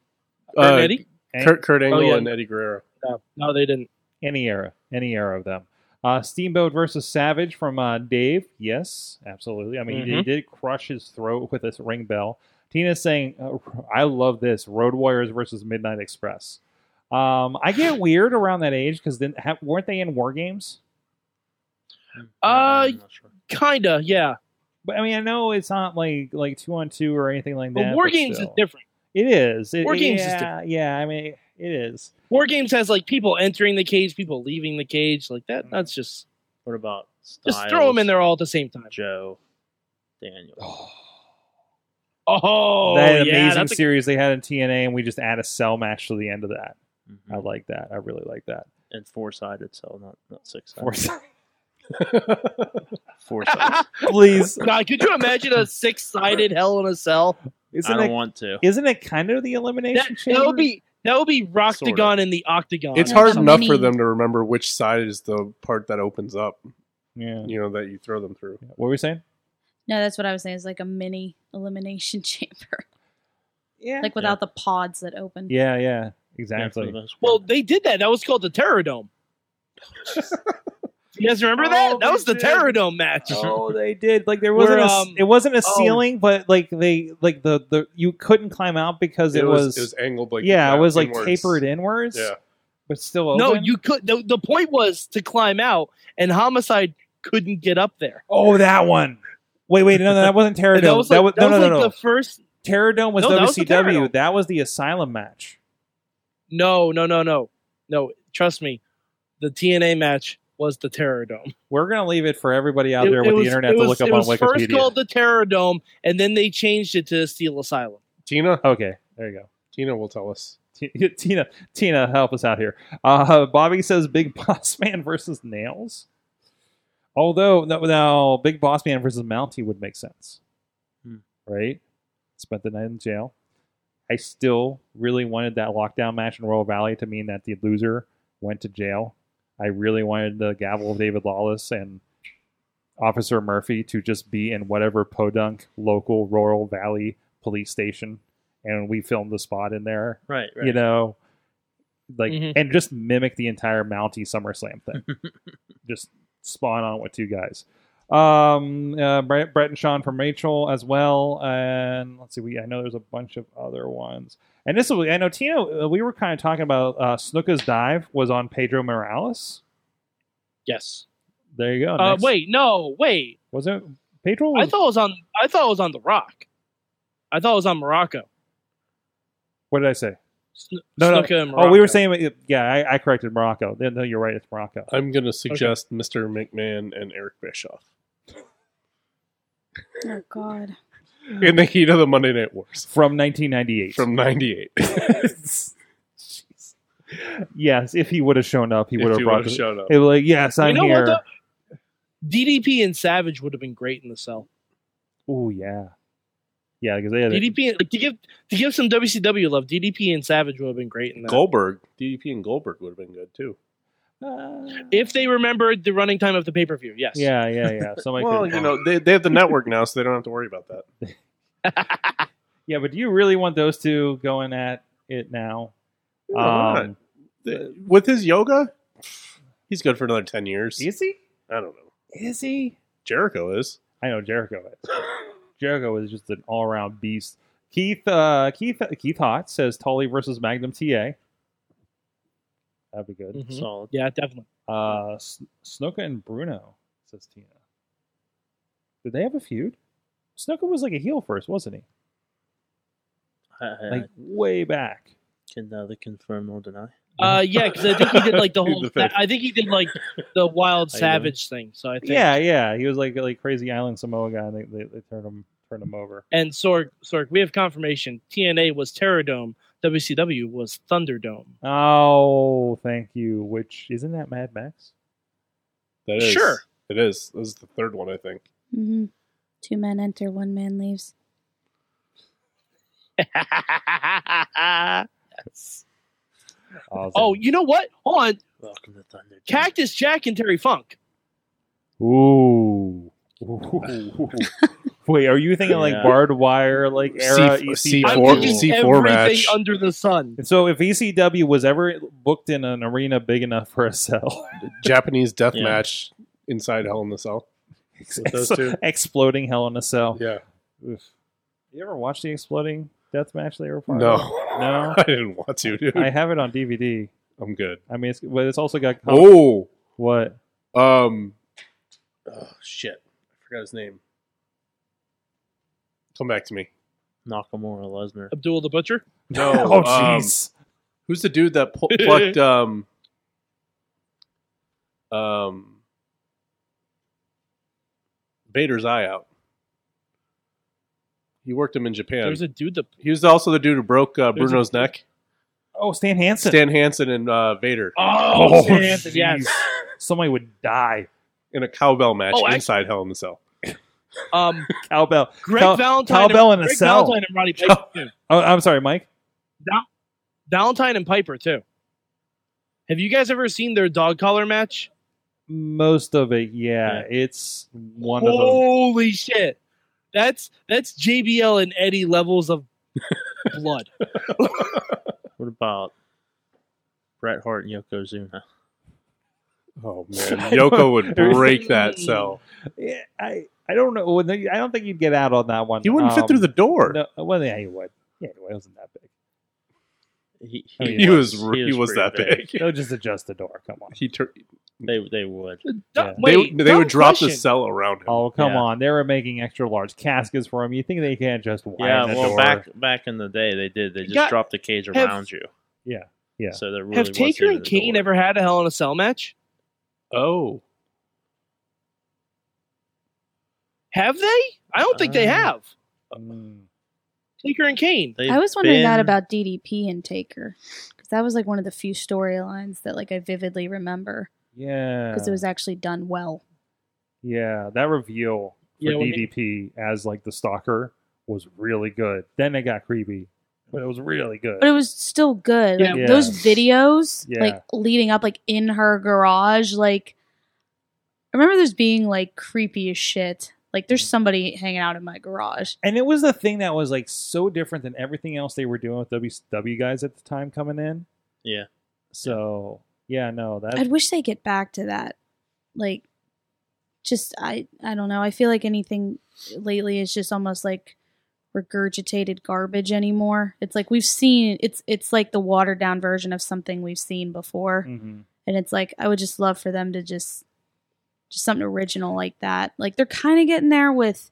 S5: Uh,
S4: Kurt and Eddie?
S1: an-
S5: Kurt, Kurt Angle
S4: yeah.
S5: and Eddie Guerrero.
S4: No, no, they didn't.
S1: Any era, any era of them. Uh, Steamboat versus Savage from uh, Dave. Yes, absolutely. I mean, he, he did crush his throat with this ring bell. Tina's saying, uh, "I love this." Road Warriors versus Midnight Express. Um, I get weird around that age because then ha- weren't they in War Games?
S4: Uh,
S6: I'm not sure.
S4: Kinda, yeah.
S1: But I mean, I know it's not like like two on two or anything like
S4: But
S1: that.
S4: War Games
S1: still.
S4: is different.
S1: It is. It,
S4: War Games is
S1: yeah, Yeah, I mean, it is.
S4: War Games has like people entering the cage, people leaving the cage, like
S1: Mm.
S4: that. That's just
S6: What about Styles,
S4: just throw them in there all at the same time.
S6: Joe, Daniel.
S4: Oh,
S1: that
S4: yeah,
S1: amazing
S4: that's a-
S1: series they had in TNA, and we just add a cell match to the end of that. I
S4: Mm.
S6: Mhm.
S1: like that. I really like
S4: *laughs*
S1: that.
S6: And four sided, so not not six
S1: Four
S6: sided.
S1: sides.
S4: *laughs*
S6: Four sided.
S1: *laughs* Please,
S4: *laughs* God, could you imagine a six-sided Hell in a Cell?
S1: *laughs*
S6: I
S1: isn't
S6: don't
S1: it?
S6: want to.
S1: Isn't it kind of the
S4: That,
S1: elimination
S4: that
S1: chamber?
S4: would be that would be
S6: Sort
S4: Roctagon
S6: of.
S4: and the Octagon.
S5: It's
S7: Yeah,
S5: hard
S7: so
S5: enough
S7: many-
S5: for them to remember which side is the part that opens up,
S1: yeah.
S5: you know, that you throw them through.
S1: What were we saying?
S7: No, that's what I was saying. It's like a mini elimination *laughs* chamber,
S1: Yeah.
S7: like without the pods that open.
S1: yeah, yeah,
S6: Yeah, for the
S1: *laughs* exactly.
S6: most part.
S4: Well, they did that. That was called the Terror Dome. you guys remember that?
S1: Oh,
S4: that was
S1: they
S4: the
S1: did.
S4: Terror Dome match.
S1: Oh, they did. Like there wasn't a,
S4: We're,
S1: s-
S4: um,
S1: it wasn't a
S4: oh.
S1: ceiling, but like they like the the you couldn't climb out because it, was,
S5: it was angled like
S1: yeah,
S5: that
S1: it was like
S5: inwards.
S1: tapered inwards.
S5: Yeah.
S1: but still open.
S4: No, you could. The, the point was to climb out, and Homicide couldn't get up there.
S1: Oh, that one. Wait, wait, no, no, that wasn't Terror
S4: And *laughs* that
S1: Dome.
S4: was like,
S1: That was, no,
S4: that was
S1: no,
S4: like
S1: no, no.
S4: the first.
S1: Terror Dome was
S4: No, that was the
S1: WCW.
S4: Terror Dome.
S1: that was the Asylum match.
S4: No, no, no, no, no. Trust me, the TNA match was the Terror Dome.
S1: We're gonna leave it for everybody out
S4: It-
S1: there
S4: it
S1: with
S4: was-
S1: the internet
S4: it
S1: to
S4: was-
S1: look up
S4: it
S1: on
S4: was First
S1: Wikipedia.
S4: called the Terror Dome, and then they changed it to Steel Asylum.
S5: Tina,
S1: okay, there you go.
S5: Tina will tell us.
S1: T- *laughs* Tina, Tina, help us out here. Uh, Bobby says Big *laughs* Boss Man versus Nails. Although no, no, Big Boss Man versus Mountie would make sense,
S6: Hmm.
S1: right? Spent the night in jail. I still really wanted that lockdown match in Royal Valley to mean that the loser went to jail. I really wanted the gavel of David Lawless and Officer Murphy to just be in whatever podunk local Royal Valley police station, and we filmed the spot in there
S6: right, right.
S1: you
S6: *laughs*
S1: know, like
S4: Mhm.
S1: and just mimic the entire Mountie SummerSlam
S4: *laughs*
S1: thing. just spawn on with two guys. Um, uh, Brett, Brett and Sean from Rachel as well, and let's see. We I know there's a bunch of other ones, and this will. I know Tina. uh, We were kind of talking about uh, Snooka's dive was on Pedro Morales.
S4: Yes.
S1: There you go.
S4: Uh,
S1: Next-
S4: wait, no, wait.
S1: was it Pedro?
S4: I
S1: Was,
S4: thought it was on. I thought it was on The Rock. I thought it was on Morocco.
S1: what did I say?
S4: Sn-
S1: No, no.
S4: Snuka and
S1: Oh, we
S4: Morocco.
S1: were saying. Yeah, I, I corrected Morocco. No, No, you're right. It's Morocco.
S5: I'm going to suggest Mr. McMahon and Eric Bischoff
S7: Oh God.
S5: *laughs* in the heat of the Monday Night Wars
S1: From 1998.
S5: from *laughs* 98.
S1: *laughs* yes, if he would have shown up, he would have brought. It
S5: showed up.
S1: was like, yes,
S4: You
S1: I'm
S4: know what,
S1: here.
S4: though? DDP and Savage would have been great in the cell.
S1: Oh yeah, yeah, because they had it.
S4: DDP and, like, to give to give some WCW love. DDP and Savage would have been great in that.
S5: Goldberg, DDP and Goldberg would have been good too.
S4: If they remembered the running time of the pay per view, yes.
S1: Uh, yeah, yeah, yeah. Somebody
S5: well,
S1: could've-
S5: you know, they, they have the network now, so they don't have to worry about that.
S1: yeah, but do you really want those two going at it now?
S5: Yeah, *laughs* why
S1: Um,
S5: not? The- With his yoga, he's good for another 10 years.
S1: is he?
S5: I don't know.
S1: Is he?
S5: Jericho is.
S1: I know Jericho
S5: *laughs*
S1: is. Jericho is just an all-around beast. Keith, uh, Keith, Keith Hot says Tully versus Magnum TA. That'd be good.
S4: Mhm.
S6: Solid.
S4: yeah, definitely.
S1: Uh, S- Snuka and Bruno. says Tina. Did they have a feud? Snooker was like a heel first, wasn't he?
S6: I, I
S1: Like way back.
S6: can neither confirm nor deny.
S4: Uh, yeah, because I think he did like the
S5: Dude,
S4: whole.
S5: the fact-
S4: I think he did like the wild
S6: How you
S4: savage thing. So I think.
S1: Yeah, yeah. He was like like crazy island Samoa guy. and They they, they turned him turned him over.
S4: And Sorg, Sorg, we have confirmation. TNA was Terradome. WCW was
S1: *laughs*
S4: Thunderdome.
S1: Oh, thank you. Which isn't that Mad Max?
S5: That is
S4: Sure.
S5: It is. This is the third one, I think.
S7: hmm Two men enter, one man leaves.
S1: Awesome.
S4: oh, you know what? Hold on.
S6: Welcome to Thunder. Jack.
S4: Cactus Jack and Terry Funk.
S1: Ooh.
S4: *laughs*
S1: Ooh. Wait, are you thinking like
S6: Yeah.
S1: barbed wire like era ECW?
S5: C- C4
S4: I'm
S5: Four-
S4: thinking
S5: C4
S4: everything
S5: match.
S4: under the sun.
S1: And so if ECW was ever booked in an arena big enough for a cell,
S5: Japanese death
S6: Yeah.
S5: match inside Hell in the Cell. With those two.
S1: exploding hell in a cell.
S5: Yeah.
S1: Oof. You ever watch the exploding death match they were part
S5: No.
S1: of? No.
S5: *laughs* I didn't want to, dude.
S1: I have it on DVD.
S5: I'm good.
S1: I mean, it's, but it's also got
S5: Oh.
S1: what?
S5: Um. Oh shit! I forgot his name. Come back to me.
S6: Nakamura Lesnar.
S4: Abdul the Butcher.
S5: *laughs* No.
S1: *laughs* oh,
S5: um,
S1: jeez.
S5: who's the dude that pl-
S4: *laughs*
S5: plucked? Um. Um. Vader's eye out. He worked him in Japan.
S4: There's a dude that.
S5: he was also the dude who broke uh,
S4: There's a- *laughs*
S5: Bruno's neck.
S1: oh, Stan Hansen.
S5: Stan Hansen and uh, Vader
S4: Oh,
S1: Oh,
S4: Stan Hansen,
S1: jeez.
S4: yes.
S1: Somebody would die.
S5: in a cowbell match
S4: Oh, I-
S5: inside Hell in the Cell.
S4: Um,
S1: Cowbell.
S4: Greg
S1: Cal-
S4: Valentine.
S1: Cowbell
S4: and,
S1: in a
S4: Greg
S1: cell.
S4: Valentine and Roddy Piper
S1: *laughs*
S4: too.
S1: Oh, I'm sorry, Mike.
S4: Val- Valentine and Piper too. Have you guys ever seen their dog collar match?
S1: Most of it, yeah. It's one of them.
S4: Holy shit! That's that's JBL and Eddie levels
S5: *laughs*
S4: of blood.
S6: What about Bret Hart and Yokozuna?
S5: *laughs* Oh man, Yoko would break that cell.
S1: Yeah, I, I don't know. When they- I don't think you'd get out on that one.
S5: He wouldn't fit
S1: Um,
S5: through the door.
S1: No, well, yeah, he would. Yeah, he wasn't that big.
S6: He,
S1: Oh, yeah.
S5: he, was, he was
S6: pretty
S5: that big.
S1: They'll just adjust the door. Come on.
S5: He tur-
S6: They *laughs* they would.
S1: Yeah.
S5: they,
S4: Wait,
S5: they
S4: dumb
S5: would drop the
S4: question.
S5: cell around him.
S1: Oh, come
S6: Yeah.
S1: on. They were making extra large caskets for him. You think they can't just wire
S6: yeah,
S1: the
S6: well,
S1: door?
S6: back back in the day, they did. They just
S4: Got-
S6: dropped the cage
S4: have-
S6: around you.
S1: Yeah, yeah.
S6: So there really
S4: Have
S6: wasn't
S4: Taker
S6: any
S4: and Kane
S6: door.
S4: ever had a Hell in a Cell match?
S5: Oh,
S4: Have they? I don't think they
S5: Um,
S6: Uh,
S4: have.
S1: Mm.
S4: Taker and Kane.
S6: They've
S7: I was wondering that
S6: been-
S7: about DDP and Taker because that was like one of the few storylines that like I vividly remember
S1: Yeah.
S7: because it was actually done well.
S1: Yeah, that reveal for
S4: Yeah, when they-
S1: DDP as like the stalker was really good. Then it got creepy, but it was really good.
S7: But it was still good. Like,
S1: Yeah.
S7: Those videos,
S1: Yeah.
S7: like leading up, like in her garage, like I remember those being like creepy as shit. Like there's
S1: Mm.
S7: somebody hanging out in my garage.
S1: and it was the thing that was like so different than everything else they were doing with WCW guys at the time coming in.
S6: Yeah.
S1: So yeah, no, that
S7: I'd wish they get back to that. Like, just I I don't know. I feel like anything lately is just almost like regurgitated garbage anymore. It's like we've seen it's it's like the watered down version of something we've seen before,
S1: Mhm.
S7: and it's like I would just love for them to just just something original like that. Like they're kind of getting there with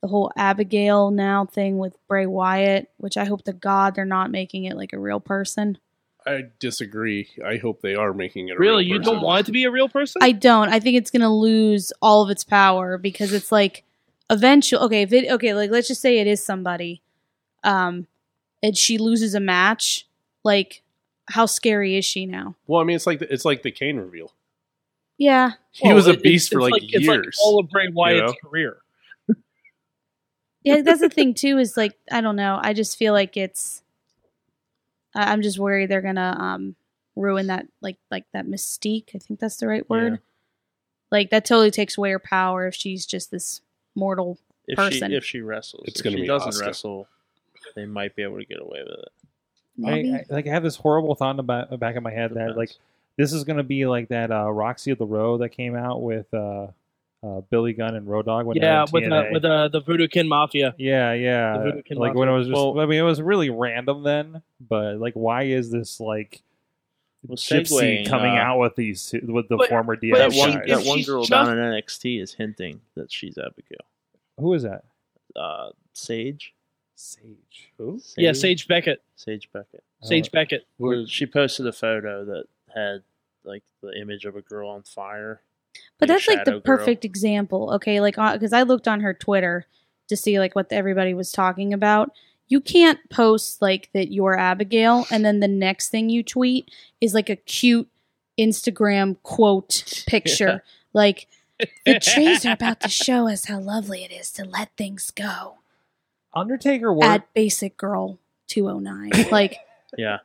S7: the whole Abigail now thing with Bray Wyatt, which I hope to God they're not making it like a real person.
S5: I disagree. I hope they are making it. A
S4: Really,
S5: real
S4: you don't
S5: person.
S4: want it to be a real person?
S7: I don't. I think it's going to lose all of its power because it's like eventually. Okay, if it, okay, like let's just say it is somebody, um, and she loses a match. Like, how scary is she now?
S5: Well, I mean, it's like the, it's like the Kane reveal.
S7: Yeah,
S5: He
S4: Well,
S5: was a
S4: it-
S5: beast
S4: it's
S5: for like,
S4: It's like
S5: years.
S4: all of Bray Wyatt's
S5: know?
S4: career.
S7: yeah. That's the thing too. Is like I don't know. I just feel like it's. I- I'm just worried they're gonna um ruin that like like that mystique. I think that's the right word.
S6: Yeah.
S7: Like that totally takes away her power if she's just this mortal.
S6: if
S7: person.
S6: She, if she wrestles,
S5: It's
S6: if
S5: gonna
S6: she
S5: be
S6: doesn't
S5: Asuka.
S6: wrestle, they might be able to get away with it.
S1: I,
S7: Maybe.
S1: I like I have this horrible thought in the ba- back of my head that
S6: Depends.
S1: like this is gonna be like that uh, Roxy of the Road that came out with uh, uh, Billy Gunn and Road Dog when they were
S4: yeah,
S1: in
S4: with uh,
S1: TNA.
S4: with uh, the Voodoo Kin Mafia.
S1: Yeah, yeah.
S4: The Voodoo Kin
S1: Like when it was just,
S6: Mafia.
S1: I mean, it was really random then, but like, why is this like
S6: Well,
S1: Gypsy
S6: segueing,
S1: coming
S6: uh,
S1: out with these two- with the
S4: But-
S1: former
S4: But
S6: That
S1: DX
S4: if
S6: one,
S4: she-
S1: guys.
S4: if
S6: that one
S4: she's
S6: girl
S4: just-
S6: down in NXT is hinting that she's Abigail.
S1: Who is that?
S6: Uh, Sage?
S1: Sage. Who?
S6: Sage?
S4: Yeah, Sage Beckett.
S6: Sage Beckett.
S5: Uh,
S4: Sage Beckett.
S6: Where she posted a photo that had like the image of a girl on fire.
S7: But
S6: a
S7: that's like
S6: shadow
S7: the
S6: girl.
S7: perfect example, okay? Like, because I looked on her Twitter to see like what everybody was talking about. You can't post like that you're Abigail, and then the next thing you tweet is like a cute Instagram
S6: *laughs*
S7: quote picture, like the trees are about to show us how lovely it is to let things go.
S1: Undertaker worked.
S7: At Basic Girl two
S6: *laughs*
S7: oh nine, like.
S6: Yeah.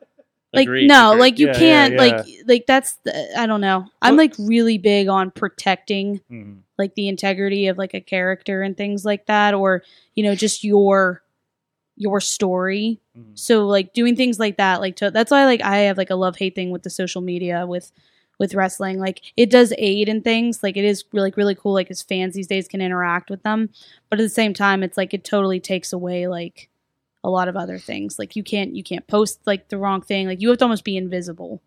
S7: Like
S6: Agreed,
S7: no,
S6: agreed.
S7: like you
S1: Yeah, yeah,
S7: can't
S1: yeah.
S7: like like that's the, I don't know. I'm
S1: Well-
S7: like really big on protecting
S1: Mm.
S7: like the integrity of like a character and things like that or you know just your your story
S1: Mm.
S7: so like doing things like that like to, that's why like i have like a love hate thing with the social media with with wrestling like it does aid in things like it is really really cool like as fans these days can interact with them but at the same time it's like it totally takes away like a lot of other things like you can't you can't post like the wrong thing like you have to almost be invisible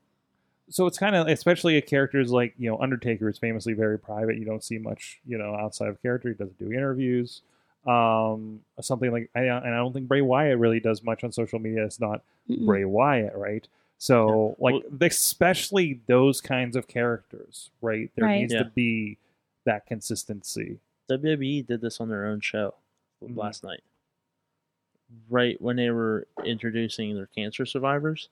S1: So it's kind of, especially a characters like you know Undertaker is famously very private. You don't see much, you know, outside of character. He doesn't do interviews. Um, something like, I, and I don't think Bray Wyatt really does much on social media. It's not
S7: Mm-mm.
S1: Bray Wyatt, right? So, like, especially those kinds of characters, right? There
S7: Right.
S1: needs to
S6: Yeah.
S1: be that consistency.
S6: WWE E did this on their own show
S1: Mhm.
S6: last night. Right when they were introducing their cancer survivors,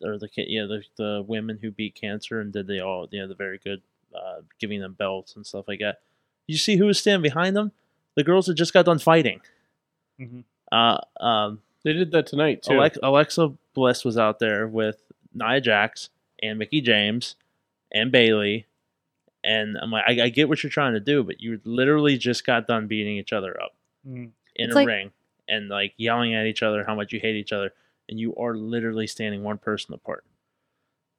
S6: or the ca- yeah the, the women who beat cancer and did they all you know the very good uh, giving them belts and stuff like that. You see who was standing behind them? The girls that just got done fighting.
S1: Mhm.
S6: Uh, um,
S5: They did that tonight too.
S6: Alex- Alexa Bliss was out there with Nia Jax and Mickey James and Bailey. And I'm like, I, I get what you're trying to do, but you literally just got done beating each other up
S1: Mhm.
S6: in
S7: It's
S6: a
S7: like-
S6: ring and like yelling at each other how much you hate each other. And you are literally standing one person apart.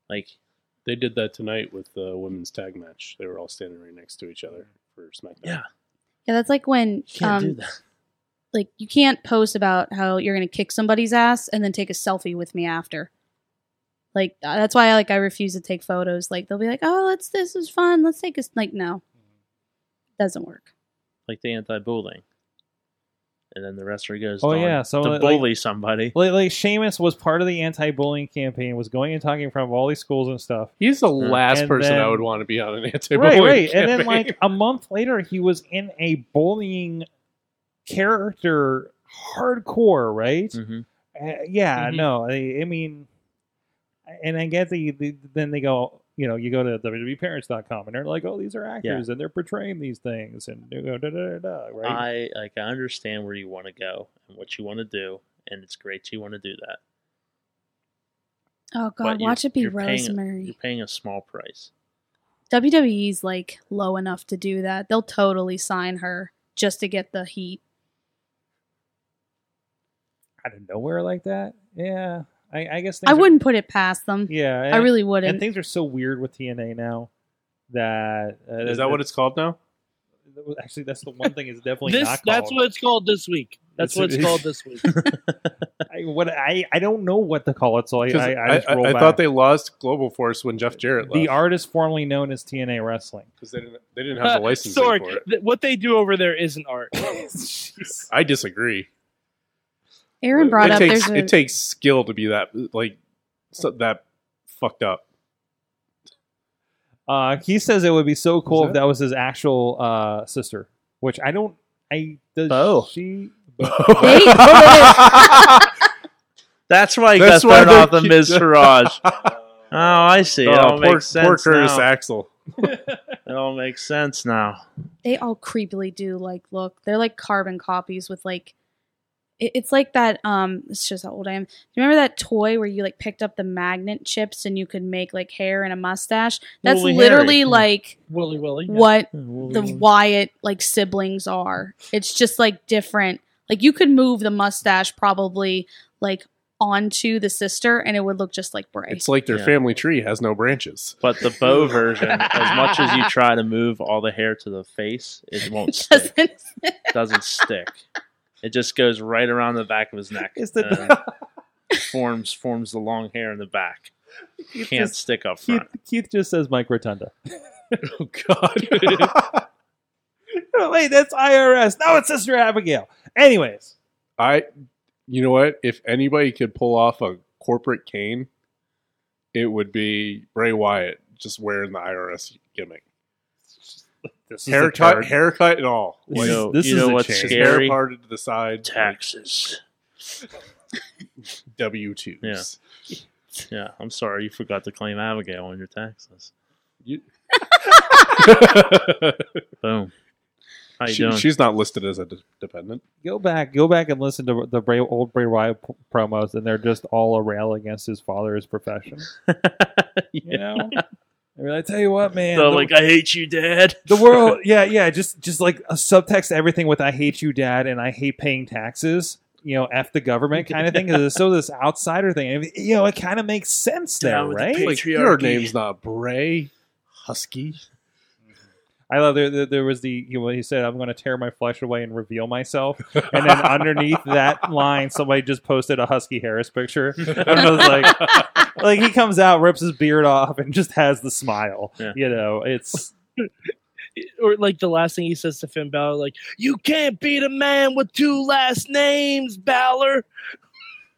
S6: Like,
S5: They did that tonight with the women's tag match. They were all standing right next to each other for SmackDown.
S6: Yeah.
S7: yeah that's like when
S6: you can't do
S7: um,
S6: that.
S7: like you can't post about how you're going to kick somebody's ass and then take a selfie with me after like uh, that's why like i refuse to take photos like they'll be like oh let's this is fun let's take a s-" like no doesn't work
S6: Like the anti bullying. And then the wrestler goes
S1: Oh,
S6: on
S1: yeah, so,
S6: to
S1: like-
S6: bully somebody.
S1: Like, like Sheamus was part of the anti-bullying campaign, was going and talking in front of all these schools and stuff.
S5: He's the
S6: Yeah.
S5: last
S1: And
S5: person I
S1: then-
S5: would want to be on an anti-bullying
S1: Right,
S5: *laughs*
S1: right.
S5: campaign.
S1: And then like a month later, he was in a bullying character, hardcore, right?
S6: Mhm.
S1: Uh, yeah,
S5: Mhm.
S1: no, I, I mean, and I guess they, they, then they go, you know, you go to E www.parents.com and they're like, oh, these are actors and they're portraying these things and you go, da, da, da, da, right?
S6: I like I understand where you want to go and what you want to do, and it's great you want to do that.
S7: oh god
S6: But you-
S7: watch it be
S6: you're paying-
S7: rosemary
S6: You're paying a small price.
S7: wwe's like low enough to do that they'll totally sign her just to get the heat
S5: Uh,
S1: Out of nowhere like that. Yeah, I, I guess.
S7: i
S1: things are-
S7: wouldn't put it past them
S1: yeah,
S7: i really wouldn't
S1: And things are so weird with TNA now that uh,
S5: is that what it's called now?
S1: actually? That's the one thing is definitely
S4: This
S1: not.
S4: that's
S1: called.
S4: what it's called this week. That's
S1: It's-
S4: what it's
S1: it's-
S4: called this week.
S1: I, what I I don't know what to call it, so I
S5: 'Cause
S1: I, I, just roll
S5: I
S1: back.
S5: thought they lost Global Force when Jeff Jarrett left.
S1: the artist formerly known as TNA Wrestling.
S5: because they didn't they didn't *laughs* have the license
S4: Sorg,
S5: for it.
S4: th- what they do over there isn't art. *laughs*
S5: I disagree.
S7: aaron brought
S5: it
S7: up
S5: takes
S7: there's a
S5: it takes skill to be that like so, that fucked up.
S1: Uh, he says it would be so cool
S5: Who's
S1: if that was his actual uh, sister, which I don't. I does
S5: Oh.
S6: Bo.
S1: she?
S5: *laughs*
S6: That's why he
S5: That's
S6: got
S5: why
S6: thrown
S5: they
S6: off the
S5: keep- *laughs*
S6: Miz Taraj. oh, I see. it all
S5: Oh, poor,
S6: makes sense
S5: poor Curtis
S6: now.
S5: Axel.
S6: It all makes sense now.
S7: they all creepily do like look they're like carbon copies with like it- it's like that um this shows how old i am do you remember that toy where you like picked up the magnet chips and you could make like hair and a mustache that's
S6: Woolly
S7: literally
S6: Harry.
S7: like
S4: Willy Willy. yeah.
S7: what the
S6: The
S7: wyatt like siblings are it's just like different like you could move the mustache probably like onto the sister and it would look just like bray *laughs*
S5: It's like their
S6: Yeah.
S5: family tree has no branches.
S6: but the bow version, as much as you try to move all the hair to the face,
S7: *laughs*
S6: it won't stick.
S7: doesn't
S6: doesn't stick. It just goes right arown the back of his neck.
S1: It's the-
S5: *laughs*
S6: and forms forms the long hair in the back. Can't stick up
S1: Keith,
S6: front.
S1: Keith just says Mike
S5: *laughs*
S1: Rotunda. *laughs*
S6: Oh God.
S1: oh, wait, that's IRS. No, it's Sister Abigail. Anyways,
S5: I, you know what? If anybody could pull off a corporate cane, it would be Bray Wyatt just wearing the IRS gimmick,
S1: this is
S5: haircut, haircut, and all.
S1: This
S6: you
S1: is-
S6: know,
S1: this
S6: you
S1: is
S6: know
S1: a
S6: what's
S1: change.
S5: His hair
S6: scary?
S5: parted to the side.
S6: Taxes.
S5: *laughs* W twos.
S6: Yeah.
S5: *laughs*
S6: Yeah, I'm sorry you forgot to claim Abigail on your taxes.
S5: You-
S6: Boom. How you
S5: She,
S6: doing? *laughs*
S5: she's not listed as a de- dependent.
S1: Go back, go back and listen to the Bray, old Bray Wyatt p- promos, and they're just all a rail against his father's profession. You
S6: yeah.
S1: know, I mean, I tell you what, man,
S6: So
S1: the,
S6: like, I hate you, Dad.
S1: the world, yeah, yeah, just just like a subtext to everything with "I hate you, Dad," and "I hate paying taxes." You know, f the government kind of thing. 'cause it's so this outsider thing. I mean, you know, it kind of makes sense there,
S6: Down with the
S1: right?
S5: Like, your
S6: Patriarchy.
S5: name's not Bray Husky.
S1: I love there. There, there was the you know, he said, "I'm going to tear my flesh away and reveal myself," and then underneath that line, somebody just posted a Husky Harris picture, and I was like, like he comes out, rips his beard off, and just has the smile.
S6: Yeah.
S1: You know, it's
S4: or like the last thing he says to Finn Balor, like, "You can't beat a man with two last names, Balor,"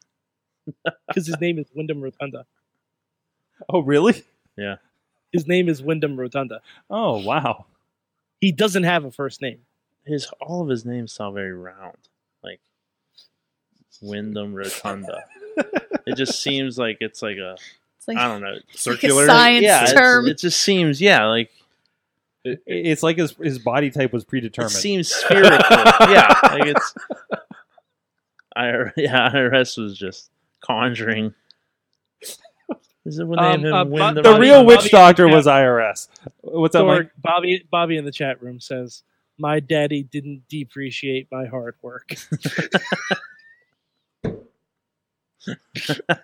S4: *laughs* because his name is Wyndham Rotunda.
S1: oh really?
S4: His name is Wyndham Rotunda.
S1: Oh wow.
S4: He doesn't have a first name.
S6: His all of his names sound very round, like Wyndham Rotunda. it just seems like it's like a
S7: It's like,
S6: I don't know
S7: circular. science
S6: yeah, it's-
S7: term.
S6: It just seems yeah, like
S1: It- It's like his his body type was
S6: it
S1: predetermined.
S6: seems spherical. yeah, like it's. I yeah, IRS was just conjuring. Is it when they
S4: Um,
S6: have him
S4: uh,
S6: win
S4: but
S1: the
S4: Bobby-
S1: real witch
S4: Bobby-
S1: doctor
S4: yeah.
S1: was IRS. What's up, Mike?
S4: Sorg, Bobby Bobby in the chat room says, "My daddy didn't depreciate my hard work." *laughs*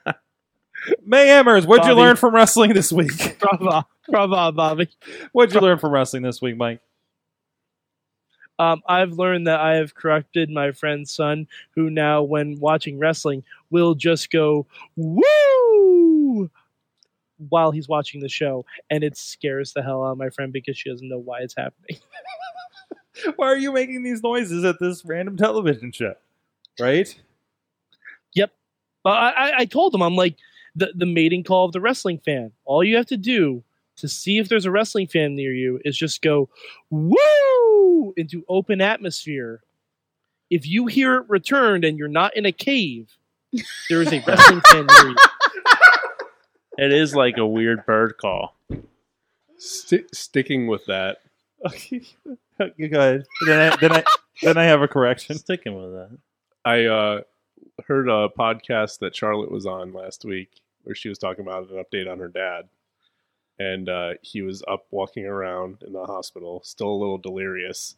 S1: May Hammers, what'd you
S4: Bobby.
S1: learn from wrestling this week? *laughs*
S4: bravo, bravo, Bobby.
S1: What'd you learn from wrestling this week, Mike?
S4: Um, I've learned that I have corrupted my friend's son, who now, when watching wrestling, will just go woo while he's watching the show, and it scares the hell out of my friend because she doesn't know why it's happening. *laughs*
S1: Why are you making these noises at this random television show? Right?
S4: But I, I, I told him, I'm like the the mating call of the wrestling fan. All you have to do to see if there's a wrestling fan near you is just go woo into open atmosphere. If you hear it returned and you're not in a cave, there is a wrestling fan near you.
S6: It is like a weird bird call.
S5: Sti sticking with that.
S1: *laughs* Okay. Okay, Go ahead. Then I, then I then I have a correction.
S6: Sticking with that.
S5: I uh, heard a podcast that Charlotte was on last week where she was talking about an update on her dad. And uh, he was up walking around in the hospital, still a little delirious.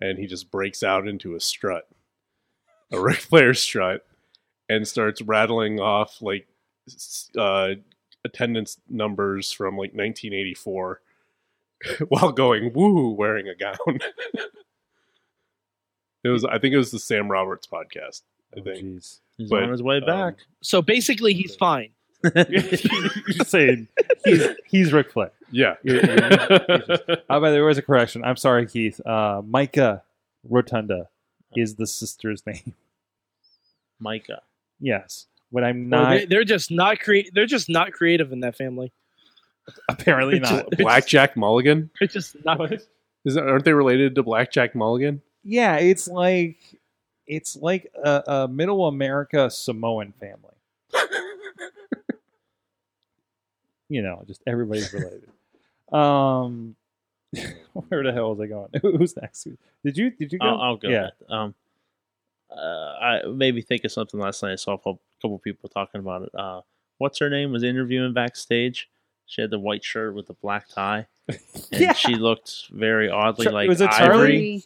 S5: And he just breaks out into a strut, a *laughs* Ric Flair strut, and starts rattling off like s- uh, attendance numbers from like 1984 *laughs* while going woo wearing a gown. *laughs* it was, I think it was the Sam Roberts podcast. I think.
S1: jeez.
S6: He's
S5: But,
S6: on his way
S5: um,
S6: back.
S4: So basically, he's fine.
S1: *laughs* You're saying he's he's Ric Flair.
S4: *laughs*
S5: Yeah.
S1: Oh, by the way, there was a correction. I'm sorry, Keith. Uh, Micah Rotunda is the sister's name. *laughs*
S6: Micah.
S1: Yes. When I'm
S4: Well,
S1: not
S4: they- they're just not create. They're just not creative in that family. *laughs*
S1: apparently not.
S5: Blackjack Mulligan?
S4: They're just not.
S5: Is that, aren't they related to Blackjack Mulligan?
S1: Yeah, it's like it's like a, a middle America Samoan *laughs* family. you know, just everybody's related. Um *laughs* where the hell was I going? *laughs* Who- Who's next? Did you did you go?
S6: I'll, I'll go.
S1: Yeah.
S6: Yeah. Um, uh, I maybe think of something last night. I saw a cou- couple people talking about it. Uh, what's her name was interviewing backstage. She had the white shirt with the
S1: *laughs*
S6: black tie, and
S1: Yeah.
S6: she looked very oddly
S1: Char-
S6: like
S1: was it Charlie?
S6: Ivory.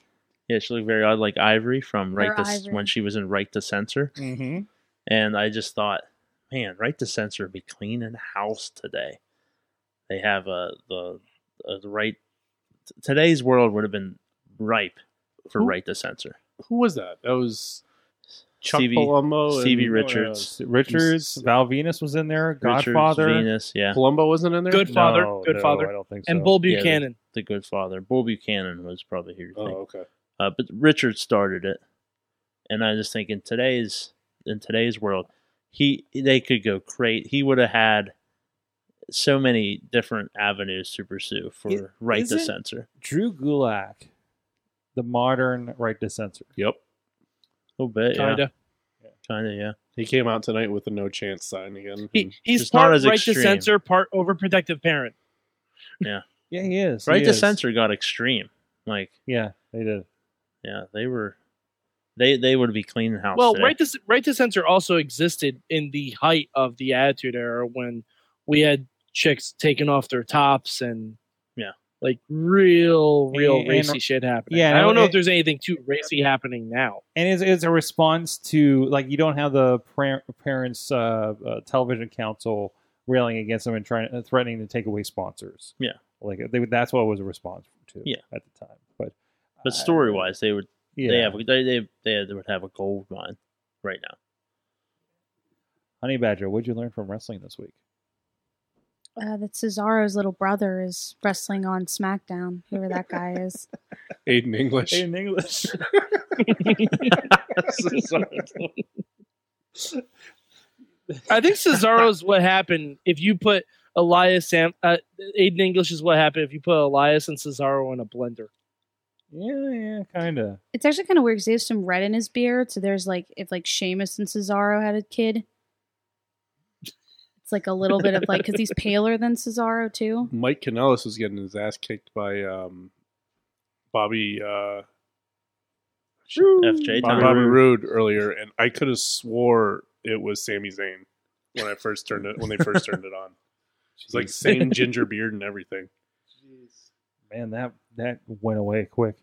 S6: Yeah, she looked very odd like Ivory from
S7: Or
S6: Right to S-
S7: Ivory.
S6: when she was in Right to Censor.
S1: Mm-hmm.
S6: And I just thought, man, Right to Censor would be cleaning house today. They have a the, uh the right t- today's world would have been ripe for
S5: Who-
S6: Right to Censor.
S5: Who was that? That was Chuck
S6: Stevie-
S5: Palumbo, and-
S6: Stevie
S5: oh, yeah,
S6: Richards.
S1: Richards, Val Venus was in there.
S6: Richards,
S1: Godfather.
S6: Venus, yeah,
S5: Palumbo wasn't in there.
S4: Good Father,
S5: No,
S4: Good
S5: no,
S4: Father.
S5: I don't think so.
S4: *laughs* and Bull
S6: Yeah, the-
S4: Buchanan.
S6: The Good Father. Bull Buchanan was probably here.
S5: Oh, okay.
S6: uh, but Richard started it, and I just think in today's in today's world, he they could go great. He would have had so many different avenues to pursue for
S1: Is-
S6: right
S1: is
S6: to
S1: it-
S6: censor.
S1: Drew Gulak, the modern right to censor.
S5: Yep.
S6: A little bit, Oh, yeah,
S4: Kinda.
S6: kind of, yeah.
S5: He came out tonight with a no chance sign again.
S4: He, he's
S6: Just not
S4: part
S6: as
S4: right to
S6: extreme.
S4: censor, part overprotective parent.
S1: Yeah, he is.
S6: Right
S1: he
S6: to
S1: is.
S6: censor got extreme. Like,
S1: Yeah, they did.
S6: yeah, they were, they they would be cleaning house.
S4: Well,
S6: today.
S4: right to right to censor also existed in the height of the Attitude Era when we had chicks taking off their tops and
S6: Yeah.
S4: like real, real
S1: And- and-
S4: racy shit happening.
S1: yeah,
S4: I don't
S1: and-
S4: know if there's anything too racy happening now.
S1: And it's, it's a response to like you don't have the par- parents' uh, uh, television council railing against them and trying uh, threatening to take away sponsors.
S6: Yeah.
S1: like they, that's what it was a response to.
S6: Yeah.
S1: at the time, but uh,
S6: but story wise, they would
S1: yeah,
S6: they have they they they would have a gold mine right now.
S1: Honey Badger, what'd you learn from wrestling this week?
S7: Uh, that Cesaro's little brother is wrestling on SmackDown. Whoever that guy is.
S5: Aiden English.
S1: In English,
S4: I think Cesaro's what happened if you put Elias Sam uh, Aiden English is what happened if you put Elias and Cesaro in a blender.
S1: *laughs* yeah, yeah, kind of.
S7: It's actually kind of weird because he has some red in his beard. So there's like if like Seamus and Cesaro had a kid, it's like a little bit of like because he's paler than Cesaro too.
S5: Mike Kanellis was getting his ass kicked by um, Bobby uh, Bobby,
S6: FJ time.
S5: Bobby Roode earlier, and I could have swore it was Sami Zayn when I first turned it when they first turned it
S6: *laughs*
S5: on. She's like same ginger beard and everything.
S1: man, that that went away quick.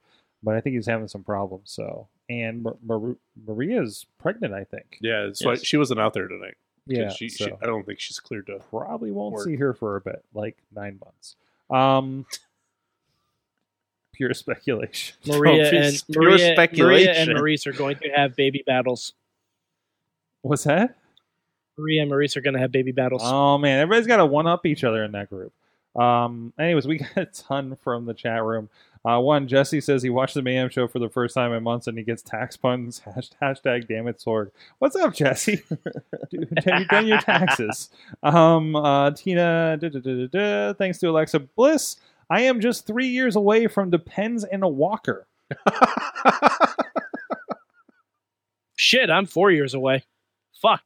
S1: But I think he's having some problems. So, and Mar- Mar- Maria's pregnant, I think.
S5: Yeah, so
S6: Yes.
S5: she wasn't out there tonight. 'cause
S1: Yeah,
S5: she, she,
S1: so.
S5: I don't think she's
S1: *laughs*
S5: cleared to.
S1: probably won't
S5: Work.
S1: see her for a bit, like nine months. Um, pure *laughs* speculation.
S4: Maria and
S6: pure
S4: Maria, Maria and
S6: speculation.
S4: Maurice are going to have baby battles.
S1: What's that?
S4: Maria and Maurice are going to have baby battles.
S1: Oh man, everybody's got to one up each other in that group. Um, anyways, we *laughs* got a ton from the chat room. Uh, one Jesse says he watched the Mayhem show for the first time in months and he gets tax puns. *laughs* Hash, hashtag damn it Sorg. What's up, Jesse? *laughs* Dude, have you done your *laughs* taxes? Um, uh, Tina, duh, duh, duh, duh, duh, thanks to Alexa Bliss, I am just three years away from depends and a walker.
S4: Shit, I'm four years away. Fuck.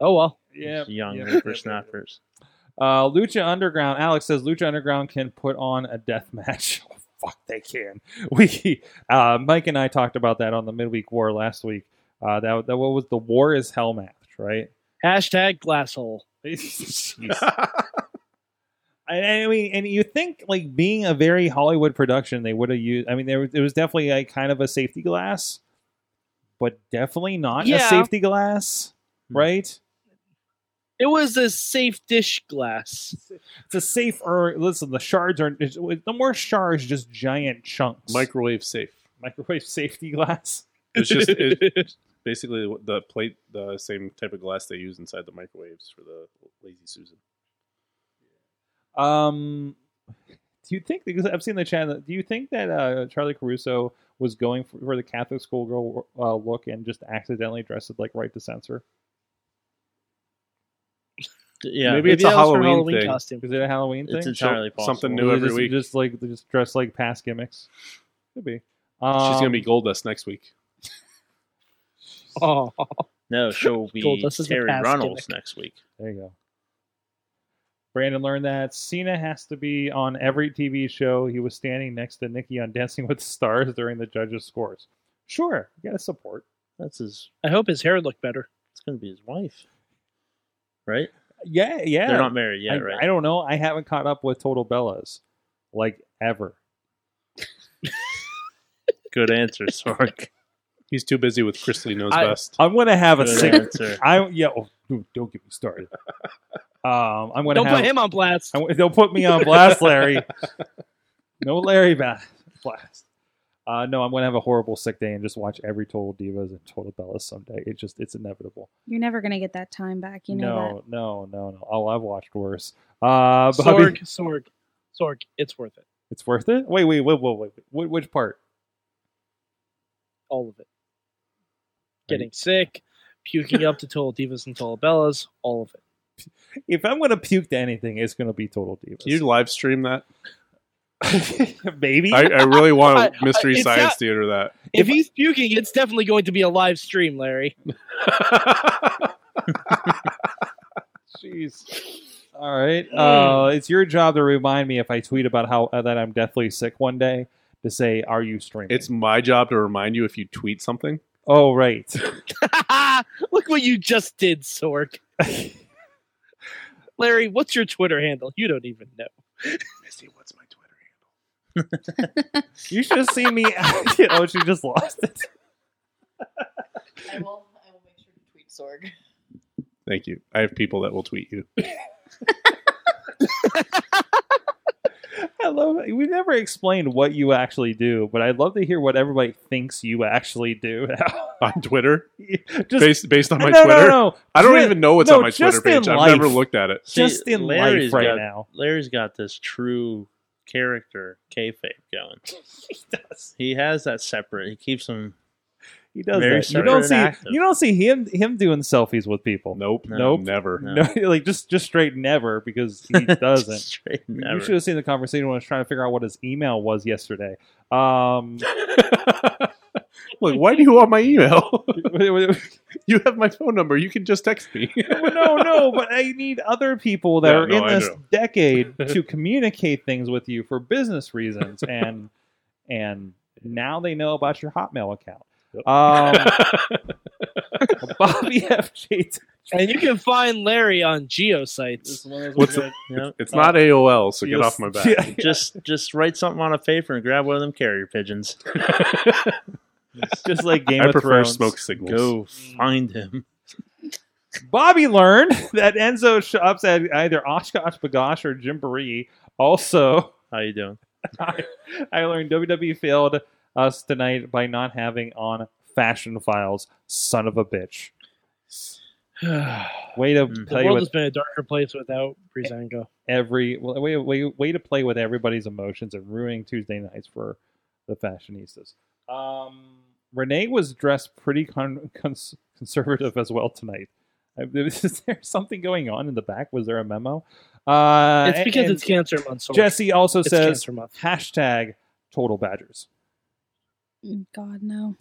S4: Oh well.
S1: Yeah,
S6: Young whippersnappers.
S1: Uh, Lucha Underground. Alex says Lucha Underground can put on a death match. *laughs* Oh, Fuck, they can. We uh, Mike and I talked about that on the midweek war last week. Uh, that that what was the war is hell match, right? *laughs*
S4: Hashtag glasshole.
S1: And, and I mean, and you think like being a very Hollywood production, they would have used. I mean, there was- it was definitely like kind of a safety glass, but definitely not a
S4: Yeah.
S1: safety glass, right?
S4: It was a safe dish glass.
S1: It's a safe. Or listen, the shards are it's- no more shards, just giant chunks.
S5: Microwave safe.
S1: microwave *laughs* safety glass.
S5: It's just it, basically the plate, the same type of glass they use inside the microwaves for the Lazy Susan.
S1: Um, do you think? Because I've seen the channel. Do you think that uh, Charlie Caruso was going for, for the Catholic schoolgirl uh, look and just accidentally dressed it like right to censor?
S6: Yeah,
S5: Maybe it's a
S4: that was her
S5: Halloween thing.
S4: costume.
S1: Is it a Halloween thing?
S6: it's entirely possible.
S5: something
S1: Or
S5: new every
S1: just,
S5: week.
S1: Just like just dressed like past gimmicks. Could be. Um,
S5: She's gonna be gold dust next week.
S4: Oh,
S1: *laughs*
S6: No, she'll
S4: Gold
S6: be
S4: Dust is the
S6: Terry
S4: past
S6: Runnels
S4: gimmick.
S6: next week.
S1: There you go. Brandon learned that Cena has to be on every TV show. He was standing next to Nikki on Dancing with the Stars during the judges' scores. Sure, you gotta support.
S6: That's his.
S4: I hope his hair looked better.
S6: It's gonna be his wife, right?
S1: Yeah, yeah.
S6: They're not married yet,
S1: I,
S6: right?
S1: I don't know. I haven't caught up with Total Bellas like ever.
S6: Good answer, Sark.
S5: He's too busy with Chrisley knows
S1: I-
S5: best.
S1: I'm gonna have a
S6: Good
S1: six. *laughs*
S6: answer.
S1: I yeah. Oh, dude, don't get me
S4: *laughs*
S1: started. Um, I'm gonna
S4: Don't
S1: have,
S4: put him on blast. *laughs*
S1: I, don't put me on blast, Larry. no, Larry ba- blast. Uh, no, I'm going to have a horrible sick day and just watch every Total Divas and Total Bellas someday. It just it's inevitable.
S7: You're never gonna get that time back. You know
S1: no, no, no, no. Oh, I've watched worse. Uh, Bobby,
S4: Sorg, Sorg, Sorg. It's worth it.
S1: it's worth it. Wait, wait, wait, wait, wait. Wh- Which part?
S4: All of it. Getting sick,
S1: *laughs*
S4: puking up to Total Divas and Total Bellas. All of it.
S1: If I'm going to puke to anything, it's going to be Total Divas.
S5: Can you live stream that?
S1: *laughs* Maybe.
S5: I, I really want to mystery
S4: It's
S5: science
S4: not-
S5: theater that.
S4: If he's puking, it's definitely going to be a live stream,
S1: *laughs*
S4: Larry.
S1: Jeez. All right. Uh, it's your job to remind me if I tweet about how uh, that I'm deathly sick one day to say, "Are you streaming?"
S5: It's my job to remind you if you tweet something.
S1: oh right. *laughs*
S4: Look what you just
S1: *laughs*
S4: did, Sorg. Larry, what's your Twitter handle? You don't even know.
S5: Missy, what's my Twitter handle?
S1: you should have seen me. *laughs* you know, she just lost *laughs* it.
S8: I will. I will make sure to tweet Sorg.
S5: Thank you. I have people that will tweet you. *laughs*
S1: I love it. We never explained what you actually do, but I'd love to hear what everybody thinks you actually do. *laughs* now.
S5: On Twitter?
S1: just *laughs*
S5: based based on my
S1: no,
S5: Twitter?
S1: no, no.
S5: I don't
S1: Just-
S5: even know what's
S1: no,
S5: on my Twitter
S1: just in
S5: page. I've
S1: life.
S5: never looked at it.
S1: Just
S6: See,
S1: in
S6: Larry's
S1: life right
S6: got-
S1: now.
S6: Larry's got this true character kayfabe going.
S1: *laughs* He does.
S6: He has that separate. He keeps them.
S1: He does.
S6: Very
S1: that. You don't
S6: separate
S1: see.
S6: and active.
S1: You don't see him him doing selfies with people.
S5: Nope.
S1: Nope.
S5: Never.
S1: *laughs* No, like just just straight never because he doesn't.
S6: *laughs* Straight
S1: You
S6: never.
S1: should have seen the conversation when I was trying to figure out what his email was yesterday.
S5: *laughs*
S1: Um,
S5: *laughs*
S1: *laughs*
S5: Like, why do you want my email? *laughs*
S1: no,
S5: you have my phone number. You can just text me. *laughs*
S1: no, but I need other people that
S5: Yeah,
S1: are
S5: no,
S1: in
S5: I
S1: this
S5: know. *laughs*
S1: decade to communicate things with you for business reasons, and and now they know about your Hotmail account.
S5: *laughs*
S1: Um, Bobby FJ.
S4: And you can find Larry on geosites.
S5: What's the-
S1: *laughs*
S6: Yep.
S5: It's not AOL, so get
S1: You'll-
S5: off my
S1: *laughs*
S5: back.
S1: Yeah.
S6: Just just write something on a paper and grab one of them carrier pigeons.
S1: Just
S5: *laughs*
S1: like Game
S5: I
S1: of
S5: prefer
S1: Thrones.
S5: smoke signals.
S6: Go find him.
S1: Bobby learned *laughs* that Enzo shops at either Oshkosh Bagosh or Gymboree. Also,
S6: How you doing?
S1: I, I learned WWE failed us tonight by not having on Fashion Files. Son of a
S4: *sighs*
S1: bitch. Way to
S6: Mm.
S1: play
S4: the world
S1: with
S4: has been a darker place without Brizango.
S1: every well, way, way, way to play with everybody's emotions and ruining Tuesday nights for the fashionistas. Um, Renee was dressed pretty con- cons- conservative as well tonight. Uh, *laughs* Is there something going on in the back? Was there a memo? Uh,
S4: It's because
S1: and
S4: it's cancer month. Sorg.
S1: Jesse also
S4: it's
S1: says
S4: cancer month.
S1: hashtag total badgers.
S7: that. Mm, God no.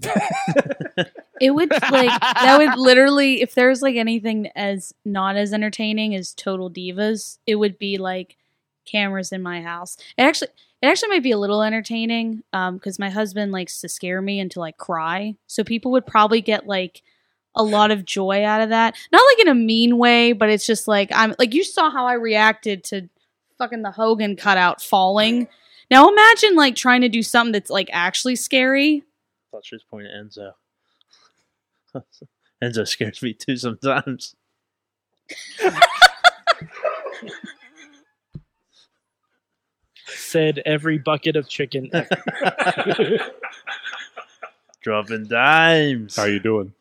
S7: It would like that would literally if there's like anything as not as entertaining as Total Divas, it would be like cameras in my house. It actually it actually might be a little entertaining um because my husband likes to scare me until I cry. So people would probably get like a lot of joy out of that. Not like in a mean way, but it's just like I'm like you saw how I reacted to fucking the Hogan cutout falling. Now imagine like trying to do something that's like actually scary.
S6: thought she was pointing at Enzo. *laughs* Enzo scares me too sometimes.
S4: Said every bucket of chicken. ever. *laughs*
S6: Dropping dimes.
S5: How you doing?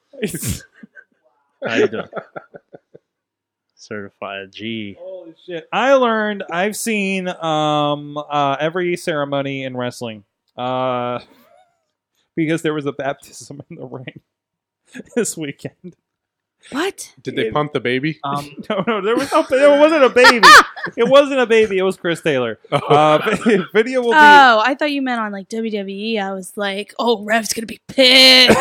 S6: How you doing? Certified G.
S1: Holy shit! I learned. I've seen um uh, every ceremony in wrestling. Uh, *laughs* because there was a baptism in the ring *laughs* this weekend.
S7: What?
S5: Did they
S1: It-
S5: pump the *laughs* baby?
S4: Um,
S1: *laughs* No, no, there was no, there wasn't a baby. it wasn't a baby. It was Chris Taylor. Uh, *laughs* video will be.
S7: Oh, I thought you meant on like WWE. I was like, oh, Rev's gonna be pissed.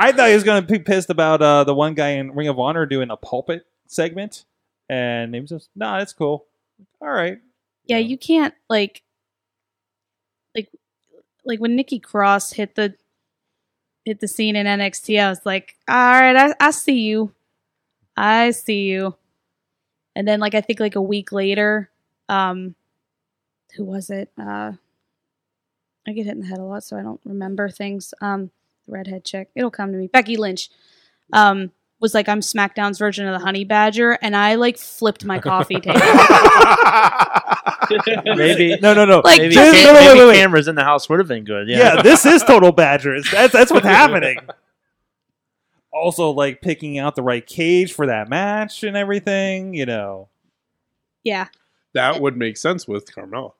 S1: I thought he was going to be pissed about uh, the one guy in Ring of Honor doing a pulpit segment, and he was just, "Nah, that's cool. All right."
S7: yeah, you can't like, like, like when Nikki Cross hit the hit the scene in NXT. I was like, all right, I, I see you, I see you. And then like I think like a week later, um, who was it? Uh, I get hit in the head a lot, so I don't remember things. Um, the redhead chick, it'll come to me. Becky Lynch. Um, was like I'm SmackDown's version of the Honey Badger, and I like flipped my coffee table.
S6: Maybe
S1: No, no, no.
S6: maybe,
S1: Just-
S6: cam-
S1: no, no, wait,
S6: maybe
S1: wait, wait.
S6: cameras in the house would have been good.
S1: yeah.
S6: Yeah, *laughs*
S1: this is total badgers. That's that's what's happening. Also, like picking out the right cage for that match and everything, you know.
S7: yeah,
S5: That would make sense with Carmella.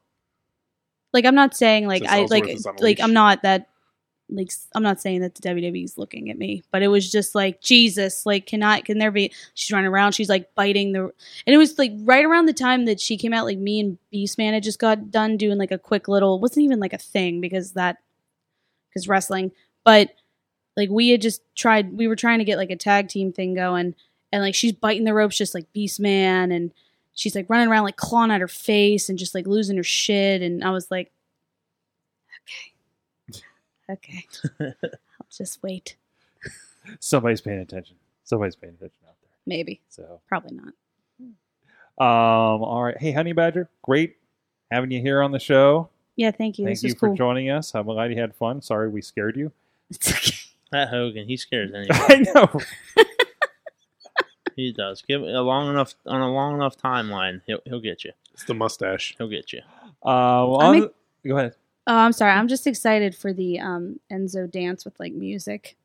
S7: like I'm not saying like
S5: Since
S7: I
S5: Ellsworth
S7: like
S5: is on a
S7: like
S5: leash.
S7: I'm not that like s- I'm not saying that the WWE's looking at me, but it was just like Jesus, like can I can there be? She's running around, she's like biting the, and it was like right around the time that she came out, like me and Beast Man had just got done doing like a quick little, it wasn't even like a thing because that because wrestling, but like we had just tried, we were trying to get like a tag team thing going, and like she's biting the ropes just like Beast Man and. She's like running around, like clawing at her face and just like losing her shit. And I was like,
S1: *laughs*
S7: Okay. I'll just wait.
S1: Somebody's paying attention. Somebody's paying attention out there.
S7: Maybe.
S1: So
S7: Probably not.
S1: um all right. Hey Honey Badger, great having you here on the show.
S7: Yeah, thank you.
S1: Thank
S7: this
S1: you
S7: was
S1: for
S7: cool.
S1: joining us. I'm glad you had fun. Sorry we scared you. *laughs*
S7: It's okay.
S6: Pat Hogan, he scares anyone.
S1: I know.
S6: he does. Give a long enough on a long enough timeline, he'll he'll get you.
S5: It's the mustache.
S6: He'll get you.
S1: Uh, well,
S7: I'm
S1: on-
S7: ex-
S1: go ahead.
S7: Oh, I'm sorry. I'm just excited for the um Enzo dance with like music.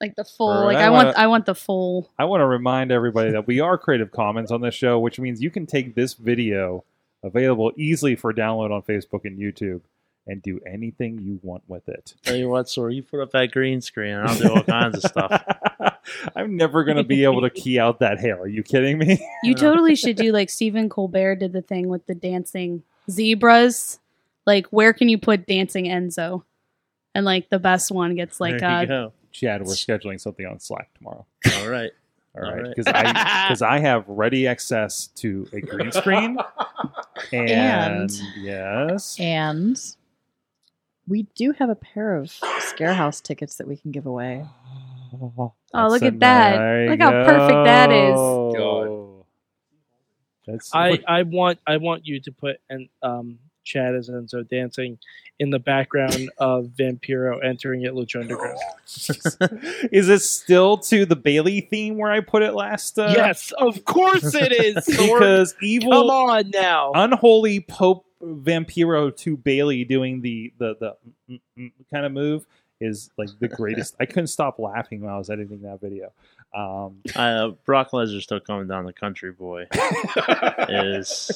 S7: Like the full
S1: Alright,
S7: like
S1: I
S7: I want
S1: wanna-
S7: I want the full
S1: I want to remind everybody that we are Creative Commons on this show, which means you can take this video available easily for download on Facebook and YouTube and do anything you want with it.
S6: Tell you what, Sora, you put up that green screen, and I'll do all kinds
S1: *laughs*
S6: of stuff.
S1: I'm never going to be able to key out that hair. Are you kidding me?
S7: You totally
S6: *laughs*
S7: should do like Stephen Colbert did the thing with the dancing zebras. Like where can you put dancing Enzo? And like the best one gets like
S6: there you
S7: uh
S6: go.
S1: Chad, we're scheduling something on Slack tomorrow.
S6: All right,
S1: All
S6: All
S1: right,
S6: right.
S1: because *laughs* I because I have ready access to a green
S6: *laughs*
S1: screen, and,
S8: And-
S1: yes,
S8: And we do have a pair of Scarehouse tickets that we can give away.
S1: Oh,
S7: Oh, look
S1: that's
S7: at that.
S1: a-
S7: Look
S1: there
S7: how
S1: you
S7: perfect that is.
S1: go. That's
S4: I, I want I want you to put and um Chad as Enzo dancing in the background of Vampiro entering at Lucha Underground.
S1: Uh, *laughs* is it still to the Bailey theme where I put it last? Uh,
S4: yes, of course it
S1: *laughs*
S4: is. Sorg.
S1: because evil,
S4: Come on now.
S1: unholy Pope Vampiro to Bailey doing the the the mm, mm, kind of move is like the greatest. I couldn't stop laughing when I was editing that video.
S4: *laughs*
S1: Um,
S6: uh, Brock Lesnar still coming down the
S5: *laughs*
S6: country, boy. is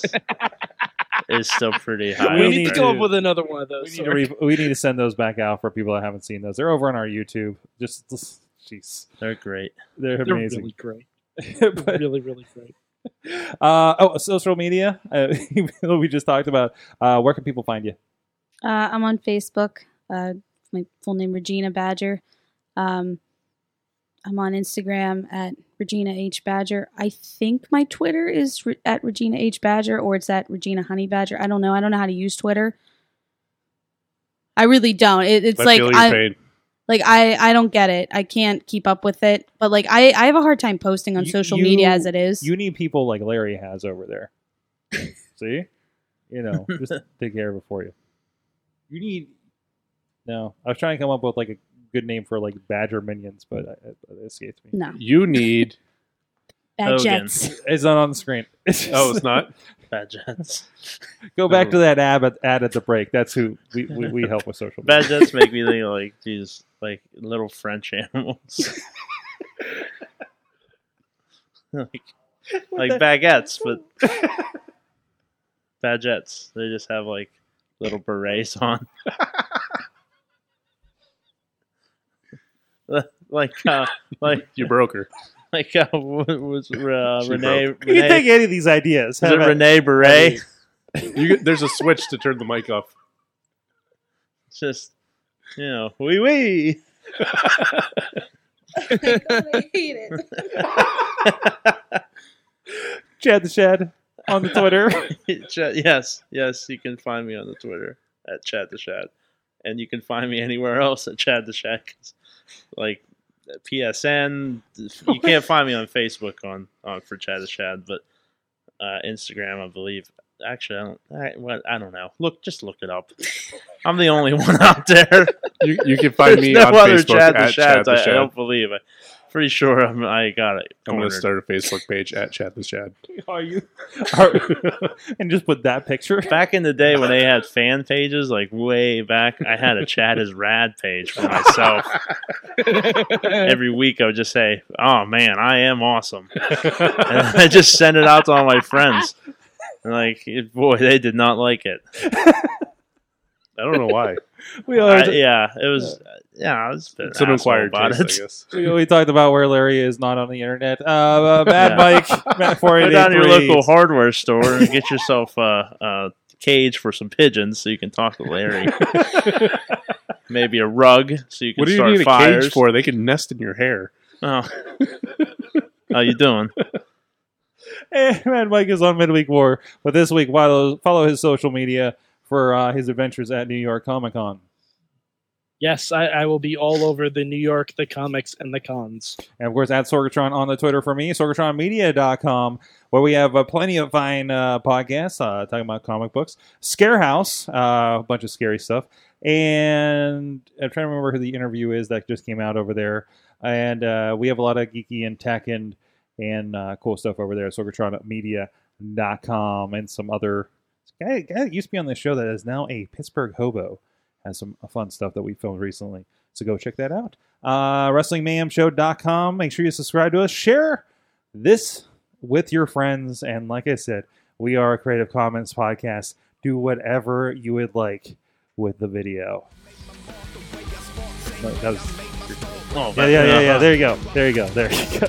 S6: is still pretty high.
S1: We
S4: we
S6: up
S4: need to
S1: need
S6: there.
S4: go
S1: to-
S4: up with another one of
S1: we
S4: those.
S1: need, to
S4: Sorg.
S1: re- we need to send those back out for people that haven't seen those. They're over on our YouTube. Just, just jeez,
S6: They're great.
S1: they're
S4: They're
S1: amazing.
S4: really great.
S1: *laughs* But-
S4: really, really great.
S1: uh, oh, social media. Uh, *laughs* we just talked about. Uh, where can people find you?
S7: Uh, I'm on Facebook. Uh, my full name Regina Badger. Um, I'm on Instagram at Regina H Badger. I think my Twitter is re- at Regina H Badger or it's at Regina Honey Badger. I don't know. I don't know how to use Twitter. I really don't. It, it's
S5: I
S7: like
S5: feel your
S7: I
S5: pain.
S7: like I I don't get it. I can't keep up with it. But like I I have a hard time posting on
S1: You-
S7: social
S1: you-
S7: media as it is.
S1: You need people like Larry has over
S6: *laughs*
S1: there. See, you know, just take care of it for you. You need. No, I was trying to come up with like a good name for like Badger minions, but it, it escaped me.
S7: no,
S5: You need.
S1: Oh,
S6: Hogan.
S7: badgettes.
S1: It's not on the screen. *laughs*
S5: Oh, it's not.
S6: *laughs* Bad Jets.
S1: Go
S6: oh.
S1: back to that ad at, ad at the break. That's who we, we, we help with
S6: *laughs*
S1: social. media.
S6: Bad Jets make me think of, like these like little French *laughs* animals. like like baguettes, but *laughs* bad jets. They just have like little
S5: *laughs*
S6: berets on. *laughs* like uh, like
S5: You broke her.
S6: *laughs* like uh, what was uh, Renee
S5: broke.
S1: You can take
S6: Renee,
S1: any of these ideas.
S6: is it
S1: Have at-
S6: Renee Beret?
S5: You, there's a switch to turn the mic off.
S6: It's just you know, wee wee. *laughs*
S1: Chad the Shad on the Twitter.
S6: Chad, yes, yes, you can find me on the Twitter at Chad the Shad, and you can find me anywhere else at Chad the Shad. 'cause, Like PSN, you can't find me on Facebook on, on for Chad the Shad, but uh, Instagram, I believe actually, I don't. I, well, I don't know. Look, just look it up. I'm the only *laughs* one out there.
S5: You, you can find me
S6: There's
S5: on
S6: no other
S5: Facebook
S6: Chad the
S5: at Chad
S6: Shads.
S5: the
S6: I, I
S5: Shad.
S6: don't believe it. Pretty sure I'm, I got it.
S5: I'm going
S6: cornered.
S5: to start a Facebook page at Chad the Shad.
S1: Are you? Are, *laughs* and just put that picture.
S6: Back in the day when they had fan pages, like way back, I had a Chad is rad page for myself. Every week I would just say, "Oh man, I am awesome," and I just send it out to all my friends. And like, it- boy, they did not like it.
S5: I don't know why.
S1: We always,
S6: I, yeah, it was. Yeah, I was.
S5: It's an acquired
S6: about
S5: taste,
S6: it.
S5: I
S6: *laughs*
S5: guess.
S1: we, we talked about where Larry is not on the internet. Uh, uh, Bad
S6: *laughs*
S1: Mike, Matt four
S6: Go
S1: eight
S6: down to
S1: eight
S6: your
S1: three. *laughs*
S6: local hardware store and get yourself a, a cage for some pigeons so you can talk
S5: *laughs*
S6: to Larry. Maybe a rug so you can
S5: What do you
S6: start
S5: need a
S6: fires.
S5: cage for? They can nest in your hair.
S6: Oh. How you doing?
S1: And Eh, Mad Mike is on Midweek War, but this week follow follow his social media for uh, his adventures at New York Comic Con.
S4: Yes, I, I will be all over the New York, the comics, and the cons.
S1: And of course, at Sorgatron on the Twitter for me, sorgatronmedia.com, where we have uh, plenty of fine uh, podcasts uh, talking about comic books, Scare House, uh, a bunch of scary stuff, and I'm trying to remember who the interview is that just came out over there. And uh, we have a lot of geeky and tech and, and uh, cool stuff over there at sorgatronmedia.com and some other. Guy, guy that used to be on this show that is now a Pittsburgh hobo has some fun stuff that we filmed recently. So go check that out uh, WrestlingMayhemShow.com. Make sure you subscribe to us. Share this with your friends. And like I said, we are a Creative Commons podcast. Do whatever you would like with the video. That was-
S6: Oh,
S1: yeah, yeah, yeah, yeah. There you go. There you go. There you go.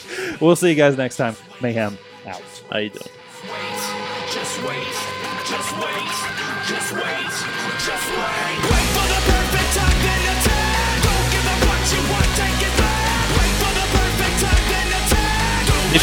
S1: *laughs* we'll see you guys next time. Mayhem out.
S6: How you doing?
S3: wait, just wait, just wait, just wait, just wait. Wait for the perfect time, then attack. Don't give up what you want, take it back. Wait for the perfect time, then attack. Don't
S10: This